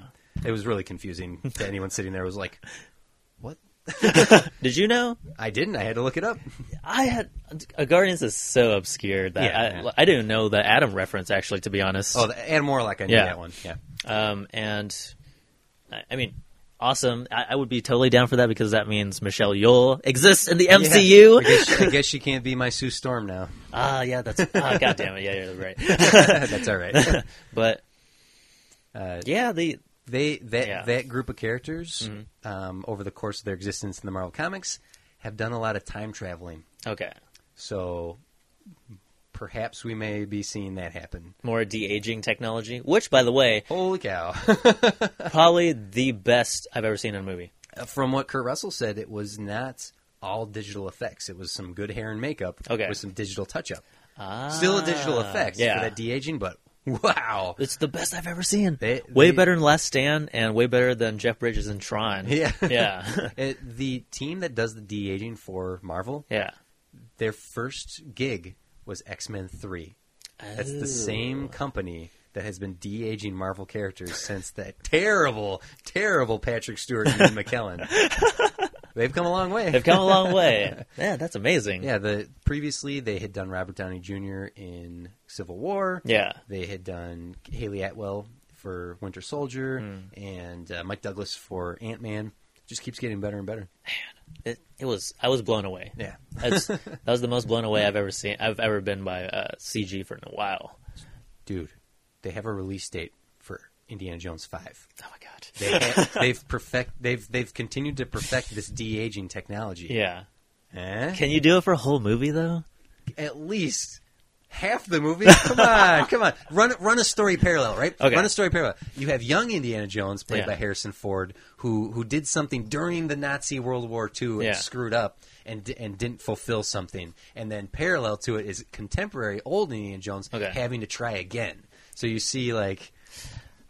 It was really confusing to anyone sitting there. Was like, what? Did you know? I didn't. I had to look it up. I had a Guardians is so obscure that Yeah, I, yeah. I didn't know the Adam reference actually. To be honest, Oh, the, and Morlock. I knew Yeah. that one. Yeah. um, and I, I mean, awesome. I, I would be totally down for that because that means Michelle Yeoh exists in the I, MCU. guess she, I guess she can't be my Sue Storm now. Ah, yeah, that's ah, god damn it. Yeah, you're right. that's all right. But Uh, yeah, the They that Yeah. Mm-hmm. that group of characters um, over the course of their existence in the Marvel comics have done a lot of time traveling. okay, So perhaps we may be seeing that happen. more de aging technology, which by the way, Holy cow! probably the best I've ever seen in a movie. From what Kurt Russell said, it was not all digital effects. It was some good hair and makeup Okay. with some digital touch up. Ah, Still a digital effects Yeah, for that de aging, but wow. It's the best I've ever seen. They- way they- better than Last Stand, and way better than Jeff Bridges and Tron. Yeah. yeah, It, the team that does the de aging for Marvel, yeah. their first gig was X Men Three. That's Oh. the same company that has been de aging Marvel characters since that terrible, terrible Patrick Stewart and Ian McKellen. They've come a long way. They've come a long way. Yeah, that's amazing. yeah, the previously they had done Robert Downey Jr. in Civil War. Yeah. they had done Haley Atwell for Winter Soldier Hmm. and uh, Mike Douglas for Ant Man. Just keeps getting better and better. It, it was. I was blown away. Yeah, That's, that was the most blown away I've ever seen. I've ever been by uh, CG for in a while. dude, they have a release date for Indiana Jones Five. Oh my god. They have, they've perfect. They've they've continued to perfect this de aging technology. Yeah. Eh? Can you do it for a whole movie though? At least half the movie. Come on, come on. Run run a story parallel, right? Okay. Run a story parallel. You have young Indiana Jones played Yeah. by Harrison Ford, who who did something during the Nazi World War II and Yeah. screwed up. And, di- and didn't fulfill something, and then parallel to it is contemporary old Indiana Jones Okay. having to try again. So you see, like,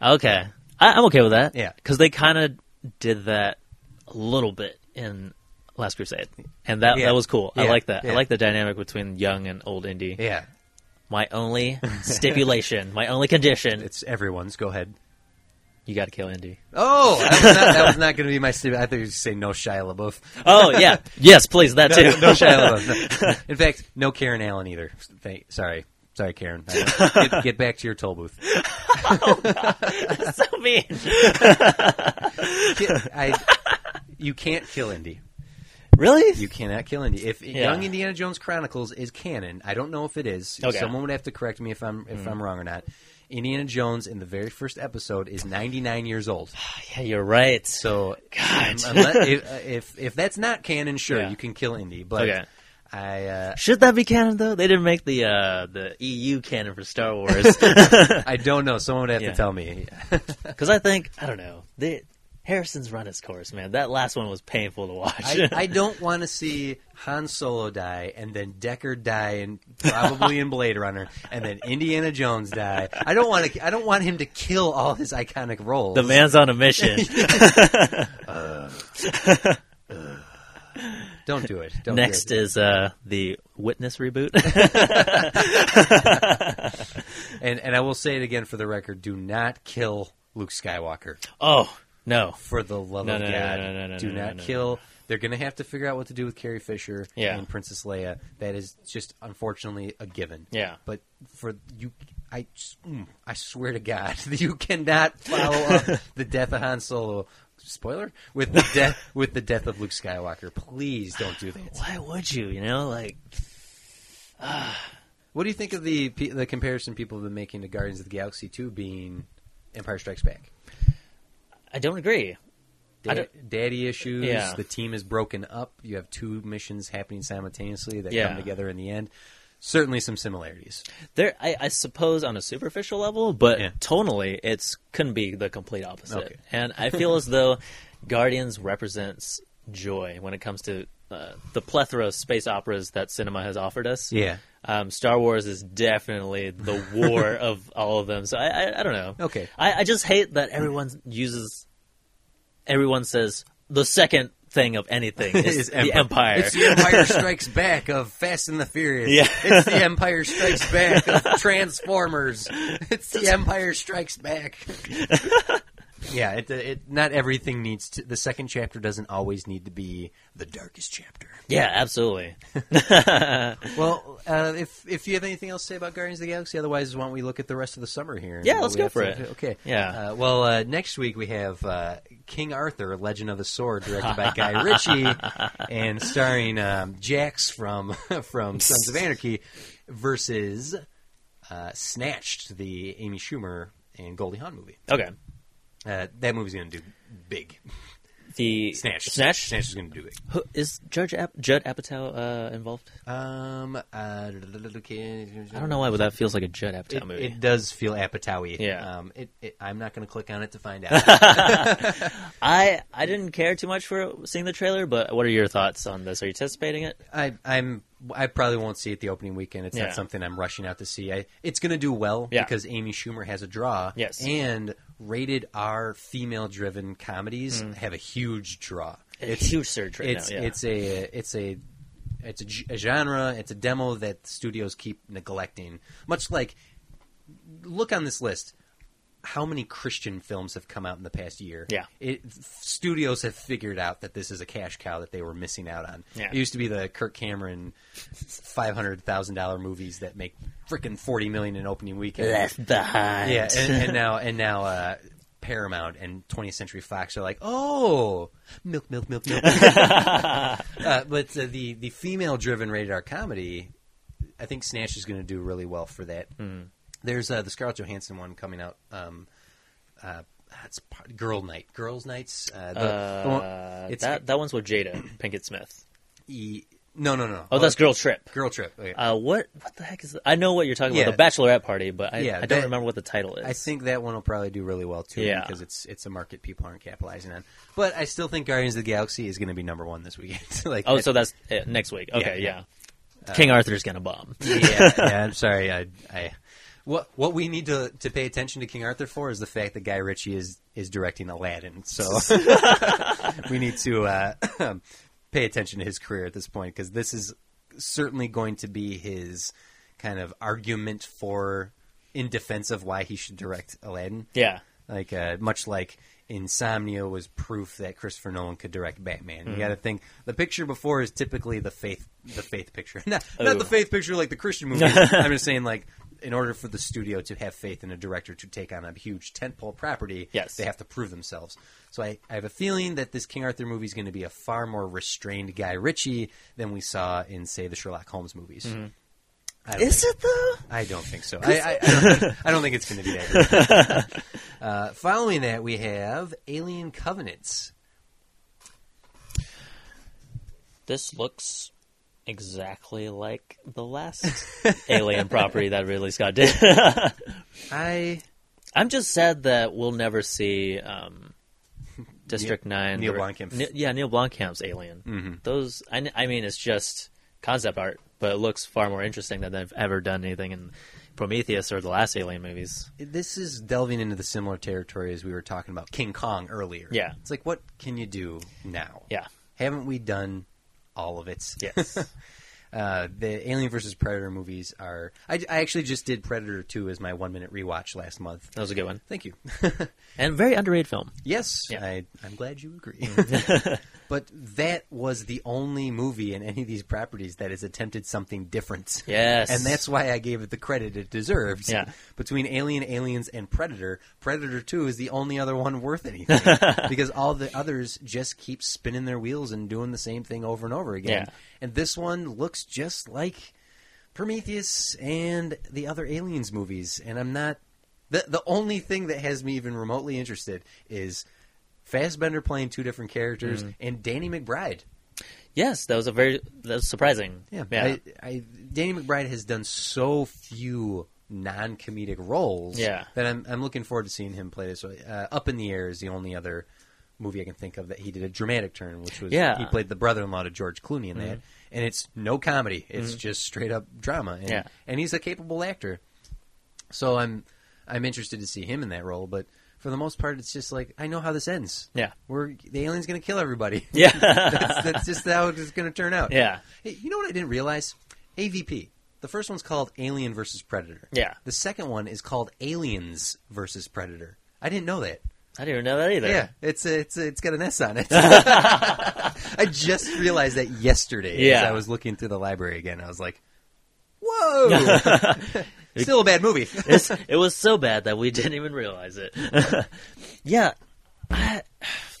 Okay, I, I'm okay with that. Yeah. because they kind of did that a little bit in Last Crusade, and that Yeah. that was cool. I Yeah, like that. yeah. I like the dynamic between young and old indie. yeah, My only stipulation, my only condition, it's everyone's. Go ahead. you got to kill Indy. Oh, that was not, that was not going to be my statement. I thought you were going to say no Shia LaBeouf. Oh yeah, yes, please that No, too. no Shia LaBeouf. No. In fact, no Karen Allen either. Thank, sorry. Sorry, Karen. I know. Get, get back to your toll booth. so mean. Ki- I, you can't kill Indy. Really? You cannot kill Indy. If Young Indiana Jones Chronicles is canon, I don't know if it is. Okay. Hmm. Someone would have to correct me if I'm if I'm wrong or not. Indiana Jones in the very first episode is 99 years old. yeah, you're right. So Oh God. um, unless, if, if if that's not canon, sure Yeah. you can kill Indy. But Okay. I uh, Should that be canon though? They didn't make the uh, the EU canon for Star Wars I don't know. Someone would have Yeah. to tell me. because I think I don't know. They, Harrison's run his course, man. That last one was painful to watch. I, I don't want to see Han Solo die and then Deckard die and probably in Blade Runner and then Indiana Jones die. I don't want to. I don't want him to kill all his iconic roles. the man's on a mission. Don't do it. Don't do Next it. is uh, the Witness reboot. and and I will say it again for the record: Do not kill Luke Skywalker. oh no, For the love No, of no, no, God, no, no, no, do no, no, not no, no. kill. They're going to have to figure out what to do with Carrie Fisher Yeah. and Princess Leia. That is just unfortunately a given. Yeah. But for you, I I s- Hmm. mm, I swear to God, you cannot follow up the death of Han Solo. Spoiler with the death with the death of Luke Skywalker. Please don't do that. Why would you? You know, like What do you think of the pe- the comparison people have been making to Guardians of the Galaxy Two being Empire Strikes Back? I don't agree. I Da- daddy issues. Yeah. The team is broken up. You have two missions happening simultaneously that Yeah. come together in the end. Certainly some similarities. There, I, I suppose, on a superficial level, but Yeah. tonally, it's couldn't be the complete opposite. Okay. And I feel as though Guardians represents joy when it comes to uh, the plethora of space operas that cinema has offered us. Yeah. Um, Star Wars is definitely the war of all of them. So I, I, I don't know. Okay. I, I just hate that everyone uses, everyone says the second thing of anything is, the Empire. It's the Empire Strikes Back of Fast and the Furious. Yeah. It's the Empire Strikes Back of Transformers. It's the Empire Strikes Back. yeah, it, it not everything needs to the second chapter doesn't always need to be the darkest chapter. yeah, absolutely. Well, uh, if if you have anything else to say about Guardians of the Galaxy, otherwise, why don't we look at the rest of the summer here? and Yeah, what let's we go have for to- it. Okay. Yeah. Uh, well, uh, next week we have uh, King Arthur: Legend of the Sword, directed by Guy Ritchie, and starring um, Jax from from Sons of Anarchy, versus uh, Snatched, the Amy Schumer and Goldie Hawn movie. Okay. Uh, that movie's going to do big. The Snatched. Snatch. Snatched is going to do big. Who, is Judge Ap- Judd Apatow uh, involved? Um. Uh, I don't know why, but that feels like a Judd Apatow It, movie. it does feel Apatowy. Yeah. Um, it, it, I'm not going to click on it to find out. I I didn't care too much for seeing the trailer, but what are your thoughts on this? Are you anticipating it? I, I'm. I probably won't see it the opening weekend. It's Yeah. not something I'm rushing out to see. I, it's going to do well Yeah. because Amy Schumer has a draw. Yes. And rated R female-driven comedies have a huge draw. It's Mm. a huge surge right it's now. Yeah. it's a it's a it's a, g- a genre. It's a demo that studios keep neglecting. Much like, look on this list. How many Christian films have come out in the past year? Yeah. it, f- studios have figured out that this is a cash cow that they were missing out on. Yeah. It used to be the Kirk Cameron five hundred thousand dollar movies that make freaking forty million in opening weekend. behind. Yeah, and, and now and now uh, Paramount and 20th Century Fox are like, oh, milk, milk, milk, milk. uh, but uh, the the female driven rated R comedy, I think Snatch is going to do really well for that. Hmm. There's uh, the Scarlett Johansson one coming out. Um, uh, it's part- Girl Night, Girls Nights. Uh, the, the uh, one, it's that that one's with Jada Pinkett Smith. E, no, no, no. Oh, that's Girl Trip. Girl Trip. Okay. Uh, what what the heck is? That? I know what you're talking Yeah. about, the Bachelorette party, but I, Yeah, I don't that- remember what the title is. I think that one will probably do really well too, Yeah. because it's it's a market people aren't capitalizing on. But I still think Guardians of the Galaxy is going to be number one this weekend. like, oh, so that's it, next week. Okay, yeah. yeah. Uh, King Arthur's gonna bomb. yeah, yeah. I'm sorry, I, I what what we need to to pay attention to King Arthur for is the fact that Guy Ritchie is is directing Aladdin. So we need to uh, pay attention to his career at this point because this is certainly going to be his kind of argument for in defense of why he should direct Aladdin. yeah. like uh, much like Insomnia was proof that Christopher Nolan could direct Batman. You got to think the picture before is typically the faith the faith picture, not, not Ooh. the faith picture like the Christian movie. I'm just saying like in order for the studio to have faith in a director to take on a huge tentpole property, Yes. they have to prove themselves. So I, I have a feeling that this King Arthur movie is going to be a far more restrained Guy Ritchie than we saw in say the Sherlock Holmes movies. Mm-hmm. I don't Is it though? I don't think so. I, I, I, don't, think, I don't think it's going to be that. Good. uh, following that, we have Alien Covenants. this looks exactly like the last alien property that Ridley Scott did. I I'm just sad that we'll never see um, District Neil- Nine. Neil the- Blomkamp's- Mm-hmm. Ne- yeah, Neil Blomkamp's Alien. Those, I, kn- I mean, it's just concept art, but it looks far more interesting than they've ever done anything in Prometheus or the last Alien movies. this is delving into the similar territory as we were talking about King Kong earlier. Yeah. it's like what can you do now? Yeah. haven't we done all of it? Yes. Uh, the Alien versus Predator movies are. I, I actually just did Predator Two as my one minute rewatch last month. that was a good one Thank you. and very underrated film. Yes, Yeah. I, I'm glad you agree. But that was the only movie in any of these properties that has attempted something different. Yes. And that's why I gave it the credit it deserves. Yeah. Between Alien, Aliens, and Predator, Predator 2 is the only other one worth anything because all the others just keep spinning their wheels and doing the same thing over and over again. Yeah. And this one looks just like Prometheus and the other Aliens movies, and I'm not. The, the only thing that has me even remotely interested is Fassbender playing two different characters Mm. and Danny McBride. Yes, that was a very that was surprising. Yeah, I, I, Danny McBride has done so few non-comedic roles. Yeah. that I'm I'm looking forward to seeing him play this. Uh, Up in the Air is the only other movie I can think of that he did a dramatic turn, which was Yeah. Mm-hmm. he played the brother-in-law to George Clooney in that, and it's no comedy; it's just straight up drama. And, Yeah. and he's a capable actor, so I'm I'm interested to see him in that role, but. For the most part, it's just like I know how this ends. Yeah. we're the alien's going to kill everybody. yeah, that's, that's just how it's going to turn out. yeah, Hey, you know what I didn't realize? AVP. The first one's called Alien versus Predator. yeah. The second one is called Aliens versus Predator. I didn't know that. I didn't even know that either. Yeah, it's a, it's a, it's got an S on it. I just realized that yesterday as Yeah. I was looking through the library again. I was like, "Whoa!" Still a bad movie. it's, it was so bad that we didn't even realize it. yeah, I,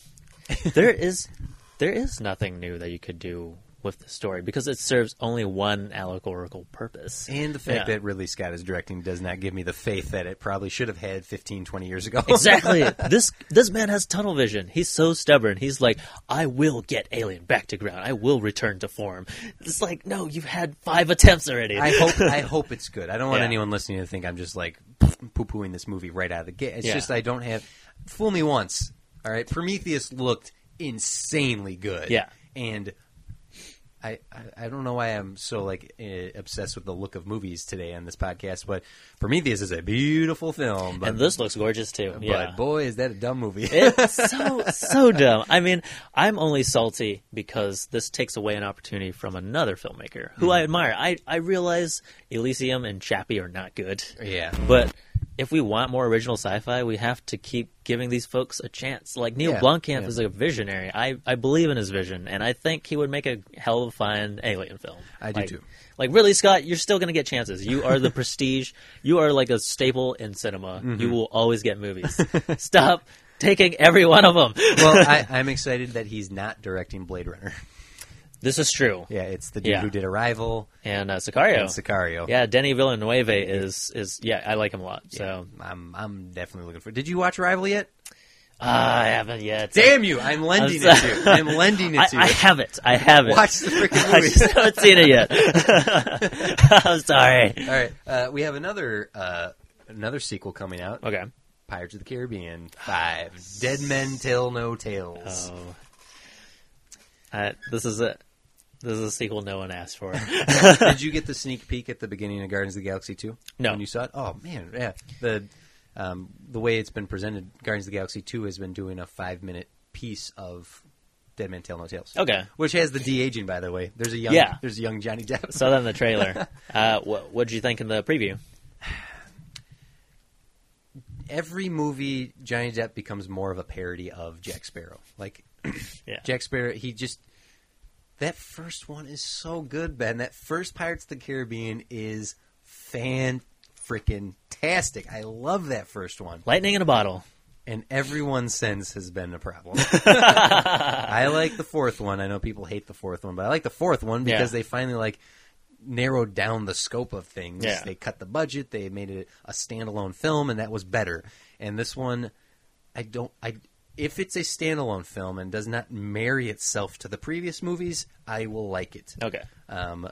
there is there is nothing new that you could do with the story because it serves only one allegorical purpose. and the fact Yeah. that Ridley Scott is directing does not give me the faith that it probably should have had 15, 20 years ago. exactly. This this man has tunnel vision. He's so stubborn. He's like, I will get alien back to ground. I will return to form. It's like, no, you've had five attempts already. I hope I hope it's good. I don't want Yeah. anyone listening to think I'm just like poo pooing this movie right out of the gate. It's Yeah. just I don't have fool me once. All right, Prometheus looked insanely good. Yeah. and I I, I don't know why I'm so like eh, obsessed with the look of movies today on this podcast, but Prometheus is a beautiful film. But, and this looks gorgeous too. but yeah. boy, is that a dumb movie. It's so so dumb. I mean, I'm only salty because this takes away an opportunity from another filmmaker who I admire. I I realize Elysium and Chappie are not good, yeah, but if we want more original sci-fi, we have to keep giving these folks a chance. Like Neil Yeah, Blomkamp yeah. is a visionary. I I believe in his vision, and I think he would make a hell of a fine alien film. I do Like- too. Like really, Scott, you're still going to get chances. You are the prestige. You are like a staple in cinema. Mm-hmm. You will always get movies. Stop taking every one of them. well, I, I'm excited that he's not directing Blade Runner. This is true. Yeah, it's the dude Yeah. who did Arrival And uh, Sicario. and Sicario. Yeah, Denny Villanueva is is yeah, I like him a lot. So I'm I'm definitely looking for. Did you watch Arrival yet? Ah, I haven't yet. Damn you! I'm lending it to you. I'm lending it I, to you. I have it. I have it. Watch the freaking I just movie. haven't seen it yet. I'm sorry. All right, uh, we have another uh, another sequel coming out: Okay. Pirates of the Caribbean Five: Dead Men Tell No Tales. Oh. I, this is a this is a sequel no one asked for. Did you get the sneak peek at the beginning of Guardians of the Galaxy Two? No. when you saw it. Oh man, yeah. The um, the way it's been presented, Guardians of the Galaxy Two has been doing a five minute piece of Dead Men Tell No Tales. Okay. which has the de aging, by the way. There's a young, Yeah. there's a young Johnny Depp. Saw that in the trailer. Uh, what what did you think in the preview? every movie Johnny Depp becomes more of a parody of Jack Sparrow. Like Yeah. Jack Sparrow, he just that first one is so good, Ben. That first Pirates of the Caribbean is fan freaking tastic. I love that first one. Lightning in a bottle. And everyone since has been a problem. I like the fourth one. I know people hate the fourth one, but I like the fourth one because Yeah. they finally like narrowed down the scope of things. Yeah. They cut the budget. They made it a standalone film, and that was better. And this one, I don't. I if it's a standalone film and does not marry itself to the previous movies, I will like it. Okay. Um,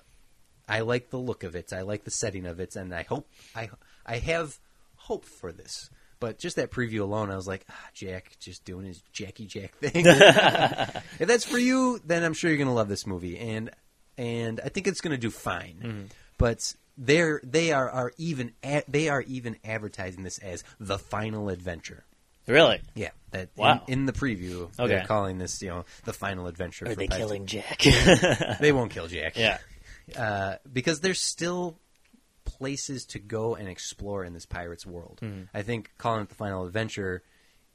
I like the look of it. I like the setting of it, and I hope I I have hope for this. But just that preview alone, I was like, ah, Jack just doing his Jackie Jack thing. if that's for you, then I'm sure you're going to love this movie, and and I think it's going to do fine. Mm-hmm. But they're they are are even a, they are even advertising this as the final adventure. Really? Yeah, that in- Wow. in, the preview Okay. they're calling this you know the final adventure. Are for they Pirates. killing Jack? They won't kill Jack yeah. uh, because there's still Mm-hmm. places to go and explore in this pirate's world. I think calling it the final adventure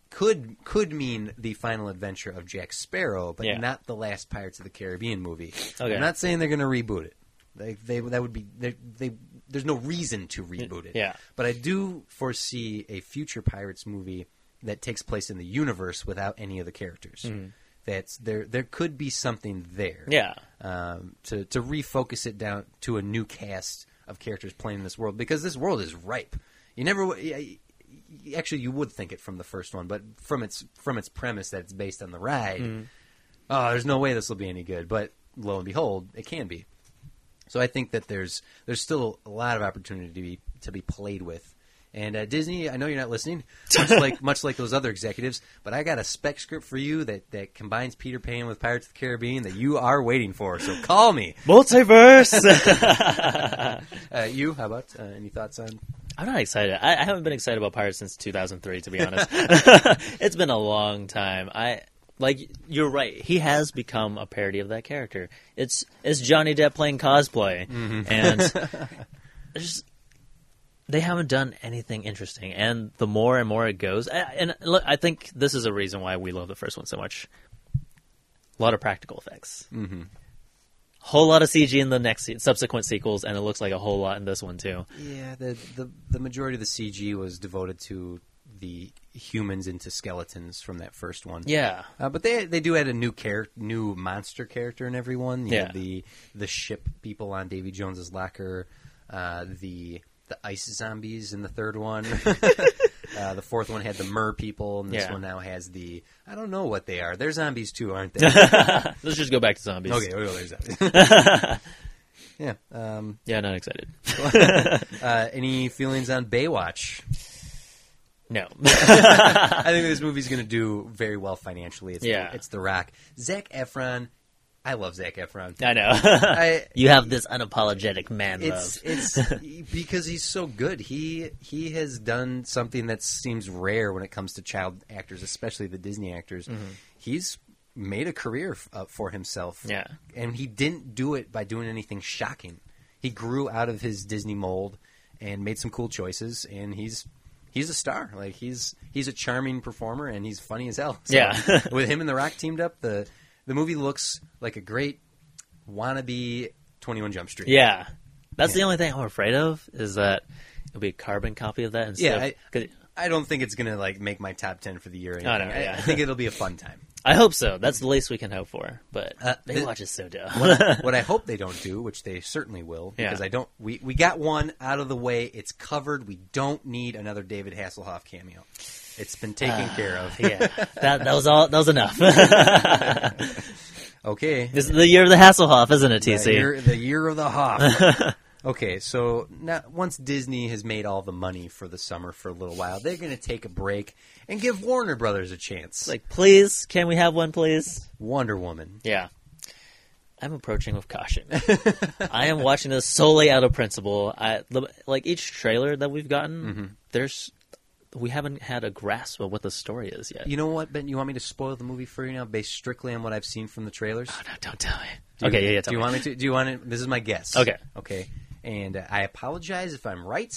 could could mean the final adventure of Jack Sparrow, but Yeah. not the last Pirates of the Caribbean movie. Okay. I'm not saying they're going to reboot it. They, they that would be they, they there's no reason to reboot it. Yeah. But I do foresee a future Pirates movie that takes place in the universe without any of the characters. That's there there could be something there Mm-hmm. Yeah. um, to to refocus it down to a new cast of characters playing in this world because this world is ripe. You never w- y- y- actually you would think it from the first one, but from its from its premise that it's based on the ride. Oh, there's no way this will be any good, but lo and behold, it can be. So I think that there's there's still a lot of opportunity to be to be played with. And uh, Disney, I know you're not listening, much like much like those other executives, but I got a spec script for you that, that combines Peter Pan with Pirates of the Caribbean that you are waiting for. So call me. Multiverse. Uh, you, how about uh, any thoughts on? I'm not excited. I, I haven't been excited about Pirates since 2003, to be honest. it's been a long time. I like you're right. He has become a parody of that character. It's it's Johnny Depp playing cosplay, and there's- they haven't done anything interesting. And the more and more it goes, a- and look, I think this is a reason why we love the first one so much. A lot of practical effects. Mm-hmm. Whole lot of CG in the next se- subsequent sequels, and it looks like a whole lot in this one too. Yeah, the, the the majority of the CG was devoted to the humans into skeletons from that first one. Yeah. Uh, but they they do add a new character, new monster character in every one. You Yeah. know, the the ship people on Davy Jones's locker, uh, the the ice zombies in the third one. uh, the fourth one had the mer people, and this Yeah. one now has the I don't know what they are. They're zombies too, aren't they? Let's just go back to zombies. okay, well, there's zombies. yeah. Um, Yeah, not excited. uh, any feelings on Baywatch? No. I think this movie's going to do very well financially. It's, Yeah. it's The Rock. Zach Efron. I love Zach Efron. I know. I, you have this unapologetic man it's it's e, because he's so good. He he has done something that seems rare when it comes to child actors, especially the Disney actors. Mm-hmm. He's made a career f- uh, for himself. Yeah. and he didn't do it by doing anything shocking. He grew out of his Disney mold and made some cool choices, and he's. He's a star. Like he's he's a charming performer and he's funny as hell. So, Yeah. with him and The Rock teamed up, the the movie looks like a great wannabe Twenty One Jump Street. Yeah. That's the only thing I'm afraid of is that it'll be a carbon copy of that instead. Yeah, of- 'cause- I don't think it's gonna like make my top ten for the year. or I know, anything. I, yeah. I think it'll be a fun time. I hope so. That's the least we can hope for. But Uh, they the- Baywatch is so dumb. What I, what I hope they don't do, which they certainly will, Yeah. because I don't. We we got one out of the way. It's covered. We don't need another David Hasselhoff cameo. It's been taken care of. Ah, yeah, that that was all. That was enough. Okay. this is the year of the Hasselhoff, isn't it, TC? The year, the year of the Hoff. okay, so now once Disney has made all the money for the summer for a little while, they're going to take a break and give Warner Brothers a chance. Like, please, can we have one, please? Wonder Woman. Yeah. I'm approaching with caution. I am watching this solely out of principle. I the- like each trailer that we've gotten. There's we haven't had a grasp of what the story is yet. You know what, Ben? You want me to spoil the movie for you now, based strictly on what I've seen from the trailers? no, don't tell me. Do you- okay, yeah, yeah. Tell do you me. want me to? Do you want it? This is my guess. Okay. Okay. And uh, I apologize if I'm right,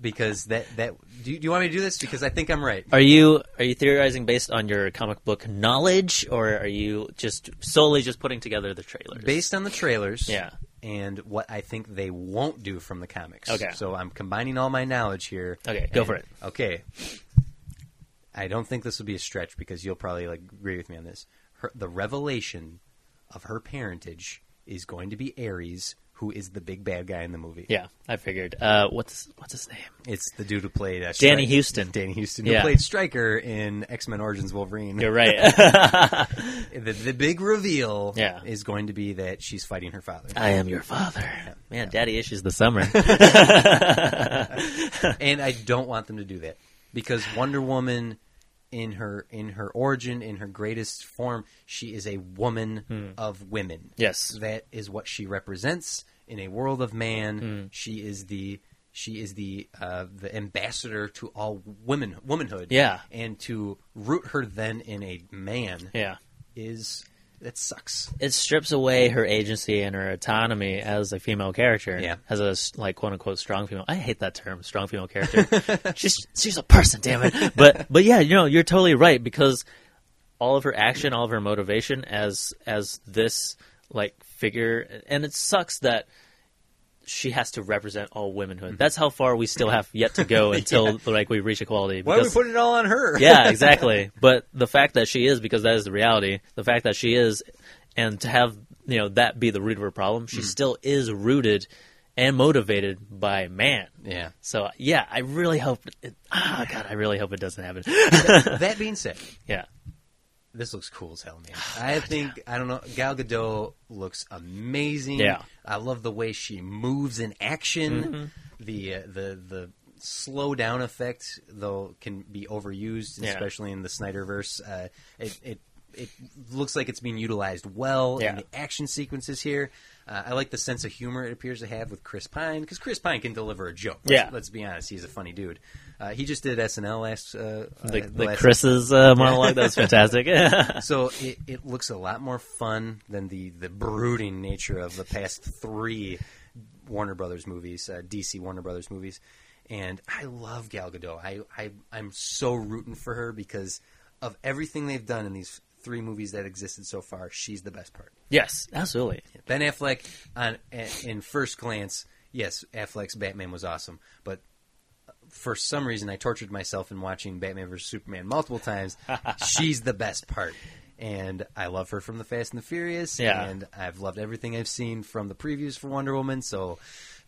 because that that do you, do you want me to do this? Because I think I'm right. Are you are you theorizing based on your comic book knowledge, or are you just solely just putting together the trailers? Based on the trailers, Yeah. and what I think they won't do from the comics. Okay. So I'm combining all my knowledge here. Okay, go And- for it. Okay. I don't think this will be a stretch because you'll probably like agree with me on this. Her, the revelation of her parentage is going to be Ares, who is the big bad guy in the movie. yeah, I figured. Uh, what's what's his name? It's the dude who played uh, Danny Stryker- Houston. Danny Houston, Yeah. who played Stryker in X Men Origins Wolverine. You're right. The, the big reveal Yeah. is going to be that she's fighting her father. I am your father. Man, daddy issues the summer. and I don't want them to do that because Wonder Woman, in her in her origin, in her greatest form, she is a woman of women. Yes. that is what she represents in a world of man. She is the she is the uh, the ambassador to all women womanhood. Yeah. and to root her then in a man yeah. is That sucks. it strips away her agency and her autonomy as a female character. Yeah. As a s- like quote unquote strong female. I hate that term, strong female character. she's she's a person, damn it. But but yeah, you know, you're totally right because all of her action, all of her motivation as as this like figure and it sucks that she has to represent all womanhood. Mm-hmm. That's how far we still have yet to go until like we reach equality. Why are we because- putting it all on her? yeah, exactly. But the fact that she is, because that is the reality, the fact that she is, and to have you know that be the root of her problem, Mm. she still is rooted and motivated by man. yeah. So yeah, I really hope. It, ah, God, I really hope it doesn't happen. That being said, yeah, this looks cool as hell, man. I think I don't know. Gal Gadot looks amazing. Yeah. Mm-hmm. I love the way she moves in action. The uh, the the slow down effect, though, can be overused, Yeah. especially in the Snyderverse. Uh, it it it looks like it's being utilized well in Yeah. the action sequences here. Uh, I like the sense of humor it appears to have with Chris Pine because Chris Pine can deliver a joke. Let's- Yeah. let's be honest, he's a funny dude. Uh, he just did SNL last uh, the, uh, the last Chris's uh, monologue that was fantastic. so it, it looks a lot more fun than the, the brooding nature of the past three Warner Brothers movies, uh, DC Warner Brothers movies. And I love Gal Gadot. I, I, I'm so rooting for her because of everything they've done in these three movies that existed so far, she's the best part. yes, absolutely. Ben Affleck, on in first glance, yes, Affleck's Batman was awesome, but for some reason, I tortured myself in watching Batman vs Superman multiple times. She's the best part, and I love her from the Fast and the Furious. Yeah. and I've loved everything I've seen from the previews for Wonder Woman. So,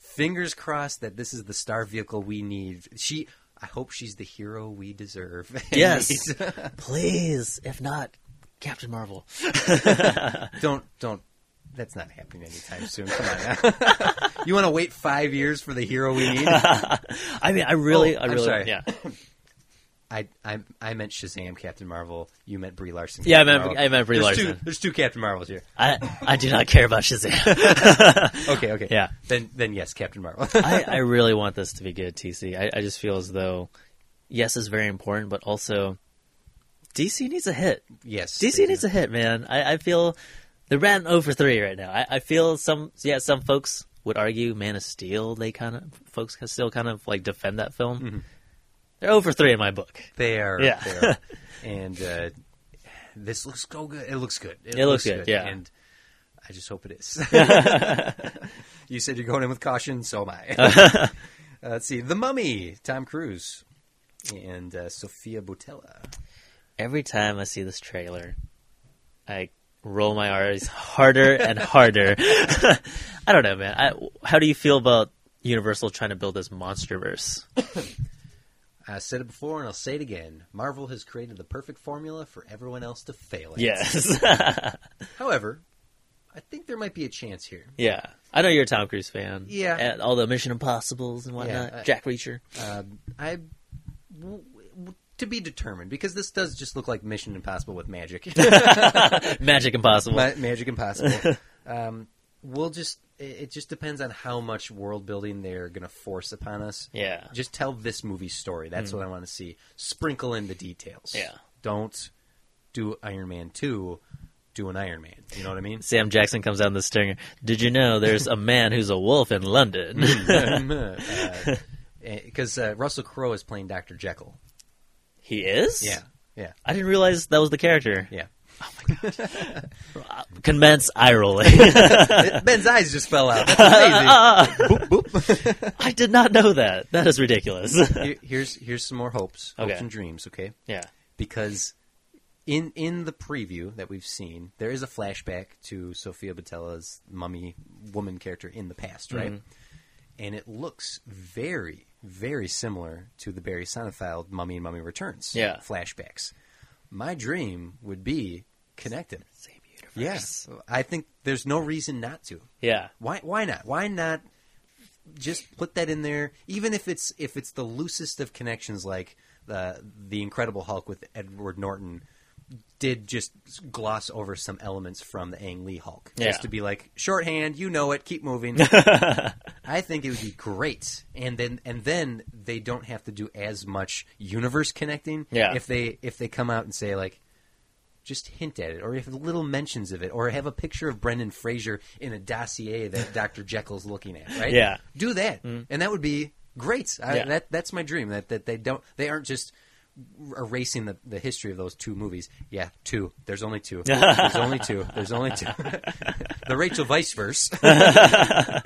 fingers crossed that this is the star vehicle we need. She. I hope she's the hero we deserve. Yes, please. If not, Captain Marvel. don't don't that's not happening anytime soon come on now. you want to wait five years for the hero we need I mean, I really, Oh, I I'm really, sorry. yeah. I, I I meant Shazam Captain Marvel you meant Brie Larson Yeah, I Captain meant- Marvel. I meant Brie there's two, Larson. there's two Captain Marvels here I, I do not care about Shazam. okay okay Yeah. then then yes Captain Marvel I, I really want this to be good, TC. I, I just feel as though, yes, it's very important, but also DC needs a hit. yes DC they needs do. a hit, man. I, I feel they're ran over three right now. I, I feel some, yeah, some folks would argue Man of Steel. They kind of folks can still kind of like defend that film. They're over three in my book. they are Yeah. they are. and uh, this looks so good it looks good It looks good, yeah. and I just hope it is you said you're going in with caution so am I Uh, let's see The Mummy Tom Cruise and uh, Sophia Butella Every time I see this trailer, I roll my eyes harder and harder. I don't know, man. I, how do you feel about Universal trying to build this monster verse? I said it before and I'll say it again. Marvel has created the perfect formula for everyone else to fail at. Yes. However, I think there might be a chance here. yeah. I know you're a Tom Cruise fan. Yeah. And all the Mission Impossibles and whatnot. Yeah, I- Jack Reacher. Um, I w- w- to be determined because this does just look like Mission Impossible with magic. Magic Impossible. Ma- magic Impossible. um, we'll just it it just depends on how much world building they're going to force upon us. Yeah. Just tell this movie's story. That's what I want to see. Sprinkle in the details. Yeah. Don't do Iron Man 2, do an Iron Man. You know what I mean? Sam Jackson comes out in the stinger. Did you know there's a man who's a wolf in London? Because uh, Russell Crowe is playing Dr. Jekyll. he is? Yeah. I didn't realize that was the character. Yeah. Commence eye rolling. Ben's eyes just fell out. Uh-uh. That's crazy. boop, boop. I did not know that. That is ridiculous. Here- here's, here's some more hopes, hopes Okay. and dreams, okay? yeah. because in in the preview that we've seen, there is a flashback to Sofia Battella's mummy woman character in the past, right? Mm-hmm. And it looks very, very similar to the Barry Sonnenfeld Mummy and Mummy Returns Yeah. flashbacks. My dream would be connect them. Same universe. Yes, I think there's no reason not to. Yeah. Why why not? Why not just put that in there even if it's if it's the loosest of connections like the the Incredible Hulk with Edward Norton did just gloss over some elements from the Ang Lee Hulk Yeah. just to be like shorthand you know it keep moving I think it would be great and then and then they don't have to do as much universe connecting Yeah. if they if they come out and say like just hint at it, or have little mentions of it, or have a picture of Brendan Fraser in a dossier that Doctor Jekyll's looking at, right? Yeah. Mm-hmm. do that, and that would be great. I, Yeah. That that's my dream. That that they don't they aren't just erasing the, the history of those two movies. Yeah, two. There's only two. There's only two. There's only two. the Rachel Vice verse. that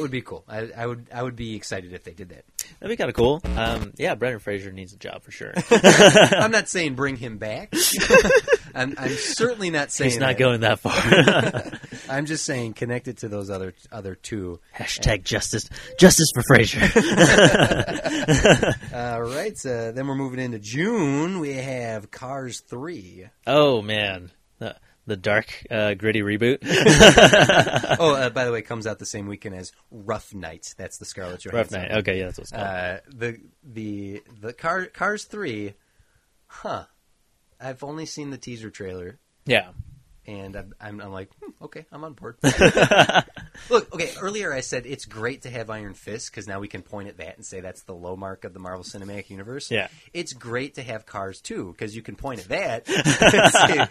would be cool. I, I would I would be excited if they did that. That'd be kind of cool. Um, yeah, Brendan Fraser needs a job for sure. I'm not saying bring him back. I'm, I'm certainly not saying He's that. not going that far. I'm just saying connect it to those other other two. Hashtag justice, justice for Fraser. All right. So then we're moving into June. We have Cars three. oh man, the, the dark, uh, gritty reboot. Oh, uh, by the way, it comes out the same weekend as Rough Night. That's the Scarlett Johansson. Rough night. Okay, yeah, that's what's called. Uh, the the the car Cars three, huh? I've only seen the teaser trailer, yeah, and I'm I'm, I'm like, hmm, okay, I'm on board. Look, okay. Earlier I said it's great to have Iron Fist because now we can point at that and say that's the low mark of the Marvel Cinematic Universe. Yeah. it's great to have Cars two because you can point at that.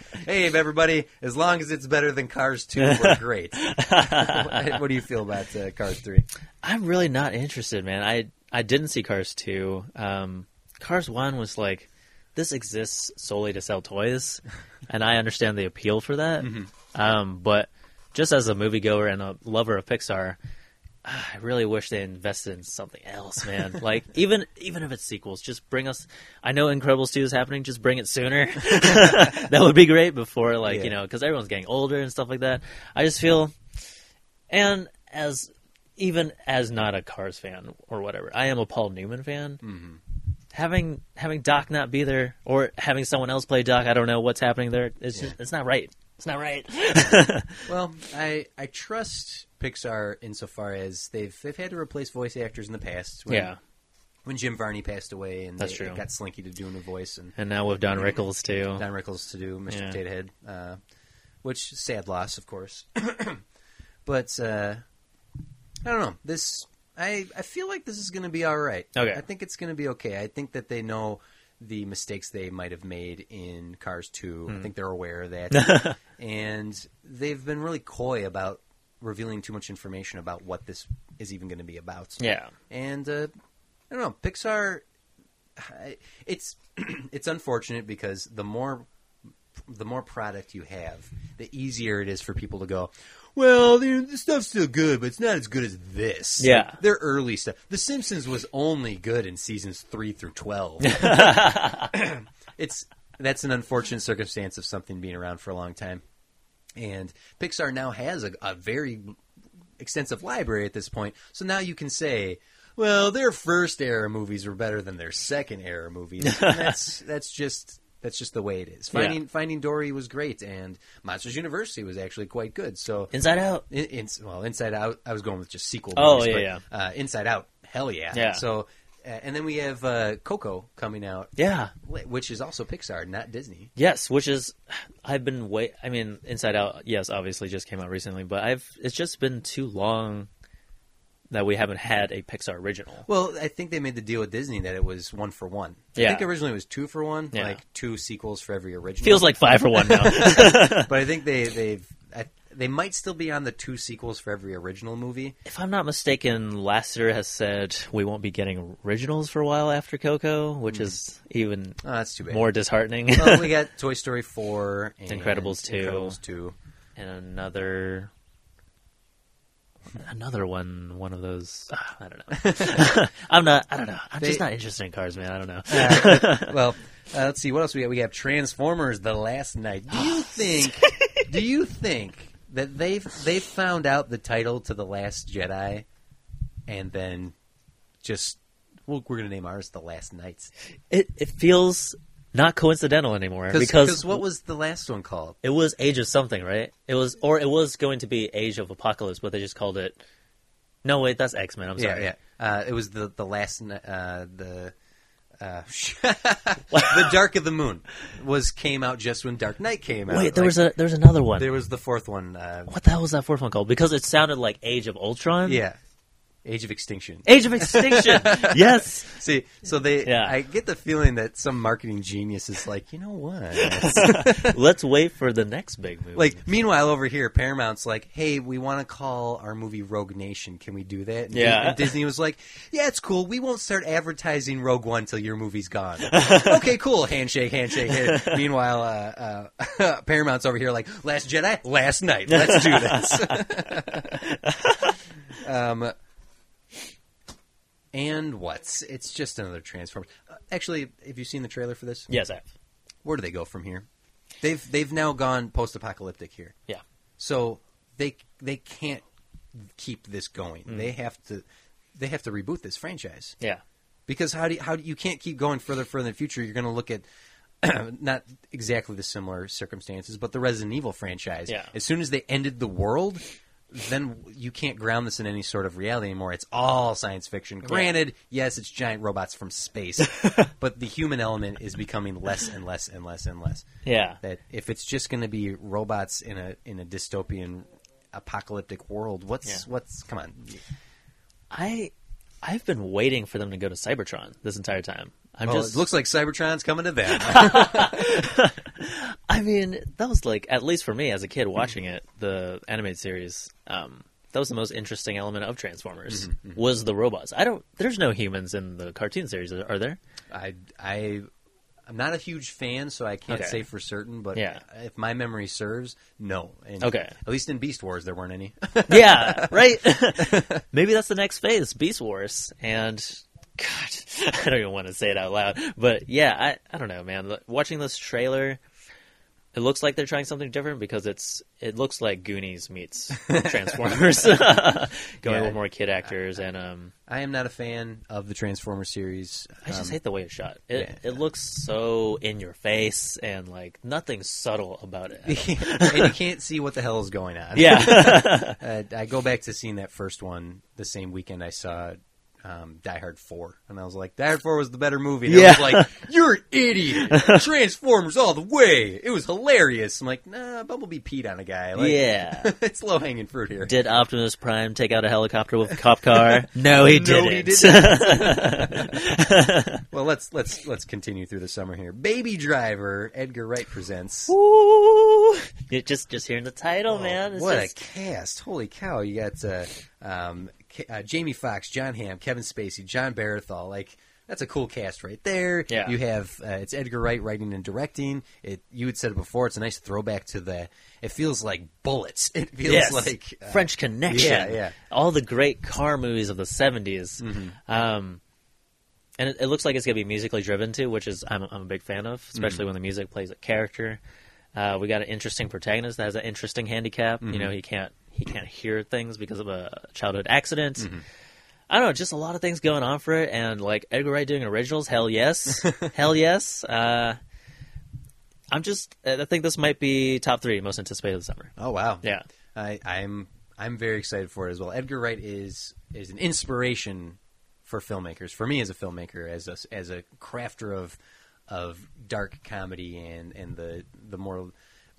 and say, hey, everybody, as long as it's better than Cars two, we're great. what, what do you feel about uh, Cars three? I'm really not interested, man. I I didn't see Cars two. Um, Cars one was like, this exists solely to sell toys, and I understand the appeal for that. Um, but just as a moviegoer and a lover of Pixar, ah, I really wish they invested in something else, man. like even even if it's sequels, just bring us. I know Incredibles two is happening. Just bring it sooner. that would be great before like Yeah. you know because everyone's getting older and stuff like that. I just feel and as even as not a Cars fan or whatever, I am a Paul Newman fan. Having having Doc not be there or having someone else play Doc, I don't know what's happening there. It's just, it's not right. It's not right. Well, I I trust Pixar insofar as they've they've had to replace voice actors in the past. When, yeah, When Jim Varney passed away, and That's they, true. they got Slinky to doing a voice, and and now with Don Rickles too. Don Rickles to do Mr. Yeah. Potato Head, uh, which sad loss, of course. but uh, I don't know this. I I feel like this is going to be all right. Okay. I think it's going to be okay. I think that they know the mistakes they might have made in Cars Two. Hmm. I think they're aware of that, and they've been really coy about revealing too much information about what this is even going to be about. yeah, And uh, I don't know, Pixar. I- It's it's unfortunate because the more the more product you have, the easier it is for people to go. Well, you know, the stuff's still good, but it's not as good as this. Yeah. their early stuff. The Simpsons was only good in seasons three through twelve. it's that's an unfortunate circumstance of something being around for a long time, and Pixar now has a, a very extensive library at this point. So now you can say, well, their first era movies were better than their second era movies. And that's that's just that's just the way it is. Yeah. Finding Finding Dory was great, and Monsters University was actually quite good. So. Inside Out. In, in, well, Inside Out. I was going with just sequel. Oh, movies, yeah, but, Uh, Inside Out. Hell yeah. Yeah. So, uh, and then we have uh, Coco coming out, Yeah. wh- which is also Pixar, not Disney. Yes, which is I've been wait. I mean, Inside Out. Yes, obviously just came out recently, but I've it's just been too long that we haven't had a Pixar original. Well, I think they made the deal with Disney that it was one for one. I Yeah. think originally it was two for one, Yeah. like two sequels for every original. Feels like five for one now. but I think they they've I, they might still be on the two sequels for every original movie. If I'm not mistaken, Lasseter has said we won't be getting originals for a while after Coco, which is even Oh, that's too bad. more disheartening. Hmm. well, we got Toy Story four, and Incredibles 2. Incredibles two. and another, another one, one of those. ah, I don't know. I'm not. I don't know. I'm just They- not interested in cars, man. I don't know. well, uh, let's see what else we got. We have Transformers: The Last Night. Do you think? do you think that they've they found out the title to the Last Jedi, and then just well, we're gonna name ours The Last Knights It it feels not coincidental anymore because what was the last one called? it was Age of something, right? It was or it was going to be Age of Apocalypse, but they just called it. No, wait, that's X Men. I'm sorry. Yeah, yeah. Uh, it was the the last n- uh, the uh, the Dark of the Moon was came out just when Dark Knight came out. Wait, there Like, was a there's another one. there was the fourth one. Uh, what the hell was that fourth one called? Because it sounded like Age of Ultron. yeah, Age of Extinction. Age of Extinction. yes. See, so they, Yeah. I get the feeling that some marketing genius is like, you know what? Let's wait for the next big movie. like, meanwhile, over here, Paramount's like, hey, we want to call our movie Rogue Nation. Can we do that? And Dis- Yeah. And Disney was like, yeah, it's cool. We won't start advertising Rogue One till your movie's gone. okay, cool. Handshake, handshake. hand- Meanwhile, uh, uh, Paramount's over here like, Last Jedi, last night. Let's do this. um, and what's? It's just another Transformer. Uh, actually, have you seen the trailer for this? yes, I have. where do they go from here? They've they've now gone post apocalyptic here, Yeah. so they they can't keep this going. They have to they have to reboot this franchise Yeah. because how do you, how do, you can't keep going further further in the future. You're going to look at not exactly the similar circumstances, but the Resident Evil franchise. Yeah. As soon as they ended the world, then you can't ground this in any sort of reality anymore. It's all science fiction. Granted, yes, it's giant robots from space, but the human element is becoming less and less and less and less. Yeah. That if it's just going to be robots in a in a dystopian apocalyptic world, what's Yeah. what's come on? I I've been waiting for them to go to Cybertron this entire time. I'm Well, just it looks like Cybertron's coming to them. I mean, that was like at least for me as a kid watching it, the animated series, um, that was the most interesting element of Transformers Mm-hmm, was the robots. I don't there's no humans in the cartoon series, are there? I I I'm not a huge fan, so I can't Okay. say for certain. But Yeah. if my memory serves, no. And Okay. At least in Beast Wars, there weren't any. yeah, right. Maybe that's the next phase, Beast Wars, and God, I don't even want to say it out loud. But yeah, I, I don't know, man. Look, Watching this trailer, it looks like they're trying something different because it's it looks like Goonies meets Transformers, going Yeah. with more kid actors, and um, I am not a fan of the Transformers series. I just Um, hate the way it's shot. It yeah. it looks so in your face and like nothing subtle about it. and you can't see what the hell is going on. yeah, Uh, I go back to seeing that first one the same weekend I saw um, Die Hard 4. And I was like, Die Hard 4 was the better movie. And Yeah. I was like, you're an idiot. Transformers all the way. It was hilarious. I'm like, nah, Bumblebee peed on a guy. Like, yeah. it's low hanging fruit here. Did Optimus Prime take out a helicopter with a cop car? No, he No, didn't. he didn't. well, let's let's let's continue through the summer here. Baby Driver, Edgar Wright presents. Ooh. You- just just hearing the title, Oh, man. It's Oh, what just- a cast! Holy cow! You got uh, um, K- uh, Jamie Foxx, John Hamm, Kevin Spacey, John Barathol. Like that's a cool cast right there. Yeah. You have uh, it's Edgar Wright writing and directing. It you had said it before. It's a nice throwback to the. It feels like bullets. It feels yes. like uh, French Connection. yeah, yeah. All the great car movies of the 70s. mm-hmm. Um, and it, it looks like it's going to be musically driven too, which is I'm, I'm a big fan of, especially when the music plays a character. Uh, we got an interesting protagonist that has an interesting handicap. You know, he can't he can't hear things because of a childhood accident. I don't know, just a lot of things going on for it, and like Edgar Wright doing originals, hell yes, hell yes. Uh, I'm just, I think this might be top three most anticipated of the summer. Oh wow! Yeah. I, I'm I'm very excited for it as well. Edgar Wright is is an inspiration for filmmakers. For me, as a filmmaker, as a, as a crafter of of dark comedy and and the the more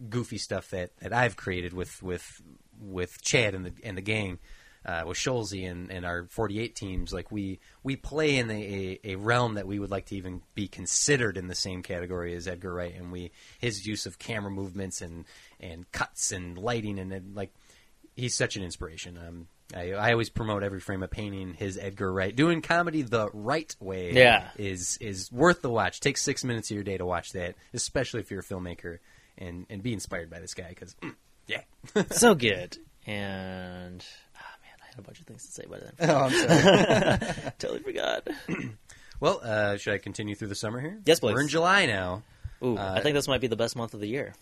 goofy stuff that, that I've created with with with Chad and the and the gang. Uh, with Scholzy and, and our 48 teams, like we we play in a, a, a realm that we would like to even be considered in the same category as Edgar Wright, and we his use of camera movements and and cuts and lighting and, and like he's such an inspiration. Um, I, I always promote every frame of painting his Edgar Wright doing comedy the right way. Yeah. is is worth the watch. Take six minutes of your day to watch that, especially if you're a filmmaker and and be inspired by this guy because yeah. so good. And ah man, I had a bunch of things to say about it. oh, I'm sorry. totally forgot. well, uh, should I continue through the summer here? Yes, please. We're in July now. Ooh, Uh, I think this might be the best month of the year.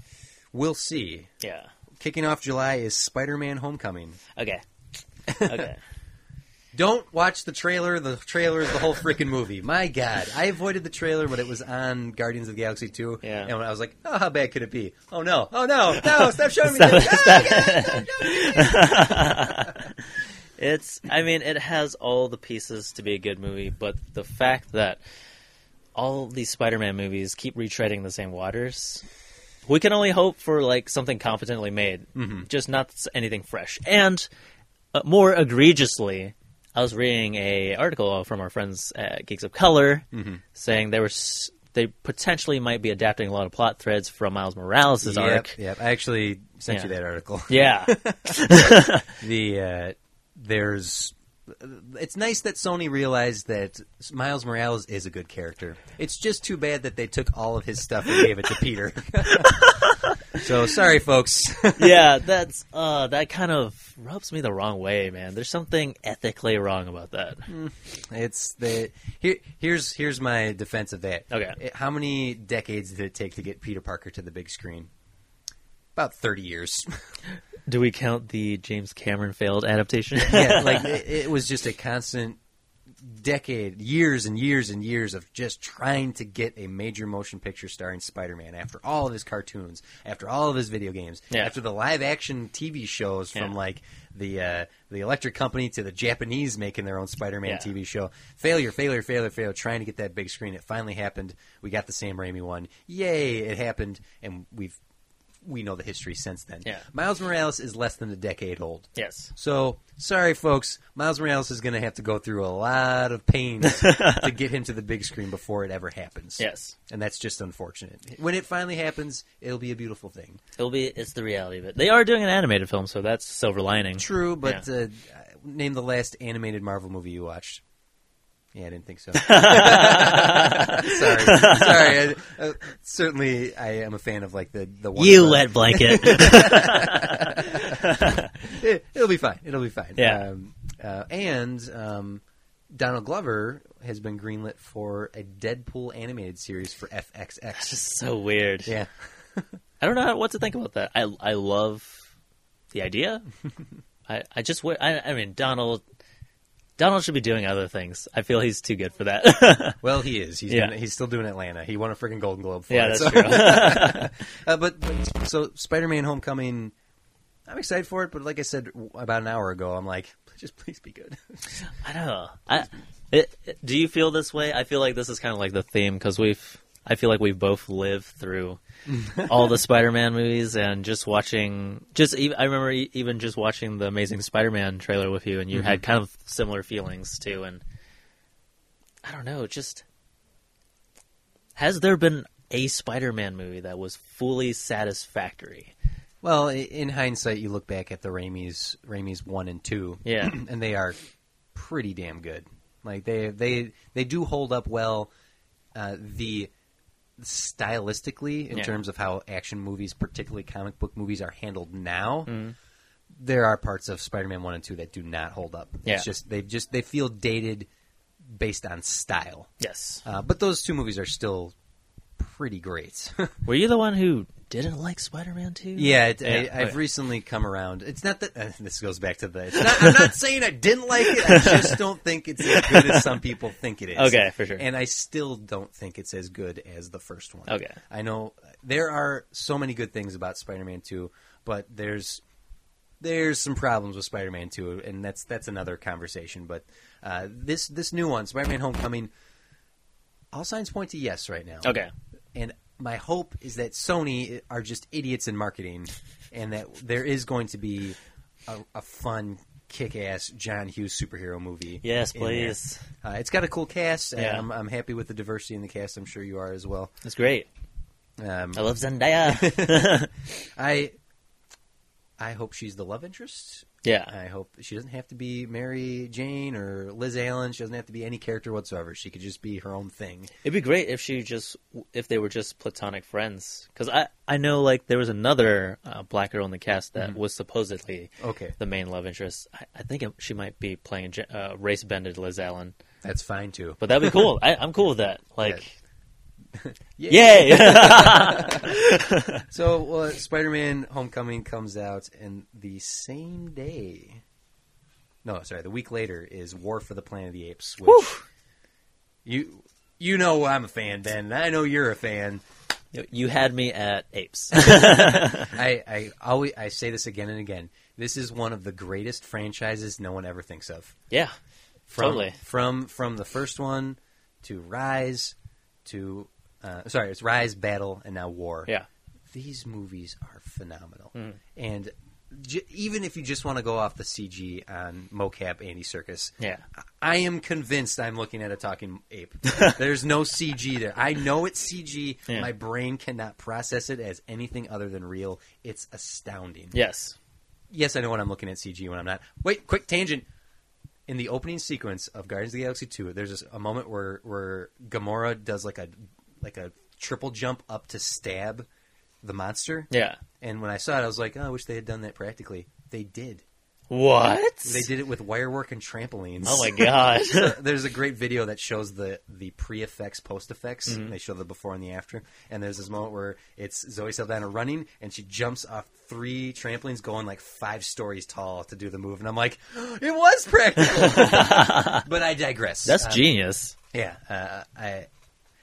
We'll see. Yeah. Kicking off July is Spider-Man: Homecoming. Okay. Okay. Don't watch the trailer. The trailer is the whole freaking movie. My God, I avoided the trailer when it was on Guardians of the Galaxy Two, Yeah. and when I was like, "Oh, how bad could it be? Oh no, oh no, no! Stop showing me Stop- this! Oh, stop. God, stop showing me this!" it's. I mean, it has all the pieces to be a good movie, but the fact that all these Spider-Man movies keep retreading the same waters. We can only hope for like something Mm-hmm. competently made, just not s- anything fresh. And uh, more egregiously, I was reading a article from our friends at Geeks of Color Mm-hmm. saying they were s- they potentially might be adapting a lot of plot threads from Miles Morales' Yep, arc. yep. I actually sent you Yeah. that article. Yeah, the uh, there's it's nice that Sony realized that Miles Morales is a good character. It's just too bad that they took all of his stuff and gave it to Peter. so sorry, folks. yeah, that's uh, that kind of rubs me the wrong way, man. There's something ethically wrong about that. it's the here, here's here's my defense of that. Okay. It- how many decades did it take to get Peter Parker to the big screen? About thirty years. Do we count the James Cameron failed adaptation? yeah, like it, it was just a constant decade, years and years and years of just trying to get a major motion picture starring Spider-Man after all of his cartoons, after all of his video games, Yeah. after the live-action TV shows from Yeah. like the uh, the electric company to the Japanese making their own Spider-Man Yeah. TV show. Failure, failure, failure, failure. Trying to get that big screen. It finally happened. We got the Sam Raimi one. Yay! It happened, and we've. We know the history since then. Yeah. Miles Morales is less than a decade old. Yes. So sorry, folks. Miles Morales is going to have to go through a lot of pains to get him to the big screen before it ever happens. Yes. and that's just unfortunate. When it finally happens, it'll be a beautiful thing. It'll be it's the reality of it. They are doing an animated film, so that's silver lining. True, but Yeah. uh, name the last animated Marvel movie you watched. Yeah, I didn't think so. sorry, sorry. I, uh, certainly, I am a fan of like the the one. You about- wet blanket. it, Eh, it'll be fine. It'll be fine. Yeah. Um, uh, and um, Donald Glover has been greenlit for a Deadpool animated series for FXX. Just so weird. Yeah. I don't know how, what to think about that. I I love the idea. I I just wi- I I mean Donald Donald should be doing other things. I feel he's too good for that. Well, he is. He's Yeah. doing, he's still doing Atlanta. He won a freaking Golden Globe for yeah, it. that's so- true. Uh, but, but so Spider-Man: Homecoming. I'm excited for it, but like I said w- about an hour ago, I'm like, just please be good. I don't know. I it, it- do you feel this way? I feel like this is kind of like the theme because we've I feel like we've both lived through all the Spider-Man movies and just watching just ev- I remember e- even just watching the Amazing Spider-Man trailer with you and you Mm-hmm. had kind of similar feelings too and I don't know, just has there been a Spider-Man movie that was fully satisfactory? Well, i- in hindsight, you look back at the Raimi's Raimi's one and two, Yeah. and they are pretty damn good. Like they they they do hold up well. Uh, the stylistically, in Yeah. terms of how action movies, particularly comic book movies, are handled now, Mm-hmm. there are parts of Spider-Man one and two that do not hold up. Yeah. It's just they just they feel dated based on style. Yes. Uh, but those two movies are still pretty great. Were you the one who didn't like Spider-Man 2? Yeah, it, Yeah, I, I've okay. recently come around. It's not that uh, this goes back to the. It's not, I'm not saying I didn't like it. I just don't think it's as good as some people think it is. Okay, for sure. And I still don't think it's as good as the first one. Okay. I know there are so many good things about Spider-Man Two, but there's there's some problems with Spider-Man 2, and that's that's another conversation. But uh, this this new one, Spider-Man: Homecoming, all signs point to yes right now. Okay. And my hope is that Sony are just idiots in marketing, and that there is going to be a, a fun, kick-ass John Hughes superhero movie. Yes, in there. please. Uh, it's got a cool cast. and Yeah. I'm, I'm happy with the diversity in the cast. I'm sure you are as well. That's great. Um, I love Zendaya. I I hope she's the love interest. yeah. I hope she doesn't have to be Mary Jane or Liz Allen. She doesn't have to be any character whatsoever. She could just be her own thing. It'd be great if she just if they were just platonic friends cuz I I know like there was another uh, black girl in the cast that was supposedly Okay. the main love interest. I, I think it, she might be playing J- uh, race bended Liz Allen. That's fine too. But that'd be cool. I I'm cool with that. Like Yeah. yay. So uh, Spider-Man: Homecoming comes out, and the same day. No, sorry. The week later is War for the Planet of the Apes. Which You you know I'm a fan, Ben. and I know you're a fan. you had me at apes. I, I always I say this again and again. This is one of the greatest franchises no one ever thinks of. yeah. from, Totally. from from the first one to Rise to uh, sorry, it's Rise, Battle, and now War. Yeah. Hmm. these movies are phenomenal, and j- even if you just want to go off the CG on mocap Andy Circus, Yeah. I am convinced I'm looking at a talking ape. There's no CG there. I know it's CG. Yeah. My brain cannot process it as anything other than real. It's astounding. Yes. Yes, I know when I'm looking at CG when I'm not. Wait, quick tangent. In the opening sequence of Guardians of the Galaxy 2, there's this, a moment where where Gamora does like a like a triple jump up to stab the monster. Yeah. And when I saw it, I was like, oh, I wish they had done that practically. They did. What? They did it with wire work and trampolines. Oh my god. there's a great video that shows the the pre effects, post effects. Mm-hmm. They show the before and the after. And there's this moment where it's Zoe Saldana running, and she jumps off three trampolines, going like five stories tall to do the move. And I'm like, it was practical. but I digress. That's Uh, genius. yeah, uh, I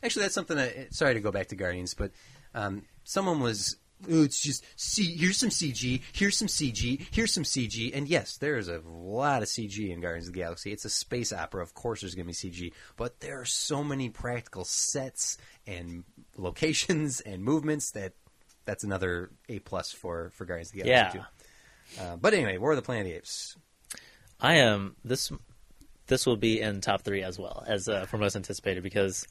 actually that's something that. Sorry to go back to Guardians, but um, someone was. "Ooh, It's just see. Here's some CG. Here's some CG. Here's some CG. And yes, there is a lot of CG in Guardians of the Galaxy. It's a space opera. Of course, there's going to be CG, but there are so many practical sets and locations and movements that that's another A plus for for Guardians of the Galaxy. Yeah. Too. Uh, but anyway, War of the Planet of the Apes. I am this. This will be in top three as well as uh, for most anticipated because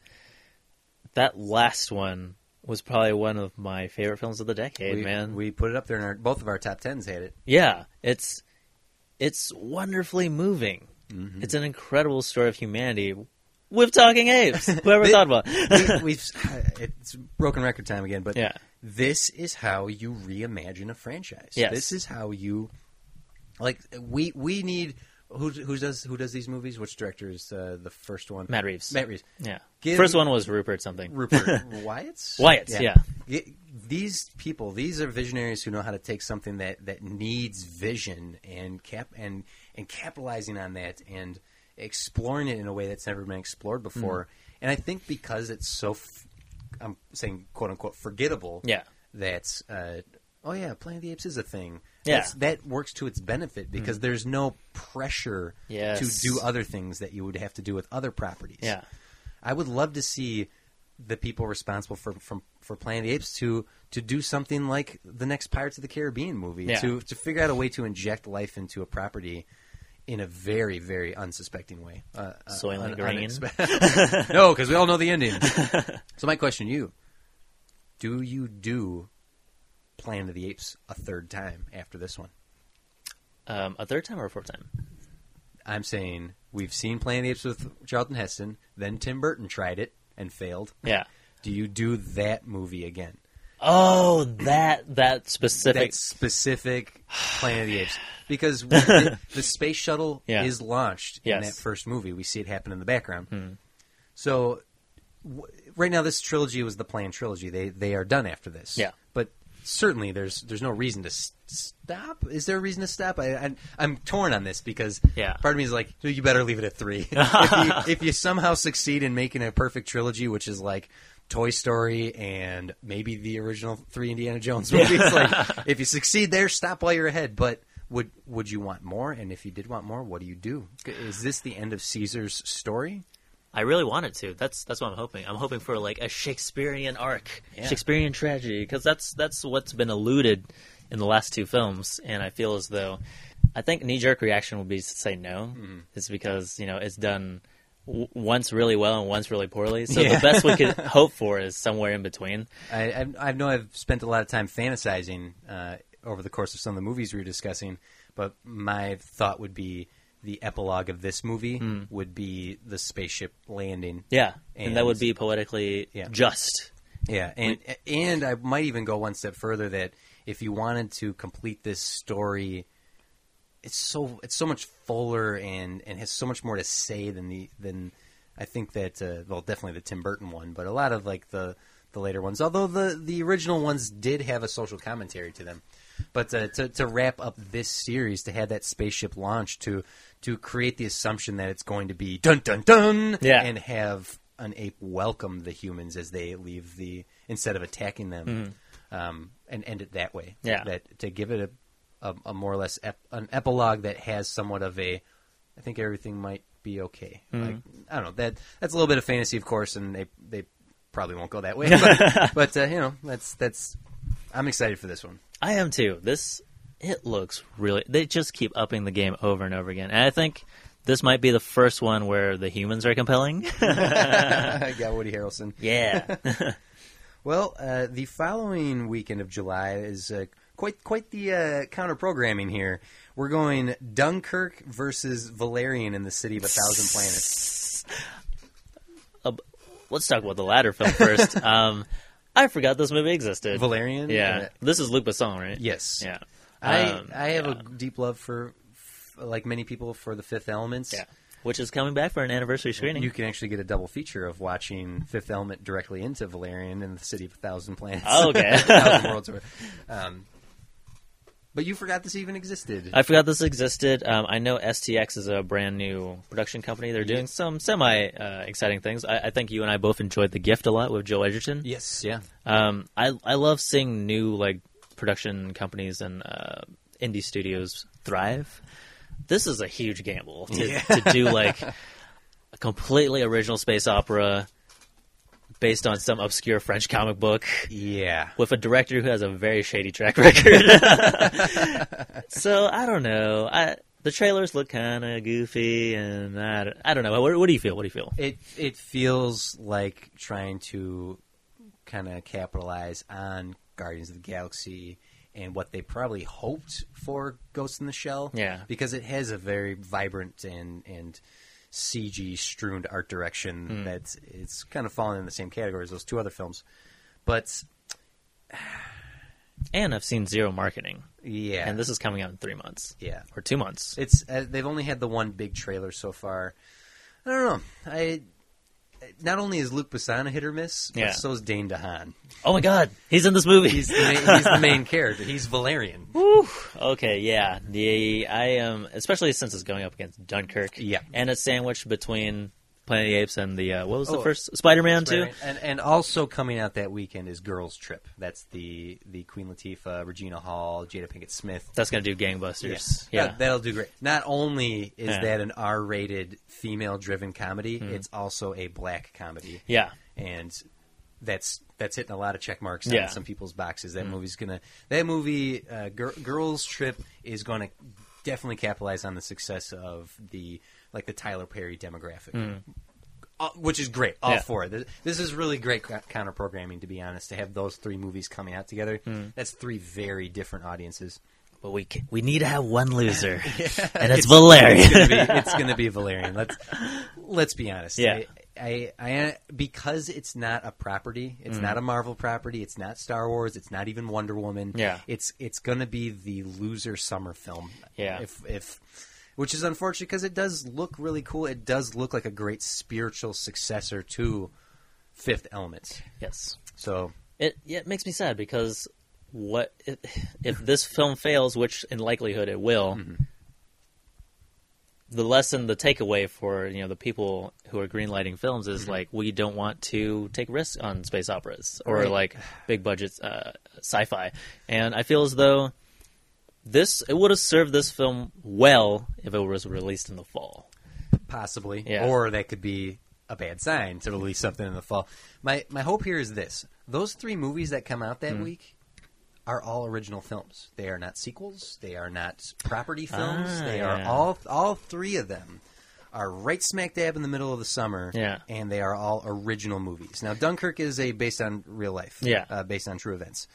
that last one was probably one of my favorite films of the decade. we, man, we put it up there in our both of our top tens had it. yeah, it's it's wonderfully moving. Mm-hmm. It's an incredible story of humanity with talking apes. Whoever thought about we, we've it's broken record time again, but Yeah. this is how you reimagine a franchise. Yes. This is how you like we we need who who does who does these movies? Which director is uh, the first one? Matt Reeves. Matt Reeves. yeah, Give- first one was Rupert something. Rupert Wyatt's. Wyatt's, Get- These people, these are visionaries who know how to take something that that needs vision and cap and and capitalizing on that and exploring it in a way that's never been explored before. Hmm. And I think because it's so, f- I'm saying quote unquote forgettable. Yeah. That uh, oh yeah, Planet of the Apes is a thing. Yeah. Hmm. That's- that works to its benefit because there's no pressure Yes. to do other things that you would have to do with other properties. Yeah. I would love to see the people responsible for from for Planet of the Apes to to do something like the next Pirates of the Caribbean movie Yeah. to to figure out a way to inject life into a property in a very very unsuspecting way. Uh, uh, Soylent Green. unexpe- no, because we all know the ending. so my question to you: Do you do Planet of the Apes a third time after this one? Um, a third time or a fourth time? I'm saying we've seen Planet of the Apes with Charlton Heston, then Tim Burton tried it and failed. Yeah. Do you do that movie again? Oh, that that specific. That specific Planet of the Apes, because when the, the space shuttle Yeah. is launched in Yes. that first movie. We see it happen in the background. So, w- right now, this trilogy was the planned trilogy. They they are done after this. Yeah. but certainly there's there's no reason to s- stop. Is there a reason to stop? I, I I'm torn on this because Yeah. part of me is like, "Dude, you better leave it at three. if, you, if you somehow succeed in making a perfect trilogy, which is like. Toy Story and maybe the original three Indiana Jones movies. like, if you succeed there, stop while you're ahead. But would would you want more? And if you did want more, what do you do? Is this the end of Caesar's story? I really wanted to. That's that's what I'm hoping. I'm hoping for like a Shakespearean arc, Shakespearean tragedy, because that's that's what's been eluded in the last two films. And I feel as though I think knee jerk reaction would be to say no, Mm-hmm. is because you know it's done w- once really well and once really poorly. So Yeah. the best we could hope for is somewhere in between. I, I've- I know I've spent a lot of time fantasizing uh, over the course of some of the movies we were discussing, but my thought would be the epilogue of this movie would be the spaceship landing. Yeah, and, that And- would be poetically Yeah. just. Yeah, and and I might even go one step further that if you wanted to complete this story, it's so it's so much fuller and and has so much more to say than the than I think that uh, well definitely the Tim Burton one, but a lot of like the the later ones, although the the original ones did have a social commentary to them. But uh, to to wrap up this series, to have that spaceship launch, to to create the assumption that it's going to be dun dun dun, Yeah. and have an ape welcome the humans as they leave the instead of attacking them um, and end it that way Yeah. that to give it a, a, a more or less ep, an epilogue that has somewhat of a i think everything might be okay Mm-hmm. like i don't know that that's a little bit of fantasy of course and they they probably won't go that way but, but uh, you know that's that's i'm excited for this one I am too. This it looks really. They just keep upping the game over and over again, and I think this might be the first one where the humans are compelling. yeah, Woody Harrelson. yeah, Well, uh, the following weekend of July is uh, quite quite the uh, counter programming here. We're going Dunkirk versus Valerian in the City of a Thousand Planets. Uh, let's talk about the latter film first. um, I forgot this movie existed. Valerian. Yeah, Uh, this is Luke Besson, right? yes. Yeah. I Um, I have a deep love for, f- like many people, for the Fifth Elements. yeah. Which is coming back for an anniversary screening. You can actually get a double feature of watching Fifth Element directly into Valerian and the City of a Thousand Planets. Oh, okay. Thousand Worlds. or- Um, but you forgot this even existed. I forgot this existed. Um, I know STX is a brand new production company. They're doing some semi uh, exciting things. I, I think you and I both enjoyed The Gift a lot with Joe Edgerton. yes. Yeah. Um, I I love seeing new like production companies and uh, indie studios thrive. This is a huge gamble to, Yeah. to do like a completely original space opera based on some obscure French comic book Yeah. with a director who has a very shady track record. so I don't know. I the trailers look kind of goofy, and I don't, I don't know. What, what do you feel? What do you feel? It it feels like trying to kind of capitalize on Guardians of the Galaxy and what they probably hoped for Ghost in the Shell. Yeah. because it has a very vibrant and and CG strewn art direction Hmm. that's it's kind of falling in the same category as those two other films. But And I've seen zero marketing, yeah, and this is coming out in three months yeah, or two months. it's uh, they've only had the one big trailer so far. I don't know. I not only is Luke Besson a hit or miss, Yeah. but so is Dane DeHaan. Oh my God, he's in this movie. He's the, ma- he's the main character. He's Valerian. Whew. Okay, yeah, the I am especially since it's going up against Dunkirk. Yeah. and it's sandwiched between Planet of the Apes and the uh, what was the Oh, first Spider-Man too. And and also coming out that weekend is Girls Trip. That's the the Queen Latifah, Regina Hall, Jada Pinkett Smith. That's gonna do gangbusters. Yeah, Yeah, That, will do great. Not only is Yeah. that an R-rated female-driven comedy, it's also a black comedy, yeah. and that's that's hitting a lot of check marks Yeah. Mm-hmm. on some people's boxes. That movie's gonna that movie uh, Gir- Girls Trip is gonna definitely capitalize on the success of the like the Tyler Perry demographic. Uh, which is great, all Mm-hmm. Yeah. four. This, this is really great counter programming, to be honest. To have those three movies coming out together, Mm-hmm. that's three very different audiences. But we ca we need to have one loser, and It's- it's Valerian. gonna be- it's going to be Valerian. Let's let's be honest. Yeah. I, I, I because it's not a property. Mm. It's not a Marvel property. It's not Star Wars. It's not even Wonder Woman. Yeah. It's it's going to be the loser summer film. Yeah. If if which is unfortunate because it does look really cool. It does look like a great spiritual successor to Fifth Element. yes, So it yeah, it makes me sad because what if, if this film fails, which in likelihood it will. The lesson, the takeaway for you know the people who are greenlighting films is like we don't want to take risks on space operas or Right. like big budget uh, sci-fi, and I feel as though this it would have served this film well if it was released in the fall. possibly, Yeah. or that could be a bad sign to release something in the fall. My my hope here is this: those three movies that come out that Mm-hmm. week are all original films. They are not sequels. They are not property films. Ah, they yeah. are all all three of them are right smack dab in the middle of the summer. Yeah. and they are all original movies. Now, Dunkirk is a based on real life. Yeah. uh, based on true events,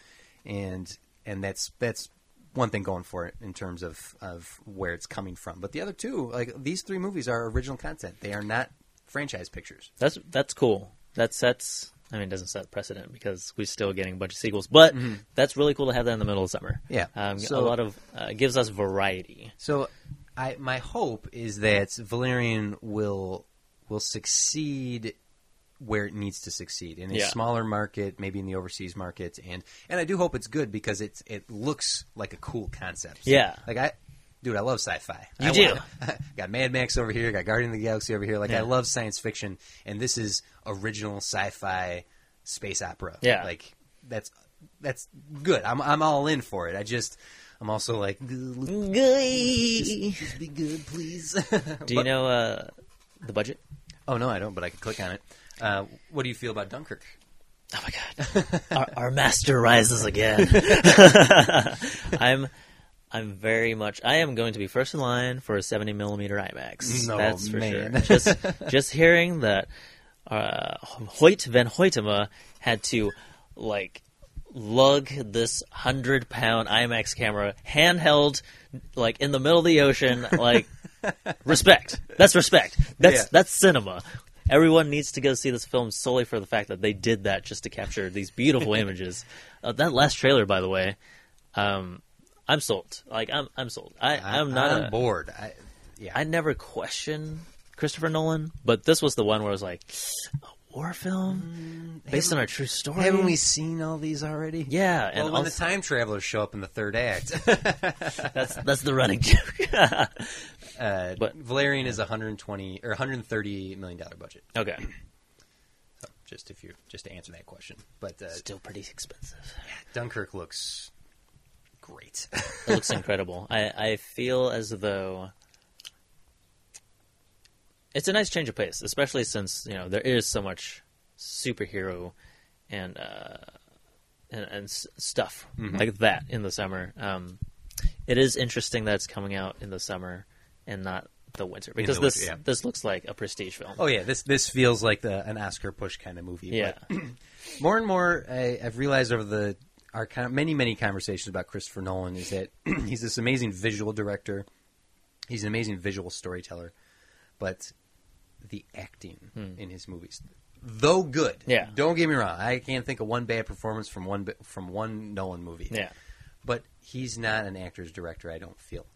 and and that's that's. One thing going for it in terms of, of where it's coming from, but the other two, like these three movies, are original content. They are not franchise pictures. That's that's cool. That sets. I mean, it doesn't set precedent because we're still getting a bunch of sequels, but that's really cool to have that in the middle of summer. Mm-hmm. Yeah. um, So- a lot of uh, it gives us variety. So, I my hope is that Valerian will will succeed where it needs to succeed in a Yeah. smaller market, maybe in the overseas market, and and I do hope it's good because it's it looks like a cool concept. Yeah. like I. Dude, I love sci-fi. You I do. want- got Mad Max over here. Got Guardian of the Galaxy over here. Like Yeah. I love science fiction, and this is original sci-fi space opera. Yeah. like that's that's good. I'm I'm all in for it. I just I'm also like Do just be good, please. you know uh, the budget? oh no, I don't. But I can click on it. Uh, what do you feel about Dunkirk? Oh my god, our, our master rises again. I'm I'm very much. I am going to be first in line for a 70 millimeter IMAX. No, That's for man. sure. Just just hearing that uh, Hoyt van Hoytema had to like lug this hundred pound IMAX camera handheld like in the middle of the ocean. Like respect. That's respect. That's Yeah. that's cinema. Everyone needs to go see this film solely for the fact that they did that just to capture these beautiful images. Uh, that last trailer, by the way, um, I'm sold. Like I'm, I'm sold. I, I'm not. on a- board. I, yeah, I never question Christopher Nolan, but this was the one where I was like, a war film based on a true story. Mm, haven't we seen all these already? Yeah, and Well, when also- the time travelers show up in the third act, that's that's the running joke. uh, But- Valerian is 120 or 130 million dollar budget. okay, Just if you just to answer that question, but uh, still pretty expensive. Dunkirk looks great. It looks incredible. I, I feel as though it's a nice change of pace, especially since you know there is so much superhero and uh, and, and s- stuff Mm-hmm. like that in the summer. Um, it is interesting that it's coming out in the summer and not the winter because the this winter, yeah. this looks like a prestige film. oh yeah, this this feels like the, an Oscar push kind of movie. yeah, but more and more I, I've realized over the our con- many many conversations about Christopher Nolan is that he's this amazing visual director, he's an amazing visual storyteller, but the acting in his movies, though good, Hmm. Yeah. Don't get me wrong, I can't think of one bad performance from one bi- from one Nolan movie. yeah. but he's not an actor's director. I don't feel.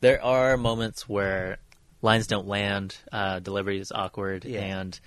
there are moments where lines don't land, uh, delivery is awkward, Yeah. and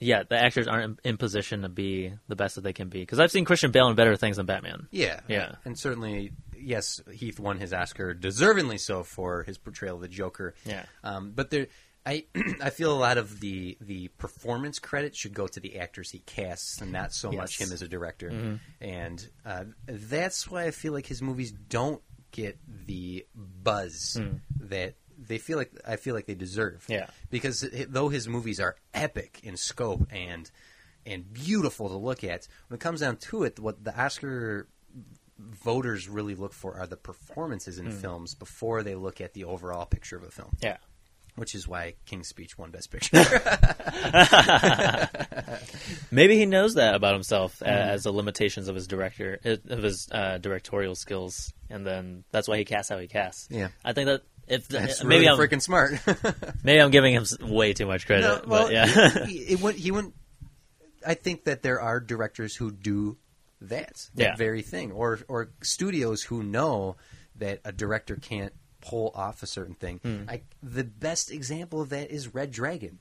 yeah, the actors aren't in, in position to be the best that they can be. Because I've seen Christian Bale in better things than Batman. Yeah, Yeah. and certainly, yes, Heath won his Oscar deservingly so for his portrayal of the Joker. Yeah. um, but there, I I feel a lot of the the performance credit should go to the actors he casts, and not so much Yes. Mm-hmm. him as a director. And uh, that's why I feel like his movies don't get the buzz that they feel like I feel like they deserve. Hmm. Yeah. because it- though his movies are epic in scope and and beautiful to look at, when it comes down to it, what the Oscar voters really look for are the performances Hmm. in films before they look at the overall picture of a film, Yeah. which is why King's Speech won Best Picture. Maybe he knows that about himself a- Mm-hmm. as the limitations of his director of his uh, directorial skills, and then that's why he casts how he casts. Yeah. I think that if That's maybe really I'm freaking smart. maybe I'm giving him s- way too much credit, No, well, but yeah, he, it wouldn't- he wouldn't. I think that there are directors who do that, that Yeah. very thing, or or studios who know that a director can't pull off a certain thing. Hmm. I, the best example of that is Red Dragon.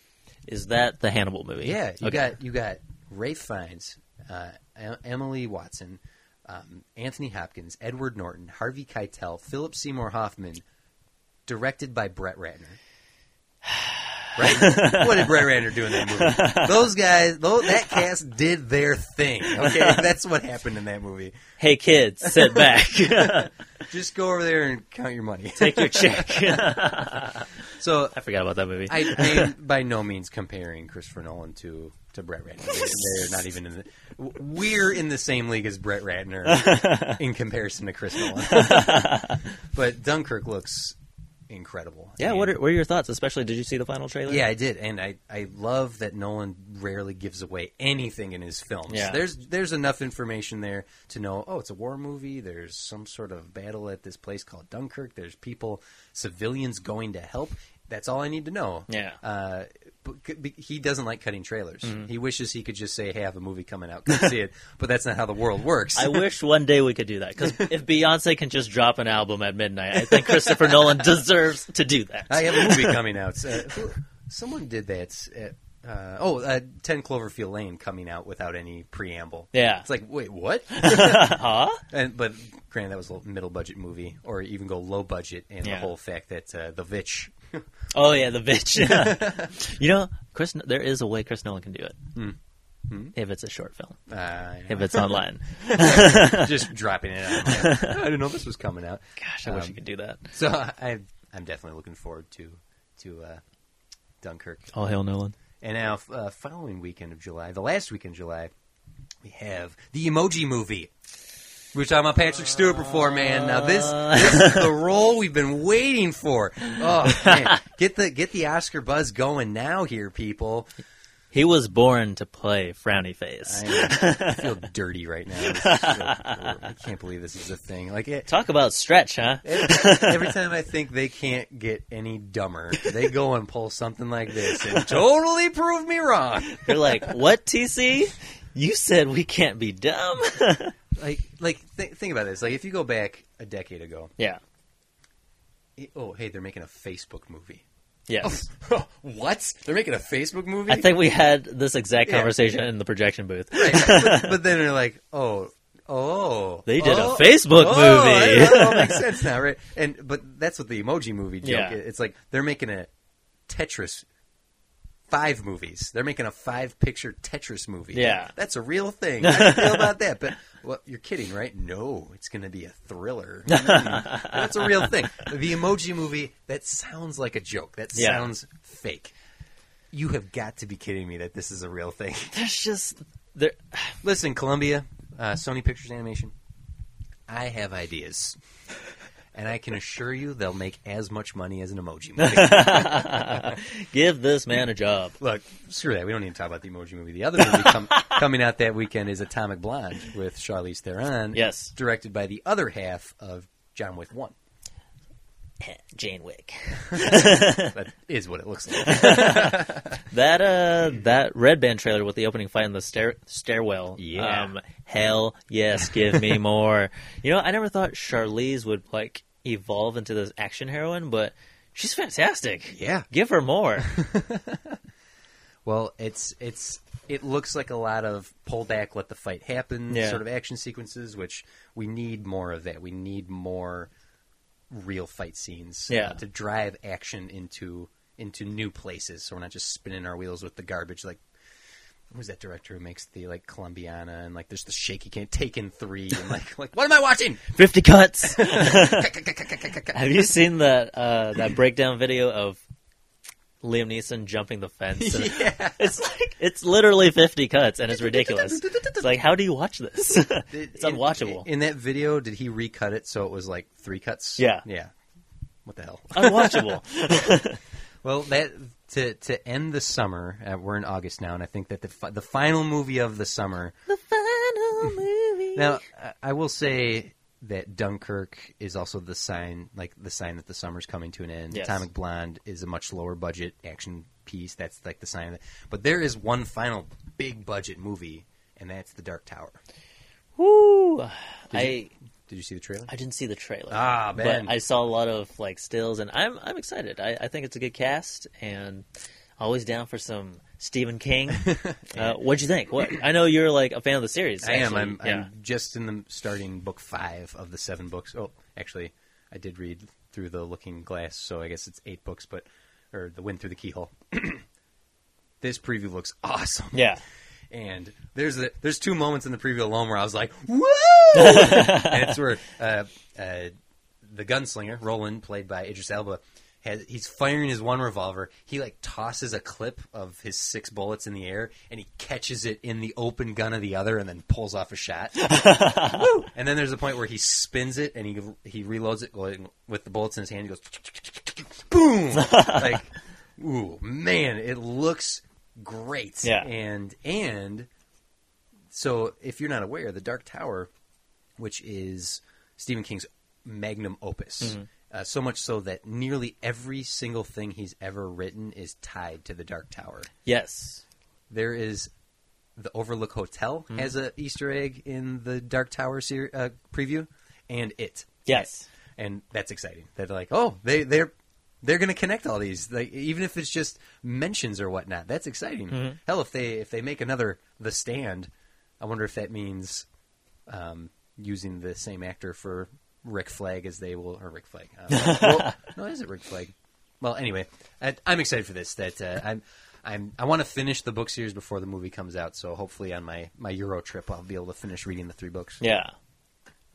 is that the Hannibal movie? Yeah, you Okay. got you got Ray Fiennes, uh, Em- Emily Watson, um, Anthony Hopkins, Edward Norton, Harvey Keitel, Philip Seymour Hoffman, directed by Brett Ratner. Right? what did Brett Ratner do in that movie? Those guys, those, that cast did their thing. Okay, that's what happened in that movie. Hey kids, sit back, Just go over there and count your money. take your check. so I forgot about that movie. I, I am by no means comparing Christopher Nolan to to Brett Ratner. They, are not even in the. w- We're in the same league as Brett Ratner in comparison to Chris Nolan. but Dunkirk looks incredible. yeah, And- what are, what are your thoughts? Especially, did you see the final trailer? yeah, I did, and I, I love that Nolan rarely gives away anything in his films. Yeah. There's there's enough information there to know. Oh, it's a war movie. There's some sort of battle at this place called Dunkirk. There's people, civilians going to help. That's all I need to know. Yeah. Uh, but c- be- he doesn't like cutting trailers. Mm-hmm. He wishes he could just say, "Hey, I have a movie coming out. Come see it." But that's not how the world works. I wish one day we could do that because if Beyonce can just drop an album at midnight, I think Christopher Nolan deserves to do that. I have a movie coming out. Uh, who- someone did that. At, uh, oh, uh, 10 Cloverfield Lane coming out without any preamble. Yeah. It's like, wait, what? huh? and, but granted, that was a middle budget movie, or even go low budget, and the Yeah. whole fact that uh, The Vitch. Oh yeah, the bitch. you know, Chris, there is a way Chris Nolan can do it Hmm. if it's a short film, Uh, if it's online. just dropping it out. of my- I didn't know this was coming out. Gosh, I wish Um, you could do that. So I, I'm definitely looking forward to to uh, Dunkirk. All hail Nolan. And now, f- uh, following weekend of July, the last weekend of July, we have the Emoji Movie. We were talking about Patrick Stewart before, man. Now this, Uh, this is the role we've been waiting for. Oh man, get the get the Oscar buzz going now, here, people. He was born to play frowny face. I, I feel dirty right now. This is so horrible. I can't believe this is a thing. Like it, Talk about stretch, huh? Every, every time I think they can't get any dumber, they go and pull something like this and totally prove me wrong. They're like, "What, TC? You said we can't be dumb." Like, like th- think about this. Like, if you go back a decade ago, yeah. it- oh hey, they're making a Facebook movie. Yes. Oh, what? They're making a Facebook movie? I think we had this exact Yeah. conversation in the projection booth. Right, but, but then they're like, oh, oh, They did a oh, Facebook oh, movie. that all makes sense now, right? And but that's what the emoji movie joke. Yeah. is. It's like they're making a Tetris five movies. They're making a five picture Tetris movie. Yeah. that's a real thing. How do you feel about that? But well, you're kidding, right? No, it's going to be a thriller. Mm. that's a real thing. The emoji movie that sounds like a joke. That Yeah. sounds fake. You have got to be kidding me that this is a real thing. There's just there. Listen, Columbia, uh, Sony Pictures Animation, I have ideas. And I can assure you they'll make as much money as an emoji movie. Give this man a job. Look, screw that. We don't need to talk about the emoji movie. The other movie com- coming out that weekend is Atomic Blonde with Charlize Theron. Yes. Directed by the other half of John Wick 1. Jane Wick. That is what it looks like. That uh, that red band trailer with the opening fight in the stair- stairwell. Yeah. Um, hell yes, give me more. you know, I never thought Charlize would like evolve into this action heroine, but she's fantastic. Yeah. Give her more. Well, it's it's it looks like a lot of pull back, let the fight happen Yeah. sort of action sequences, which we need more of that. We need more real fight scenes uh, Yeah. to drive action into into new places. So we're not just spinning our wheels with the garbage. Like who's that director who makes the like Colombiana and like there's the shaky can Taken Three and like like what am I watching? Fifty cuts. Have you seen that uh, that breakdown video of Liam Neeson jumping the fence? yeah. It's like it's literally fifty cuts, and it's ridiculous. It's like, how do you watch this? it's In- unwatchable. In, that video, did he recut it so it was like three cuts? Yeah. Yeah. What the hell? unwatchable. Well, that to to end the summer, uh, we're in August now, and I think that the fi- the final movie of the summer. the final movie. Now, I, I will say that Dunkirk is also the sign, like the sign that the summer's coming to an end. Yes. Atomic Blonde is a much lower budget action piece. That's like the sign. Of it. But there is one final big budget movie, and that's The Dark Tower. Woo! I Did you see the trailer? I didn't see the trailer. Ah, man. but I saw a lot of like stills, and I'm I'm excited. I, I think it's a good cast, and always down for some Stephen King. uh, what'd you think? What I know you're like a fan of the series. I am. actually. I'm, yeah. I'm just in the starting book five of the seven books. Oh, actually, I did read through the Looking Glass, so I guess it's eight books, but or the Wind Through the Keyhole. this preview looks awesome. yeah. And there's the, there's two moments in the preview alone where I was like, "Woo!" and it's where uh, uh, the gunslinger Roland, played by Idris Elba, has he's firing his one revolver. He like tosses a clip of his six bullets in the air, and he catches it in the open gun of the other, and then pulls off a shot. Woo! And then there's a point where he spins it and he he reloads it going- with the bullets in his hand. He goes, boom! like, ooh, man, it looks great. Yeah. And and so if you're not aware, the Dark Tower, which is Stephen King's magnum opus. Uh, so much so that nearly every single thing he's ever written is tied to the Dark Tower Yes. there is the Overlook Hotel has a Easter egg in the Dark Tower ser- uh, preview, and it Yes. and that's exciting. They're like, oh, they they're they're going to connect all these, like, even if it's just mentions or whatnot. That's exciting. Hell, if they if they make another The Stand, I wonder if that means um, using the same actor for Rick Flag as they will or Rick Flag. Uh, well, no, is it Rick Flag? Well, anyway, I, I'm excited for this. That uh, I'm. I'm, I want to finish the book series before the movie comes out, so hopefully on my, my Euro trip I'll be able to finish reading the three books. Yeah.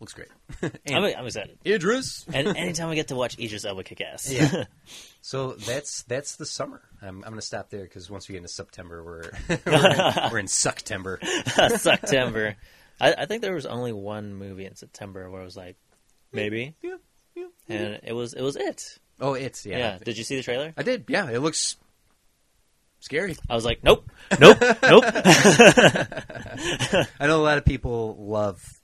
Looks great. I'm, and I'm excited. Idris! and anytime I get to watch Idris Elba kick ass. Yeah. So that's that's the summer. I'm, I'm going to stop there because once we get into September, we're we're in, we're in Sucktember. September. I, I think there was only one movie in September where it was like, maybe, Yeah, yeah. and it was it was it. Oh, it's yeah. Yeah. Did you see the trailer? I did. Yeah, it looks scary. I was like, nope, nope, nope. I know a lot of people love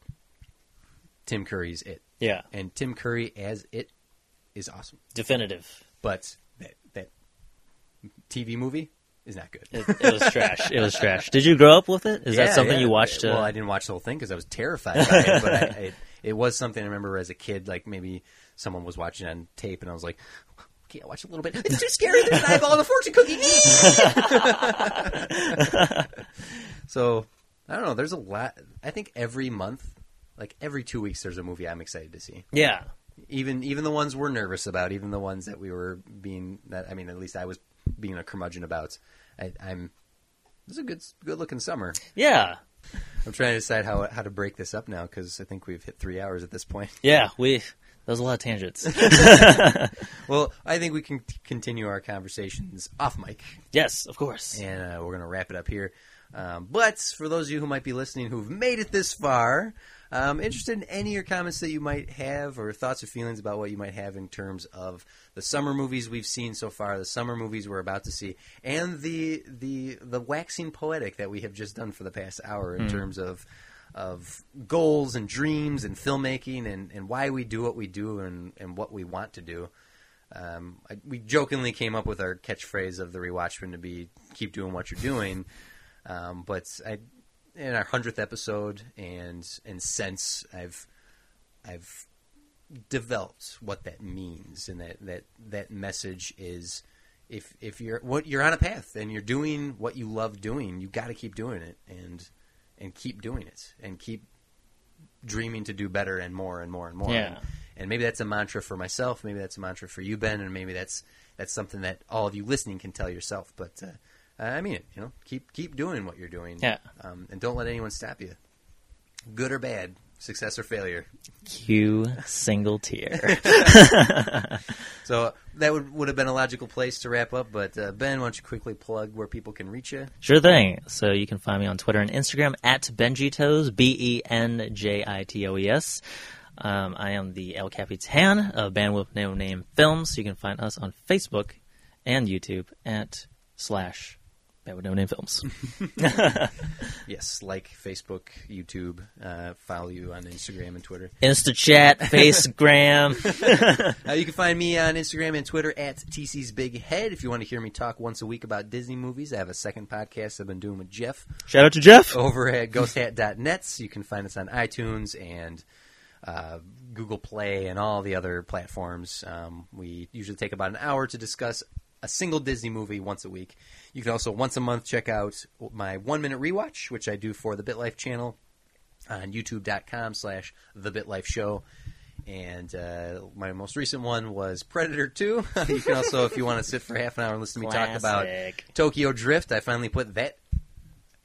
Tim Curry's It, yeah, and Tim Curry as It is awesome. definitive. But that that TV movie is not good. It, it was trash. It was trash. Did you grow up with it? Is that Yeah, something yeah. you watched? Uh, Well, I didn't watch the whole thing because I was terrified. By it, but I, it, it was something I remember as a kid. Like maybe someone was watching on tape, and I was like, "Okay, I watch a little bit. It's too scary. There's an eyeball in a fortune cookie." so I don't know. There's a lot. I think every month, like every two weeks, there's a movie I'm excited to see. yeah, Even even the ones we're nervous about, even the ones that we were being that I mean, at least I was being a curmudgeon about. I, I'm. This is a good good looking summer. yeah, I'm trying to decide how how to break this up now because I think we've hit three hours at this point. yeah. We there was a lot of tangents. Well, I think we can t- continue our conversations off mic, yes, of course. and uh, we're going to wrap it up here. Um, but for those of you who might be listening who've made it this far, I'm interested in any of your comments that you might have or thoughts or feelings about what you might have in terms of the summer movies we've seen so far, the summer movies we're about to see, and the the the waxing poetic that we have just done for the past hour in terms of of goals and dreams and filmmaking and, and why we do what we do and, and what we want to do. Um, I, we jokingly came up with our catchphrase of the rewatchman to be "Keep doing what you're doing," um, but I, in our hundredth episode and and since I've I've developed what that means and that that that message is if if you're what you're on a path and you're doing what you love doing, you got to keep doing it and and keep doing it and keep dreaming to do better and more and more and more. Yeah. And, and maybe that's a mantra for myself. Maybe that's a mantra for you, Ben, and maybe that's that's something that all of you listening can tell yourself. But uh, I mean it. You know, keep keep doing what you're doing. Yeah. Um, and don't let anyone stop you, good or bad, success or failure. Cue single tear. So that would would have been a logical place to wrap up. But uh, Ben, why don't you quickly plug where people can reach you? Sure thing. So you can find me on Twitter and Instagram at Benjitoes, B E N J I T O E S. Um, I am the El Capitan of Bandwidth No Name Films. You can find us on Facebook and YouTube at slash Bandwidth No Name Films. Yes, like Facebook, YouTube, uh, follow you on Instagram and Twitter. InstaChat, Facegram. Uh, you can find me on Instagram and Twitter at TC's Big Head. If you want to hear me talk once a week about Disney movies, I have a second podcast I've been doing with Jeff Shout out to Jeff. over at ghosthat.net. You can find us on iTunes and uh, Google Play and all the other platforms. Um, we usually take about an hour to discuss a single Disney movie once a week. You can also once a month check out my one minute rewatch, which I do for the BitLife channel on youtube.com slash the BitLife show. And uh, my most recent one was Predator 2. you can also, if you want to sit for half an hour and listen to me talk about Classic. Tokyo Drift, I finally put that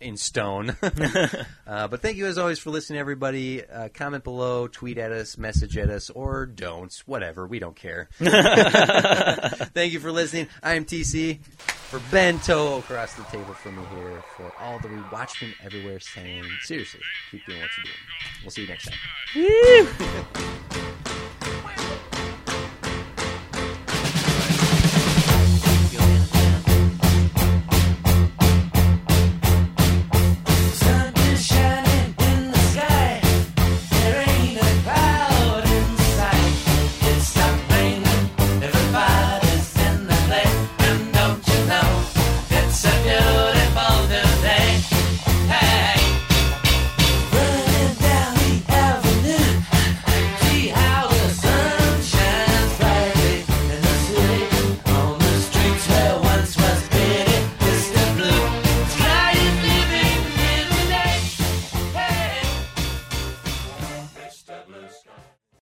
in stone. uh, but thank you as always for listening, everybody. Uh, comment below, tweet at us, message at us, or don't. Whatever, we don't care. thank you for listening. I am TC for Bento across the table from me here for all the rewatchmen everywhere saying seriously, keep doing what you're doing. We'll see you next time.